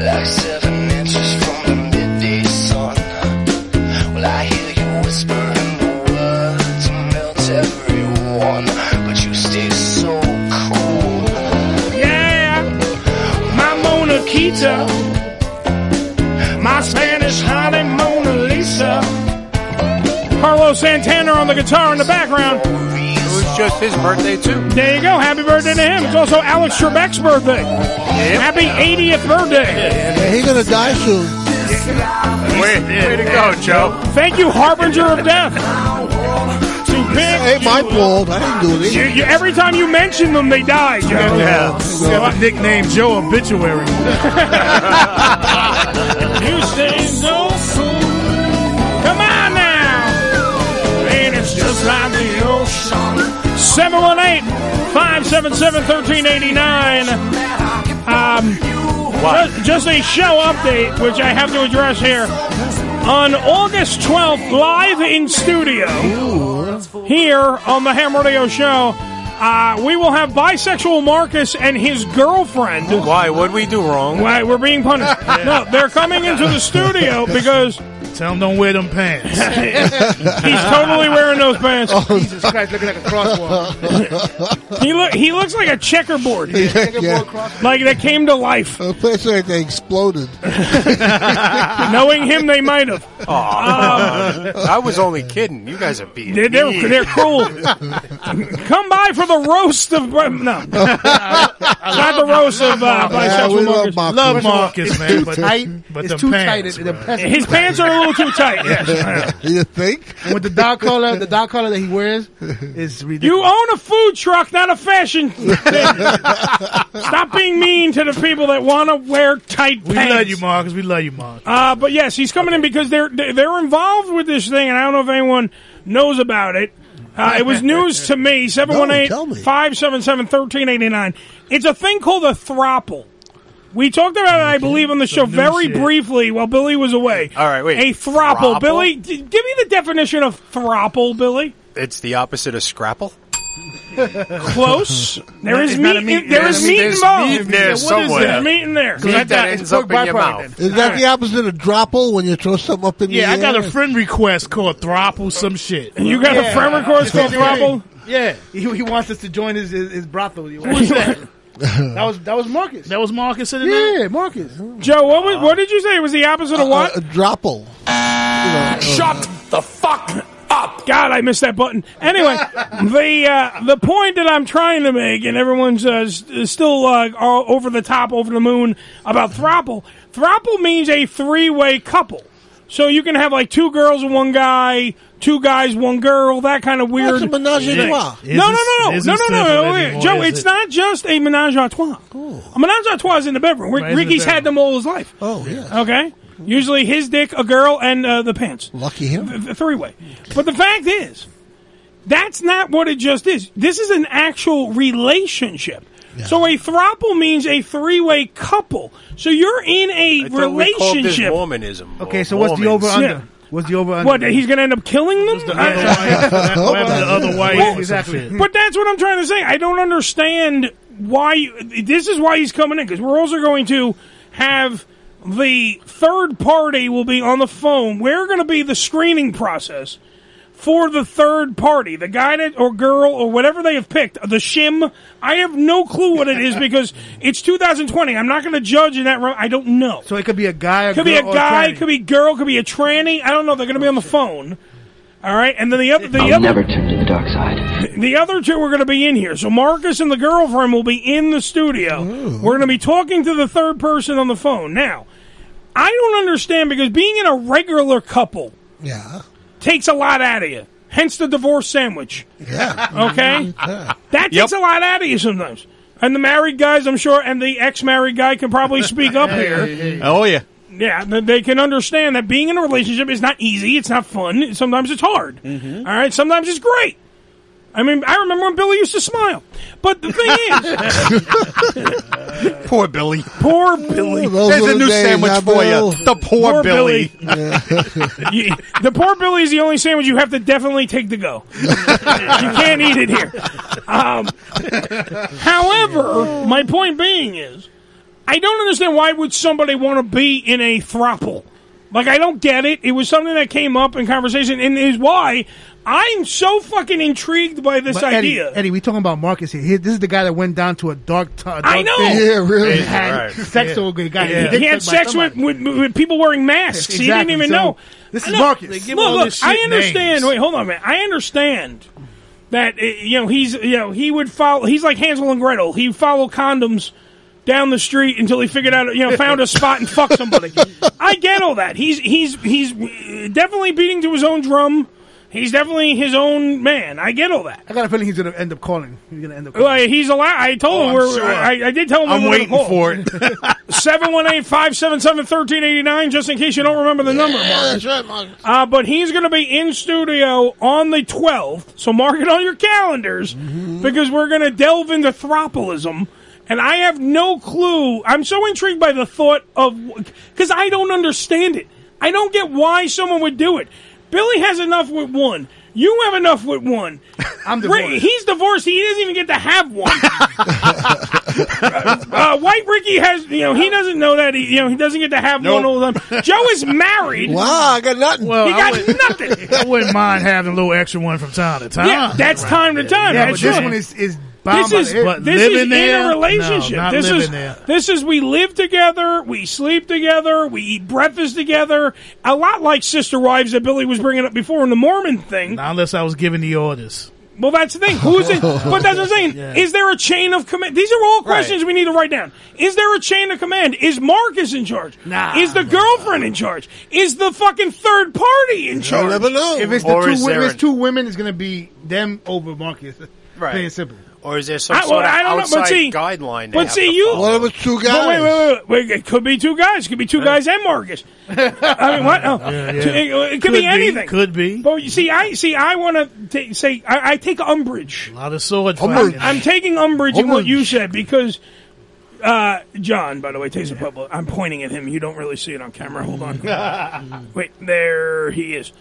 H: like seven inches from the midday sun. Well, I hear you whispering the word to melt everyone, but you stay so cool.
I: Yeah, my Mona Kita,
H: my Spanish
I: Holly Mona Lisa. Carlos Santana on the guitar in the background.
L: It was just his birthday too.
I: There you go. Happy birthday to him. It's also Alex Trebek's birthday. Happy 80th birthday.
G: He's gonna die soon.
L: Way, way to go, Joe.
I: Thank you, Harbinger of Death. To Pig. Hey,
G: my fault. I didn't do it.
I: You, you, every time you mention them, they die, Joe.
J: Yeah. We have a nickname Joe Obituary.
I: You say so cool. Come on now. And it's just like the ocean. 718 577 1389. Um, just, just a show update, which I have to address here. On August 12th, live in studio, here on the Ham Radio Show, uh, we will have bisexual Marcus and his girlfriend.
L: Why? What'd we do wrong?
I: Why we're being punished? No, they're coming into the studio because
J: Tell him don't wear them pants.
I: he's totally wearing those pants.
S: Jesus Christ, looking like a crosswalk.
I: He look he looks like a checkerboard, like that came to life.
G: The place like they exploded.
I: Knowing him, they might have.
L: Aw. I was only kidding. You guys are beating
I: They're,
L: me.
I: they're, they're cruel. Come by for the roast of uh, no, not the roast of uh, bisexual
G: we
I: Marcus.
G: love Marcus.
J: Love Marcus, man, but- but
S: it's
J: them
S: too
J: pants,
S: tight. The
J: bro.
S: pants-
I: His pants are a little too tight. Yes.
G: you think?
S: And with the dog collar, the dog collar that he wears is ridiculous.
I: You own a food truck, not a fashion. thing. Stop being mean to the people that want to wear tight
J: We
I: pants.
J: love you, Marcus. We love you, Marcus.
I: Uh, but yes, he's coming in because they're they're involved with this thing, and I don't know if anyone knows about it. Uh, it was news to me. 718-577-1389. It's a thing called a thropple. We talked about it, I believe, on the show very briefly while Billy was away.
L: All right, wait.
I: A thropple.
L: Thropple?
I: Billy, d- give me the definition of thropple, Billy.
L: It's the opposite of scrapple.
I: Close. There is
L: It's not
I: meat.
L: a meat-
I: in- there is
L: there's-
I: meat
L: there's
I: involved.
L: meat in there
I: What is
L: somewhere.
I: there? Meat in there.
L: Meat that ends up in your mouth.
G: Is that the opposite of dropple when you throw something up in
J: Yeah, I
G: the air?
J: got a friend request called Thropple some shit.
I: You got a friend request called thropple.
S: Yeah, he, he wants us to join his his, his brothel. Who was that? that was that was Marcus.
J: That was Marcus in it?
S: Yeah, Marcus.
I: Joe, what was, what did you say? It was the opposite of what?
G: A, a dropple.
I: Shut the fuck up! God, I missed that button. Anyway, the uh, the point that I'm trying to make, and everyone's uh, s- still uh, all over the top, over the moon about throuple. Throuple means a three way couple. So you can have like two girls and one guy, two guys, one girl, that kind of weird.
G: That's a menage a trois.
I: No, no, no, no, no,
J: Isn't-
I: no,
J: isn't
I: no,
J: simple
I: wait.
J: anymore,
I: Joe.
J: is
I: It's
J: it?
I: not just a menage a trois. A menage a trois is in the bedroom. Rick-
J: Right in the
I: Ricky's had them all his life.
G: Oh, yeah.
I: Okay, usually his dick, a girl, and uh, the pants
G: Lucky him.
I: three way. But the fact is, that's not what it just is. This is an actual relationship. So a throuple means a three way couple. So you're in a
L: I thought we called this
I: relationship.
L: Mormonism. or
S: Okay, so what's the
L: Mormons.
S: over under?
I: Yeah.
S: What's the over under?
I: What he's going to end up killing them?
J: the other wife
I: Well,
J: or some shit.
I: But that's what I'm trying to say. I don't understand why. You, this is why he's coming in because we're also going to have the third party will be on the phone. We're going to be the screening process for the third party, the guy that, or girl or whatever they have picked, the shim. I have no clue what it is because it's 2020. I'm not going to judge in that room. I don't know.
S: So it could be a guy. A
I: Could be a
S: girl, or
I: guy,
S: tranny.
I: could be girl, could be a tranny. I don't know. They're going to be on the phone. All right, and then the other, the
O: I'll
I: other,
O: never turn to the dark side.
I: the other two are going to be in here. So Marcus and the girlfriend will be in the studio. We're going to be talking to the third person on the phone. Now, I don't understand because being in a regular couple
G: Yeah.
I: takes a lot out of you. Hence the divorce sandwich.
G: Yeah. Mm-hmm.
I: Okay, that takes a lot out of you sometimes. And the married guys, I'm sure, and the ex-married guy can probably speak up here.
C: Oh yeah.
I: Yeah, th- they can understand that being in Mm-hmm.
E: Mm-hmm.
I: a relationship is not easy. It's not fun. Sometimes it's hard. All right. Sometimes it's great. I mean, I remember when Billy used to smile. But the thing is,
C: Poor Billy.
I: Poor Billy.
C: There's a new sandwich for you. The poor, Billy.
I: You- the poor Billy is the only sandwich you have to definitely take to go. you can't eat it here. Um, however, my point being is, I don't understand why would somebody want to be in a throuple. Like I don't get it. It was something that came up in conversation, and is why I'm so fucking intrigued by this
S: But
I: idea.
S: Eddie, Eddie, we talking about Marcus here. He- This is the guy that went down to a dark, t- a dark
I: I know.
S: thing.
I: He
S: Had sex with a guy.
I: Yeah. He had sex with, with with people wearing masks. He didn't
S: Exactly.
I: even
S: So,
I: know.
S: this
I: I
S: is
I: know.
S: Marcus. They
I: Look,
S: give all
I: look.
S: this
I: I
S: shit
I: understand.
S: names.
I: Wait, hold on, man. I understand that uh, you know he's you know he would follow. He's like Hansel and Gretel. He followed condoms down the street until he figured out you know found a spot and fucked somebody. I get all that. He's he's he's uh, definitely beating to his own drum. He's definitely his own man. I get all that.
S: I got a feeling he's gonna end up calling. He's gonna end up.
I: Well, he's allowed. I told him. We're, I, I did tell him.
S: I'm
I: we were
S: waiting
I: gonna call.
S: for
I: it. 718-577-1389, just in case you don't remember the number, Marcus.
G: that's right, Marcus.
I: Uh, but he's going to be in studio on the 12th, so mark it on your calendars
G: Mm-hmm.
I: because we're going to delve into thropolism. And I have no clue. I'm so intrigued by the thought of because I don't understand it. I don't get why someone would do it. Billy has enough with one. You have enough with one. I'm
S: divorced.
I: he's divorced. He doesn't even get to have one. uh, White Ricky has, you know, he doesn't know that. He, you know, he doesn't get to have one all the time. Joe is married.
G: Wow, I got nothing.
J: Well,
I: he
J: I
I: got
J: wouldn't-
I: nothing.
J: I wouldn't mind having a little extra one from time to time.
I: Yeah, that's time to time.
J: Yeah,
I: That's
J: but this
I: right.
J: one is-
S: is
I: this is
J: But
I: this
J: living
I: is in
J: there?
I: a relationship.
J: No, not
I: this
J: living
I: is
J: there.
I: this is we live together, we sleep together, we eat breakfast together. A lot like sister wives that Billy was bringing up before in the Mormon thing.
J: Not unless I was giving the orders.
I: Well, that's the thing. Who's it? But that's what I'm saying.
J: Yeah.
I: Is there a chain of command? These are all questions we need to write down. Is there a chain of command? Is Marcus in charge? Nah. Is the girlfriend in charge? Is the fucking third party in charge?
S: If it's the two, wo- if it's two women, it's gonna be them over Marcus.
K: Right.
S: Plain and simple.
K: Or is there some
S: I- well,
K: sort of
S: I don't know, but
K: outside
S: see-
K: guideline? they
I: But
K: have
I: see,
K: to
I: you.
K: follow?
I: it was
G: two
I: But wait, wait, wait, wait. It could be two guys. It could be two guys and Marcus. I mean, what? Oh.
J: Yeah, yeah.
I: Two- It, it could,
J: Could
I: be
J: be,
I: anything.
J: could be.
I: But you see, I see. I want to say. I, I take umbrage.
J: A lot of sword
I: I'm,
J: fighting.
I: I'm taking umbrage in what you said because uh, John, by the way, Taser Pueblo. I'm pointing at him. You don't really see it on camera. Hold on. Wait, there he is.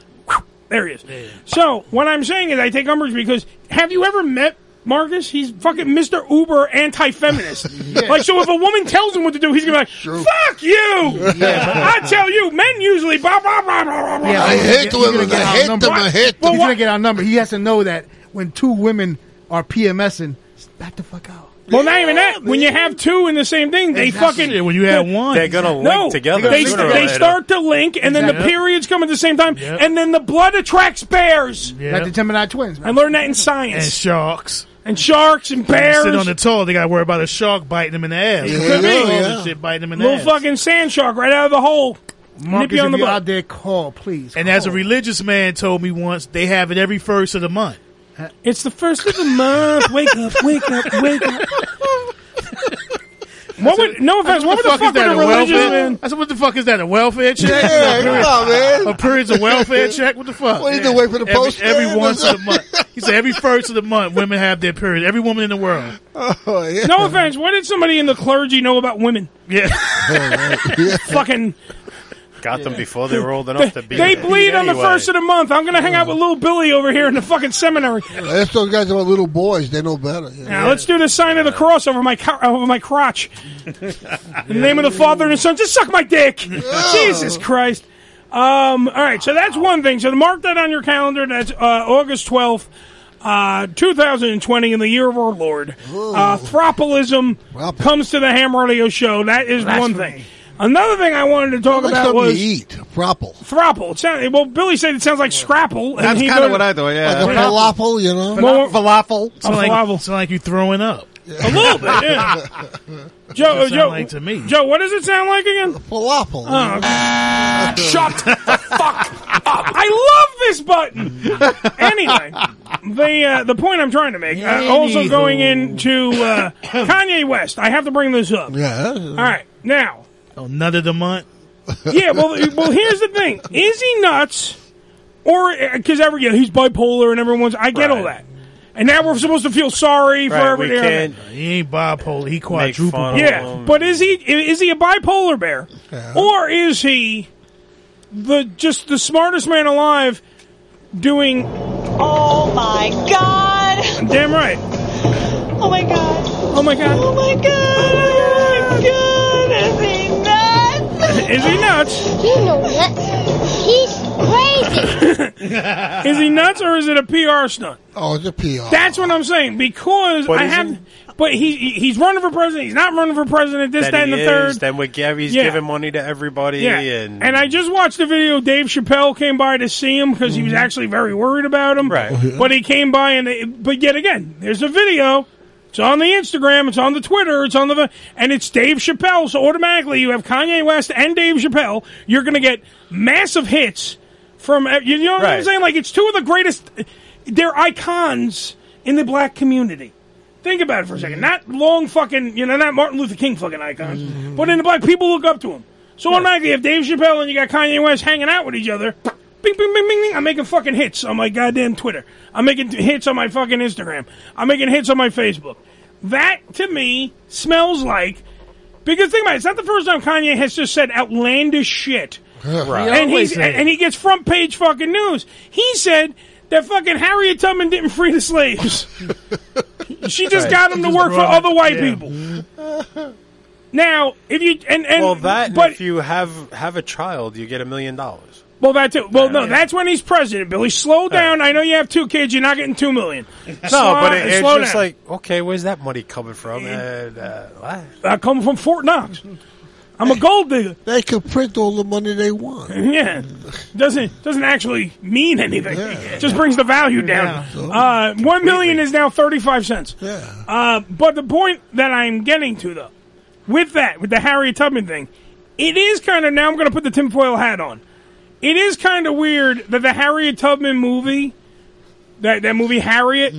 I: There he is. So what I'm saying is, I take umbrage because have you ever met? Marcus, he's fucking Mr. Uber anti-feminist. Like, so if a woman tells him what to do, he's gonna be like, "Fuck you!"
G: Yeah.
I: I tell you, men usually blah blah blah blah blah.
S: Yeah,
I: blah.
S: he's gonna get- he's gonna get outnumbered.
I: Well,
S: He's
I: what-
S: gonna get outnumbered. He has to know that when two women are PMSing, back the fuck out.
I: Well, not even that. When you have two in the same thing, they
S: Exactly.
I: fucking.
S: Yeah, when you have one. They're gonna
I: No,
S: link together
I: They,
S: sooner or
I: they
S: later.
I: start to link, and then the
S: Exactly.
I: periods come at the same time, and then the blood attracts bears.
S: Like the Gemini twins.
I: I learned that in science.
J: And sharks.
I: And sharks and bears.
J: Sit on the toilet. They got to worry about a shark biting them in the ass.
I: It could be.
J: All this shit biting them in the
I: Little
J: ass.
I: fucking sand shark right out of the hole. nip
J: Marcus,
I: you on
J: if
I: the
J: you're
I: butt.
J: out
S: there, call please.
J: And as a religious man told me once, they have it every first of the month.
I: Uh, It's the first of the month. Wake up, wake up, wake up. What would no offense? What, the, fuck,
J: is
I: would
J: that?
I: a
J: a
I: religious
J: welfare?
I: man?
J: I said, what the fuck is that? A welfare check?
G: Yeah,
J: A period-
G: come on, man.
J: A periods of welfare check? What the fuck?
G: What, you gonna wait for the
J: Every-
G: postman?
J: Every, once of the month. He said every first of the month, women have their period. Every woman in the world.
G: Oh, yeah.
I: No offense. What did somebody in the clergy know about women?
J: Yeah.
I: Fucking.
K: Got them before they were old enough to be.
I: They
K: there.
I: bleed on the
K: Anyway.
I: first of the month. I'm gonna hang out with little Billy over here in the fucking seminary.
G: That's those guys that are little boys. They know better. you know.
I: Now let's do the sign of the cross over my co- over my crotch. In the name of the Father and the Son, just suck my dick. Jesus Christ. Um, all right, so that's one thing. So mark that on your calendar. That's uh, August twelfth, uh, two thousand and twenty, in the year of our Lord. Uh, thropolism comes to the Ham Radio Show. That is one thing. Another thing I wanted to talk
G: Like
I: about
G: something to
I: was
G: eat. Thropple.
I: Thropple. It sounded, well, Billy said it sounds like scrapple. and
C: That's
I: he
C: kinda
I: goes-
C: what I thought, yeah.
G: Like a falafel, you know?
I: Well,
C: falafel.
J: It's like,
I: falafel.
J: it's like you throwing up.
I: A little bit, yeah. Joe, uh,
J: That's what it sound
I: Joe,
J: like to me.
I: Joe, what does it sound like again?
G: falafel.
I: Oh, okay. Shut the fuck up! I love this button. Anyway, the uh, the point I'm trying to make. Uh, also
G: Anywho.
I: going into uh, Kanye West. I have to bring this up.
G: Yeah.
I: All right, now.
J: Oh, nut of the month.
I: Yeah. Well, well. Here's the thing: uh, is he nuts, or because every yeah, he's bipolar and everyone's? I get all that. And now we're supposed to feel sorry for
J: Right, we
I: everybody.
J: can't He ain't bipolar. He quadruple.
I: Yeah, but is he is he a bipolar bear, or is he the just the smartest man alive doing? Oh my god! Damn right. Oh my god. Oh my god. Oh my god. Is he nuts?
D: You know what? He's crazy.
I: Is he nuts or is it a PR stunt?
G: Oh, it's a PR.
I: That's what I'm saying because
K: But
I: I
K: isn't-
I: have. But he he- he's running for president. He's not running for president. This, that,
K: Then
I: and the
K: he
I: third.
K: is, Then with Gary's
I: Yeah.
K: giving money to everybody.
I: Yeah,
K: And,
I: I just watched the video. Dave Chappelle came by to see him because he was
K: Mm-hmm.
I: actually very worried about him. Right, but he came by and it, but yet again, there's a video. It's on the Instagram. It's on the Twitter. It's on the and it's Dave Chappelle. So automatically, you have Kanye West and Dave Chappelle. You're going to get massive hits from you know what I'm
K: Right.
I: saying. Like it's two of the greatest. They're icons in the black community. Think about it for a second. Not long fucking, you know, not Martin Luther King fucking icons, but in the black people look up to him. So automatically, if Dave Chappelle and you got Kanye West hanging out with each other, bing, bing, bing, bing, bing, I'm making fucking hits on my goddamn Twitter. I'm making hits on my fucking Instagram. I'm making hits on my Facebook. That to me smells like because think about it. It's not the first time Kanye has just said outlandish shit.
H: Right.
I: And,
H: He always
I: he's,
H: says
I: and, and he gets front page fucking news. He said that fucking Harriet Tubman didn't free the slaves. she just
K: Right.
I: got them to
K: Just
I: work for
K: wrong.
I: other white
K: Yeah.
I: people. Now, if you and, and
K: well, that
I: but
K: and if you have have a child, you get a million dollars.
I: well, that too. Well, no, that's when he's president. Billy, slow down. I know you have two kids. You're not getting two million.
K: No,
I: Slow-
K: but it, it's
I: slow
K: just
I: down.
K: like okay, where's that money coming from? And, uh, what?
I: I come from Fort Knox. I'm a gold digger.
G: They can print all the money they want.
I: Yeah, doesn't doesn't actually mean anything. Just brings the value down. Uh, One million is now thirty five cents. Yeah. Uh, but the point that I'm getting to though, with that, with the Harriet Tubman thing, it is kind of now. I'm going to put the tinfoil hat on. It is kind of weird that the Harriet Tubman movie, that that movie Harriet,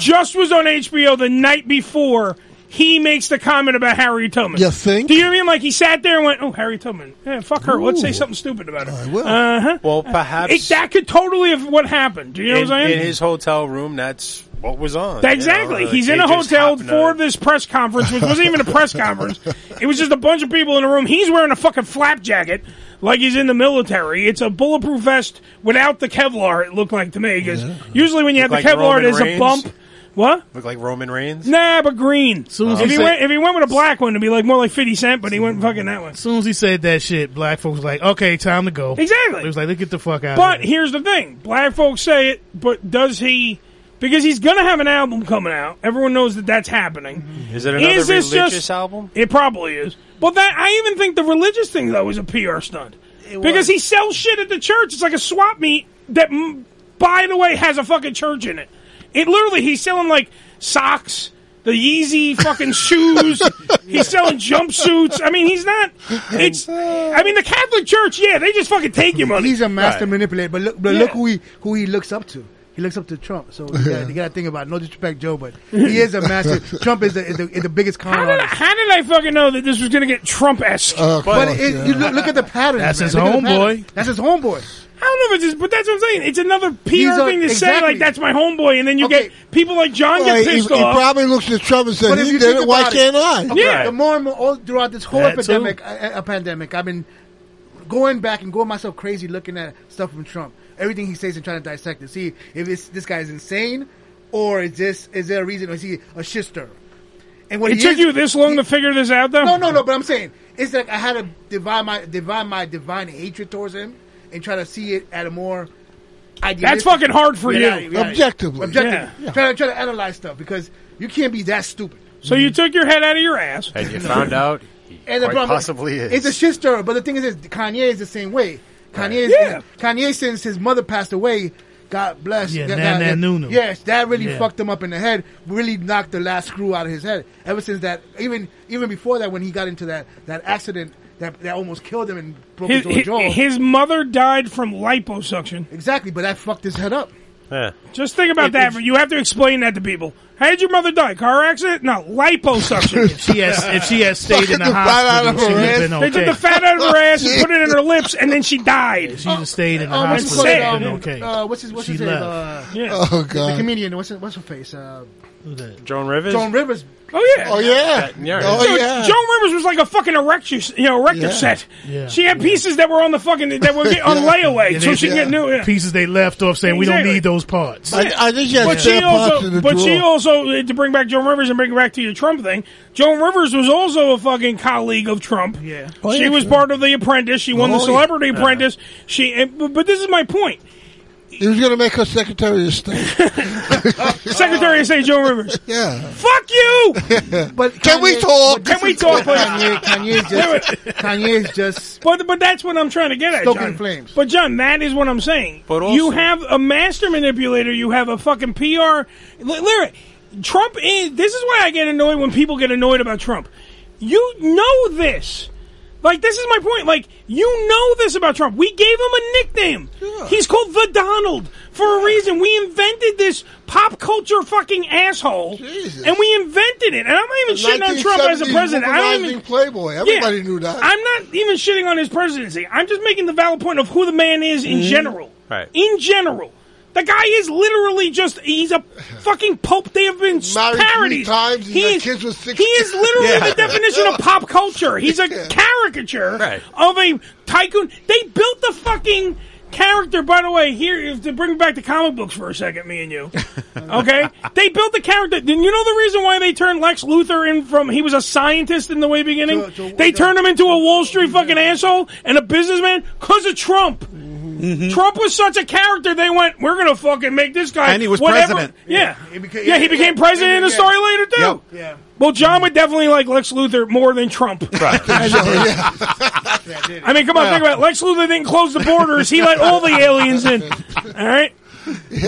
I: just was on HBO the night before. He makes the comment about Harriet Tubman. You think? Do you mean like he sat there and went, "Oh, Harriet Tubman, yeah, fuck her. Let's say
K: Ooh.
I: something stupid about her." I
G: will.
I: Uh-huh.
K: Well, perhaps
I: It- that could totally have what happened. Do you know
K: in,
I: what I'm saying?
K: in his hotel room, that's what was on.
I: That-
K: you know, uh,
I: exactly.
K: like,
I: He's in
K: they
I: a
K: just
I: hotel
K: happened to-
I: for this press conference, which wasn't even a press conference. It was just a bunch of people in a room. He's wearing a fucking flap jacket like he's in the military. It's a bulletproof vest without the Kevlar, it looked like to me. Because usually when you have
K: Look
I: the
K: like
I: Kevlar,
K: Roman
I: there's a
K: Reigns.
I: bump. What?
K: Look like Roman Reigns.
I: Nah, but green.
J: Soon as
I: if,
J: he
I: he
J: said-
I: went, if he went with a black one, it'd be like more like 50 Cent, but he went fucking that one.
J: As soon as he said that shit, black folks was like, okay, time to go.
I: Exactly.
J: He was like, let's get the fuck out
I: But
J: of here.
I: here's the thing: black folks say it, but does he? Because he's gonna have an album coming out. Everyone knows that that's happening.
K: Mm-hmm. Is it another
I: Is this
K: religious
I: just-
K: album?
I: It probably is. But that I even think the religious thing though is a PR stunt because he sells shit at the church. It's like a swap meet that, mm, by the way, has a fucking church in it. It literally he's selling like socks. The Yeezy fucking shoes. He's selling jumpsuits. I mean, he's not. It's. I mean, the Catholic Church. Yeah, they just fucking take your money.
S: He's a master
I: Right.
S: manipulator, but look, but
I: Yeah.
S: look who he who he looks up to. He looks up to Trump, so you got, you got to think about. It. No disrespect, Joe, but he is a master. Trump is the, is the, is the biggest con
I: How did, I,
S: artist.
I: how did I fucking know that this was going to get Trump esque?
S: but it, you look, look at the pattern.
I: That's
S: man.
I: his
S: Look at the
I: homeboy.
S: pattern. That's his homeboy.
I: I don't know if it's, just, but that's what I'm saying. It's another PR
S: He's a-
I: thing to say,
S: exactly.
I: like that's my homeboy, and then you get people like John
G: Well,
I: get
G: he-
I: pissed
G: he
I: off.
G: probably looks at Trump and says,
S: But if
G: "He
S: you
G: did
S: think
G: it, why
S: about
G: can't I?"
S: Okay,
I: Yeah.
S: The more and more all, throughout this whole
G: That too.
S: epidemic, a, a pandemic, I've been going back and going myself crazy looking at stuff from Trump. Everything he says and trying to dissect it. See if it's, this guy is insane, or is this is there a reason? Or is he a shit stirrer? And
I: It
S: he
I: took
S: is-
I: you this long to figure this out, though.
S: No, no, no. But I'm saying it's like I had to divide my divide my divine hatred towards him and try to see it at a more. idealistic-
I: fucking hard for
S: Yeah,
I: you.
S: yeah, yeah.
I: Objectively.
S: objectively.
I: Yeah.
S: Try to try to analyze stuff because you can't be that stupid.
I: So you took your head out of your ass,
K: and you found out he
S: And the
K: quite
S: problem-
K: possibly is.
S: It's a shit stirrer, but the thing is, is Kanye is the same way. Kanye, is,
K: Yeah.
S: Kanye, since his mother passed away, God bless.
J: Yeah,
S: God-
J: Nan
S: God-
J: Nan Nunu.
S: Yes, that really
J: Yeah.
S: fucked him up in the head. Really knocked the last screw out of his head. Ever since that, even even before that, when he got into that that accident that that almost killed him and broke
I: His,
S: his,
I: his,
S: jaw. Oh,
I: his mother died from liposuction.
S: exactly, but that fucked his head up.
K: Yeah.
I: Just think about that. You have to explain that to people. How did your mother die? Car accident? No, liposuction.
J: If she has- if she has stayed in the
I: Fucking fat
J: hospital,
I: out of
J: she
I: her
J: would've
I: ass.
J: been
I: They took
J: okay.
I: the fat out of her ass and put it in her lips, and then she died. She
J: just stayed in the
S: Oh, what's
J: hospital.
S: his
J: and
S: name?
J: been okay.
S: Uh, what's his What's
J: She
S: his name?
J: left.
S: Uh,
J: Yeah.
S: the-
J: Oh, God.
S: The comedian. What's his, What's her face? Uh,
K: Joan Rivers.
S: Joan Rivers.
I: Oh yeah.
S: Oh, yeah.
K: yeah.
I: Dude, Joan Rivers was like a fucking erector, you know, erector
J: Yeah.
I: set.
J: Yeah.
I: She had pieces that were on the fucking that were get- on
J: Yeah.
I: layaway,
J: Yeah,
I: so
J: they-
I: she can get new. yeah.
J: pieces they left off saying we
I: Exactly.
J: don't need those parts.
I: but she also, but she also uh, to bring back Joan Rivers and bring it back to your Trump thing. Joan Rivers was also a fucking colleague of Trump. Yeah,
J: Oh,
I: she
J: yeah,
I: was
J: sure.
I: part of the Apprentice. She won
G: Oh,
I: the
G: yeah.
I: Celebrity
G: Yeah.
I: Apprentice. She, and- but but this is my point.
G: He was going to make her Secretary of State.
I: Secretary of State Joan Rivers.
G: Yeah.
I: Fuck you.
S: but
I: Can we talk? Can we talk? please?
S: Kanye, Kanye's just. Kanye's just.
I: But but that's what I'm trying to get at,
S: Stoking
I: John.
S: flames.
I: But John, that is what I'm saying. But you have a master manipulator. You have a fucking PR. Lyric. Trump is. This is why I get annoyed when people get annoyed about Trump. You know this. Like this is my point. Like you know this about Trump. We gave him a nickname. He's called the Donald for a reason. We invented this pop culture fucking asshole, and we invented it. And I'm not even shitting on Trump as a
G: 1970s
I: president. I don't
G: womanizing
I: even
G: Playboy. Everybody knew that.
I: I'm not even shitting on his presidency. I'm just making the valid point of who the man is in
G: Mhm.
I: general.
G: Right.
I: In general. The guy is literally just, he's a fucking pope. They have been
G: Married three
I: parodies.
G: times,
I: he, is, he is literally
G: Yeah.
I: the definition of pop culture. He's a caricature of a tycoon. They built the fucking character, by the way, here, if to bring back the comic books for a second, me and you. Okay, they built the character. Then you know the reason why they turned Lex Luthor in from he was a scientist in the way beginning. they turned him into a Wall Street fucking asshole and a businessman because of Trump.
S: Mm-hmm.
I: Trump was such a character. They went, we're gonna fucking make this guy.
C: And he was
I: whatever.
C: president.
I: Yeah,
S: He became-
I: yeah, he became president in the
S: Yeah.
I: story later too.
S: Yep. Yeah.
I: Well, John would definitely like Lex Luthor more than Trump. As a- I mean, come on, think about it. Lex Luthor didn't close the borders. He let all the aliens in. All right?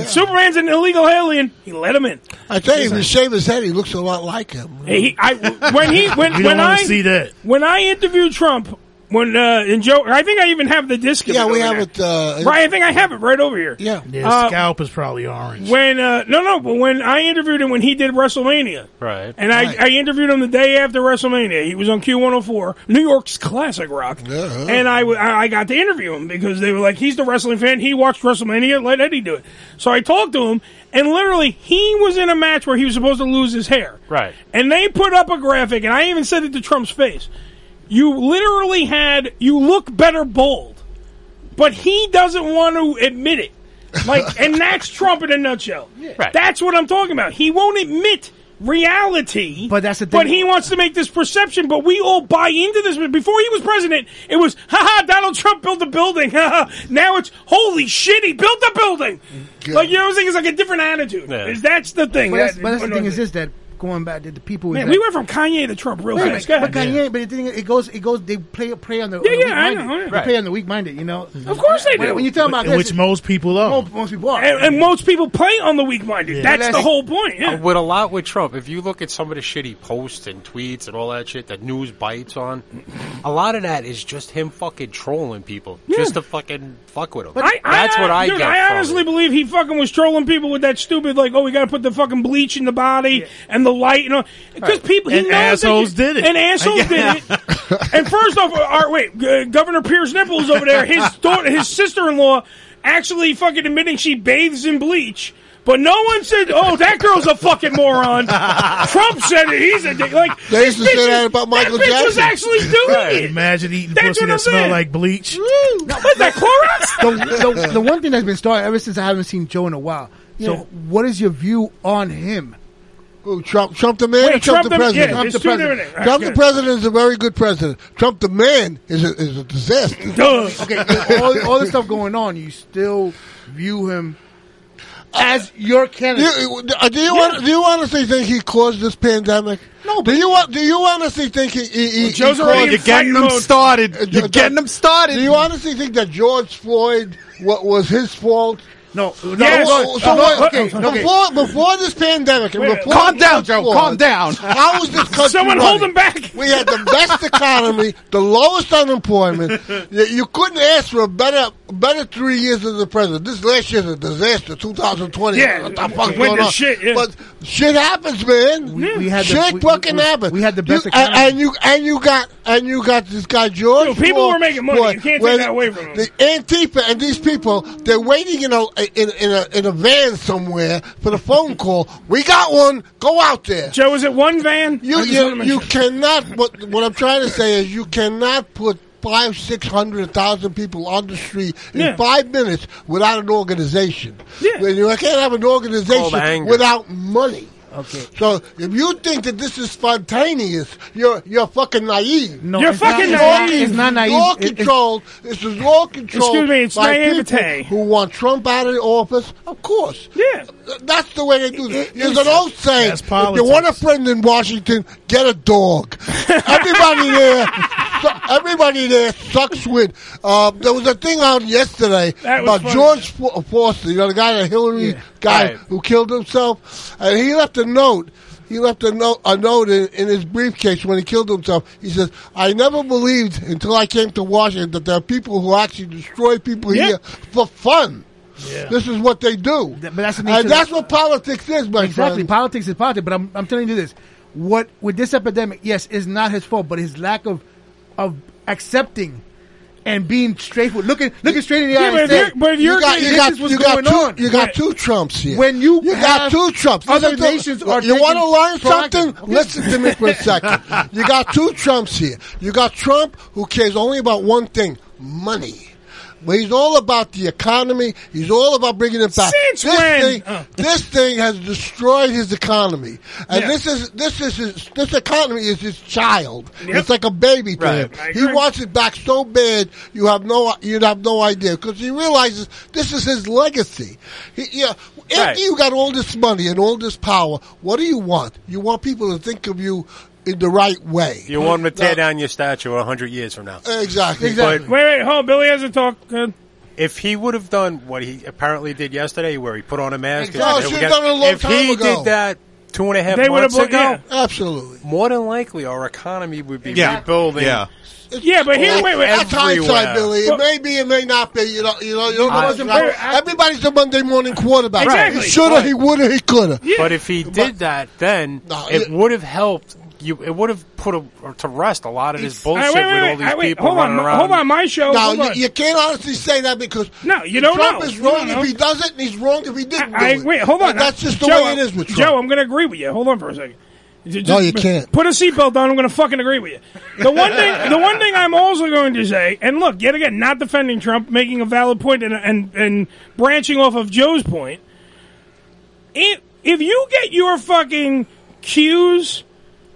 I: Superman's an illegal alien. He let him in.
G: I tell you, if you shave his head, he looks a lot like him.
I: He, I, when he when,
G: We don't
I: when
G: wanna
I: I
G: see that.
I: when I interviewed Trump when uh, and Joe, I think I even have the disc. of
G: Yeah, we
I: over
G: have
I: there.
G: it, uh,
I: right, I think I have it right over here.
G: Yeah,
J: Yeah,
I: Uh,
J: scalp is probably orange.
I: when uh, no no, but when I interviewed him when he did WrestleMania,
J: Right.
I: and I, I interviewed him the day after WrestleMania. He was on Q104, New York's classic rock.
G: Uh-huh.
I: And I, w- I I got to interview him because they were like, he's the wrestling fan. He watched WrestleMania. Let Eddie do it. So I talked to him, and literally, he was in a match where he was supposed to lose his hair.
K: Right.
I: And they put up a graphic, and I even said it to Trump's face. You literally had, you look better bald, but he doesn't want to admit it. Like, and that's Trump in a nutshell.
S: Right.
I: That's what I'm talking about. He won't admit reality. But that's the But he wants to make this perception, but we all buy into this. But Before he was president, it was, haha, Donald Trump built a building. haha." now it's, holy shit, he built a building. Like, you know what I'm saying? It's like a different attitude.
S: Yeah.
I: Is That's the thing.
S: But that's,
I: That- Oh,
S: but that's the thing
I: annoys
S: is
I: me.
S: this that going back to the people.
I: Man,
S: that,
I: we went from Kanye to Trump real
S: Right,
I: fast. Go
S: but
I: ahead.
S: Kanye, but the thing is, it goes, it goes. They play, play on the,
I: Yeah,
S: on the
I: yeah, I
S: weak-minded.
I: know, I know.
S: They
I: Right.
S: play on the weak-minded. You know,
I: Of course they do.
S: When you talk about
J: In which
S: this,
J: most people are.
S: most, most people are.
I: And, and most people play on the weak-minded. That's the whole point.
K: Uh,
I: Yeah.
K: With a lot with Trump, if you look at some of the shit he posts and tweets and all that shit that news bites on, a lot of that is just him fucking trolling people, just to fucking fuck with them. That's what I
I: dude,
K: get.
I: I
K: from it.
I: honestly believe he fucking was trolling people with that stupid like, oh, we got to put the fucking bleach in the body and the light, you know, because
J: Right.
I: people he
J: And
I: knows that
J: assholes
I: you-
J: did it.
I: and assholes
J: Yeah.
I: did it. And first off, uh, our, wait, G- Governor Pierce Nipples over there, his daughter, his sister-in-law, actually fucking admitting she bathes in bleach. But no one said, "Oh, that girl's a fucking moron." Trump said it. He's a dick. like
G: They used
I: this
G: to say
I: bitch
G: that
I: is-
G: about Michael
I: that bitch was
G: Jackson.
I: actually doing
J: Right.
I: it.
J: Imagine eating
I: That's
J: pussy
I: what
J: that
I: I'm
J: smell
I: saying.
J: like bleach.
I: Is that Clorox?
S: the, the, the one thing that's been started ever since I haven't seen Joe in a while. So,
G: Yeah.
S: what is your view on him?
G: Trump, Trump the man,
S: Wait,
G: or Trump,
S: Trump
G: the
S: the- yeah,
G: president.
S: it's
G: Trump the
S: two
G: president.
S: different- all right,
G: Trump
S: good.
G: the president is a very good president. Trump the man is a, is a disaster.
S: okay, with all, all this stuff going on, you still view him as your
G: Do
S: candidate.
G: you, uh, do you hon- do you honestly think he caused this pandemic? No. Do you hon- do you honestly think he? he, he
C: Joe's
G: he
C: already in
G: caused-
C: You're getting fight them mode. started.
G: Uh,
C: You're
G: do-
C: getting them started.
G: Do you honestly think that George Floyd what was his fault?
S: No.
G: no
C: Yes.
G: well, so
C: Uh,
G: what-
C: okay, okay.
G: Before before this pandemic, and
C: Wait,
G: before
C: calm down,
G: George
C: Joe,
G: Floyd,
C: calm down.
G: How was this country?
C: Someone hold
G: running?
C: him back.
G: We had the best economy, the lowest unemployment. You- You couldn't ask for a better better three years as the president. This last year's a disaster, 2020.
S: Yeah,
G: what the
S: went
G: fuck's going
S: to
G: on?
S: shit, yeah.
G: But shit happens, man.
S: We- we had the-
G: shit
S: we-
G: fucking
S: we-
G: happens.
S: we had the best
G: You, and,
S: economy.
G: and you and you got and you got this guy George.
I: people
G: Floyd-
I: were making money. You
G: Floyd,
I: can't take
G: where
I: that away from them.
G: The Antifa and these people, they're waiting in a in, in a in a van somewhere for the phone call. We got one. Go out there.
I: Joe, is it one van?
G: You
I: I just wanted to
G: you,
I: make
G: you cannot. What what I'm trying to say is you cannot put five, six hundred thousand people on the street in
H: Yeah.
G: five minutes without an organization. Yeah. You can't have an
H: Called
G: organization
H: anger.
G: without money. Okay. So if you think that this is spontaneous, you're you're fucking naive.
S: No, You're it's not- fucking it's not- naive. it's not naive.
G: Law
S: It- it-
G: controlled. This is law controlled.
S: Excuse me, it's
G: by
S: naivete.
G: people Who want Trump out of office? Of course.
I: Yeah.
G: That's the way they do this. There's
H: it's-
G: an old saying:
H: that's
G: if you want a friend in Washington, get a dog. everybody there, su- everybody there sucks with. Um, there was a thing out yesterday
H: That was
G: about
H: funny.
G: George Fo- Foster, you know, the guy that Hillary guy
H: Right.
G: who killed himself, and he left a note. He left a note, a note in, in his briefcase when he killed himself. He says, "I never believed until I came to Washington that there are people who actually destroy people
S: Yeah.
G: here for fun. This is what they do,
S: Th- but that's the nature
G: and
S: of-
G: that's what politics is, my
S: exactly.
G: friend.
S: Politics is politics, but I'm, I'm telling you this: what with this epidemic, yes, is not his fault, but his lack of of accepting and being straight with looking looking straight in the
G: Yeah,
S: eye.
G: but
S: and
G: if
S: saying,
G: you're- but if
S: "This
G: you're-
S: is what's
G: you got- you
S: going
G: got two-
S: on."
G: you got
S: When-
G: two Trumps here.
S: When you
G: You got
S: have-
G: two Trumps. This
S: other
G: is the-
S: nations are.
G: You want to
S: taking
G: learn
S: proactive-
G: something? Listen to me for a second. You got two Trumps here. You got Trump who cares only about one thing: money. But he's all about the economy. He's all about bringing it back.
H: Since
G: this
H: when?
G: thing,
H: Uh.
G: this thing has destroyed his economy, and
H: Yeah.
G: this is this is his, this economy is his child. It's like a baby to
H: Right. I
G: him. He wants it back so bad you have no you have no idea because he realizes this is his legacy. He, yeah, if
H: Right.
G: you got all this money and all this power, what do you want? You want people to think of you in the right way.
M: You want them to tear
G: Now-
M: down your statue 100 years from now.
G: Exactly.
M: Exactly.
I: wait, wait, hold. on. Billy has a talk. Good.
M: If he would have done what he apparently did yesterday, where he put on a mask,
G: Exactly. No,
M: and
G: should've done it a long
M: if
G: time
M: he
G: ago.
M: did that two and a half
G: They would've
M: months
G: bought-
M: ago,
G: yeah. absolutely,
M: more than likely, our economy would be
C: Yeah.
M: rebuilding.
C: Yeah.
I: Yeah, but here,
G: Well,
I: wait, wait.
G: That's hindsight, Billy. It
I: But-
G: may be, it may not be. You know, you know, you don't know
M: I-
G: what's right. Everybody's a Monday morning quarterback.
M: Exactly.
G: He shoulda, he woulda, he coulda.
M: But if he did that, then it would have helped. You, it would have put a, or to rest a lot of this
I: All
M: bullshit
I: right, wait, wait,
M: with
I: wait,
M: all these
I: all right, wait,
M: people
I: hold on,
M: running
I: m-
M: around.
I: hold on, my show.
G: No,
I: hold
G: you,
I: on.
G: you can't honestly say that because
I: No, you don't
G: Trump
I: know.
G: is
I: You don't
G: wrong
I: know.
G: if he does it, and he's wrong if he didn't.
I: I
G: do it.
I: wait. Hold on.
G: And that's just the
I: Joe,
G: way it is with Trump.
I: Joe. I'm going to agree with you. Hold on for a second. J-
G: No,
I: just
G: you
I: p-
G: can't.
I: Put a seatbelt on. I'm going to fucking agree with you. The one thing, the one thing I'm also going to say, and look, yet again, not defending Trump, making a valid point, and and, and branching off of Joe's point. If if you get your fucking cues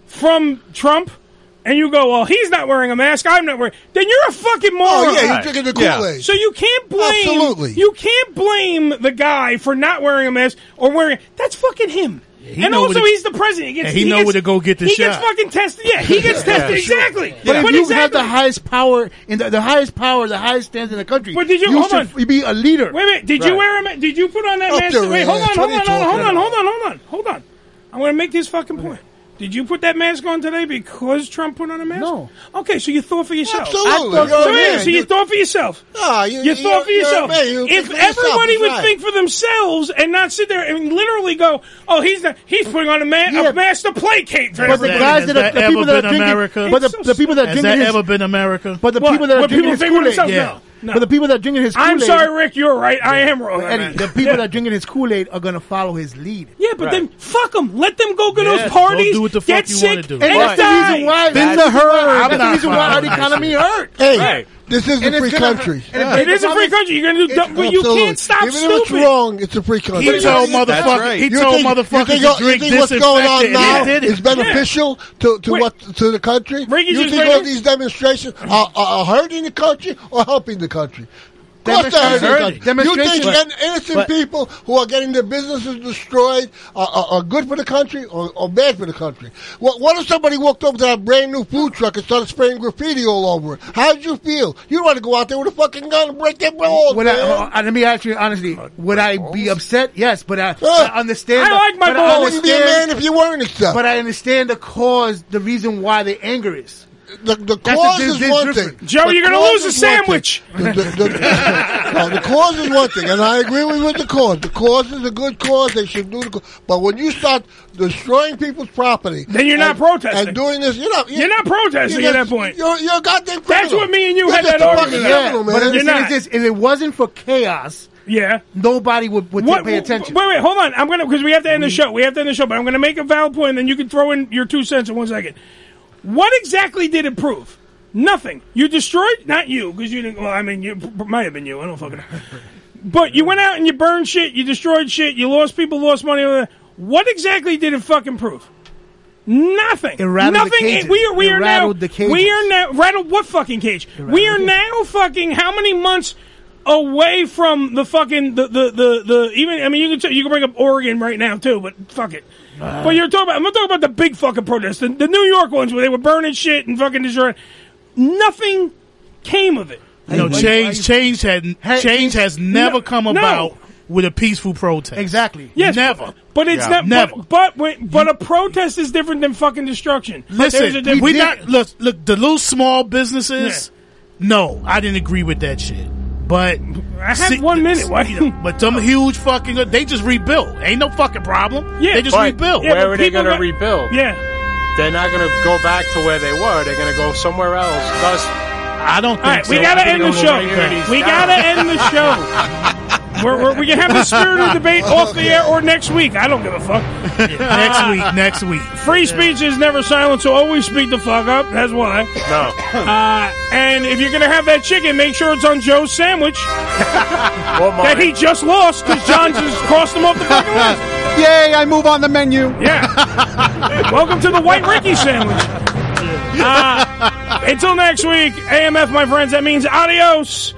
I: from Trump. And you go, well, he's not wearing a mask. I'm not wearing. Then you're a fucking moron.
G: Oh, yeah, you're drinking the
I: Yeah.
G: Kool-Aid.
I: So you can't blame.
G: Absolutely.
I: You can't blame the guy for not wearing a mask or wearing. That's fucking him.
J: he
I: and
J: know
I: also,
J: where to-
I: he's the president. He gets.
J: and he know
I: gets-
J: where to go get the
I: He gets
J: shot.
I: fucking tested. Yeah, he gets
S: Yeah,
I: tested.
S: for sure.
I: exactly.
S: But if you have
I: exactly.
S: the highest power in the, the highest power, the highest stands in the country,
I: But did you- hold
S: should
I: on.
S: be a leader.
I: Wait, wait. Did you wear a mask? Did you put on that
S: Up
I: mask?
S: your
I: Wait, hold on,
S: ass. What
I: hold
S: are you
I: on, hold
S: talking
I: on,
S: about?
I: hold on, hold on, hold on. I want to make this fucking point. Did you put that mask on today because Trump put on a mask? No. Okay, so you thought for yourself.
H: Absolutely.
I: I thought-
H: You're a
I: so, wait,
H: man.
I: so you thought for yourself.
H: No, you-
I: you thought for
H: you're- you're a
I: yourself.
H: man. You think
I: If
H: for yourself,
I: everybody
H: that's
I: would
H: right.
I: think for themselves and not sit there and literally go, "Oh, he's not, he's putting on a, ma- a mask to placate."
J: But the guys that are the people that are drinking, but the, the people that are drinking
S: his-
J: been America?
S: But the people that are drinking his Kool-Aid,
J: yeah.
S: But the people that are drinking his
I: I'm
S: Kool-Aid,
I: sorry, Rick. You're right. I am wrong. on
S: Eddie,
I: that.
S: the people that are drinking his Kool-Aid are going to follow his lead.
I: Yeah, but then fuck them. Let them go to
S: Yeah,
I: those parties.
S: go do what the fuck
I: get
S: you
I: sick,
S: wanna do.
I: And
S: And
I: that's
S: that's
I: die.
S: the reason why- That's the herd. That's the reason why our economy hurt.
G: Hey,
S: Right.
G: this is
S: And
G: a
S: it's
G: free
S: gonna-
G: country.
S: and if
I: It is a free country. You're gonna do, dumb- but you
G: Absolutely.
I: can't stop
G: Even
I: stupid.
G: if it's wrong, it's a free country.
J: He told motherfuckers- he
G: You
J: told
G: think-
J: motherfuckers
G: you think,
J: to
G: you
J: drink
G: think what's going on
J: disinfectant.
G: now
J: He did it.
G: is beneficial to, to what to the country?
J: Ricky's
G: you
J: just
G: think
J: right
G: all
J: here.
G: these demonstrations are, are, are hurting the country or helping the country? Of course they're
H: Demonstrations
G: hurting the country. You think
H: Demonstrations-
G: in- innocent
H: But-
G: people who are getting their businesses destroyed are, are, are good for the country or, or bad for the country? What, what if somebody walked over to that brand new food truck and started spraying graffiti all over it? How'd you feel? You'd want to go out there with a fucking gun and break their balls,
S: Would
G: man.
S: I, uh, let me ask you honestly. Would I be upset? Yes, but I,
G: Huh.
S: I understand.
G: I like my
S: but
G: balls. I wouldn't be a
S: understand-
G: man if you weren't upset.
S: But I understand the cause, the reason why the anger is.
G: the, the That's cause the- is the one difference. thing. Joe, The
I: you're gonna lose
G: cause
I: a
G: is one thing.
I: sandwich.
G: The, the- the- no, the cause is one thing, and I agree with, with the cause. The cause is a good cause; they should do the. cause. But when you start destroying people's property,
I: Then you're
G: and,
I: not protesting.
G: And doing this, you're not.
I: You're not protesting
G: you're
I: at
G: just-
I: that point.
G: You're, you're a goddamn.
I: That's
G: criminal.
I: what me and you
G: You're
I: had
G: just
I: that
G: a
I: argument.
G: fucking criminal, man.
S: But the thing is this: if it wasn't for chaos,
I: yeah,
S: nobody would, would
I: What-
S: pay attention. Mm.
I: Wait, wait, hold on. I'm gonna because we have to end the show. We have to end the show, but I'm gonna make a valid point, and then you can throw in your two cents in one second. What exactly did it prove? Nothing. You destroyed, not you, because you didn't. Well, I mean, you it might have been you. I don't fucking. know. But you went out and you burned shit. You destroyed shit. You lost people. Lost money. What exactly did it fucking prove? Nothing.
S: It rattled the
I: Nothing.
S: cages.
I: We are. We
S: It
I: are now.
S: rattled the cages.
I: We are now. Rattled what fucking cage? We are now fucking how many months away from the fucking the the the, the even? I mean, you can t- you can bring up Oregon right now too, but fuck it.
S: Uh.
I: but you're talking about. I'm not talking about the big fucking protests, the, the New York ones where they were burning shit and fucking destroying. Nothing came of it.
J: No, change change had change has never come
I: no.
J: about with a peaceful protest.
S: Exactly.
I: Yes,
J: Never.
I: But it's
J: Yeah.
I: not.
J: Never.
I: But but, when, but a protest is different than fucking destruction. There's a
J: Listen,
I: difference.
J: we not look look the little small businesses. No, I didn't agree with that shit. But
I: I had one minute. Why-
J: But some huge fucking they just rebuilt. Ain't no fucking problem.
K: Yeah.
J: they just
K: But
J: rebuilt.
K: where are they going to rebuild?
I: Yeah.
K: They're not going to go back to where they were. They're going to go somewhere else. Thus,
J: I don't
I: All right, we gotta end the show. We gotta end the show. We're, we're, we can have a spirited debate off the air or next week. I don't give a fuck.
J: next week, next week.
I: Free speech is never silent, so always speak the fuck up. That's why.
J: No.
I: Uh, and if you're gonna have that chicken, make sure it's on Joe's sandwich that he just lost because John just crossed him off the fucking list.
C: Yay! I move on the menu.
I: Yeah. Welcome to the White Ricky sandwich. Uh, until next week, AMF, my friends. That means adios,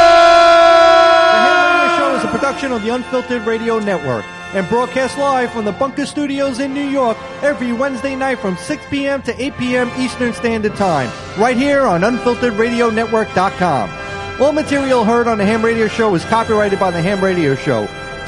I: motherfucker.
U: The Ham Radio Show is a production of the Unfiltered Radio Network and broadcast live from the Bunker Studios in New York every Wednesday night from 6 p.m. to 8 p.m. Eastern Standard Time, right here on UnfilteredRadioNetwork.com. All material heard on the Ham Radio Show is copyrighted by the Ham Radio Show.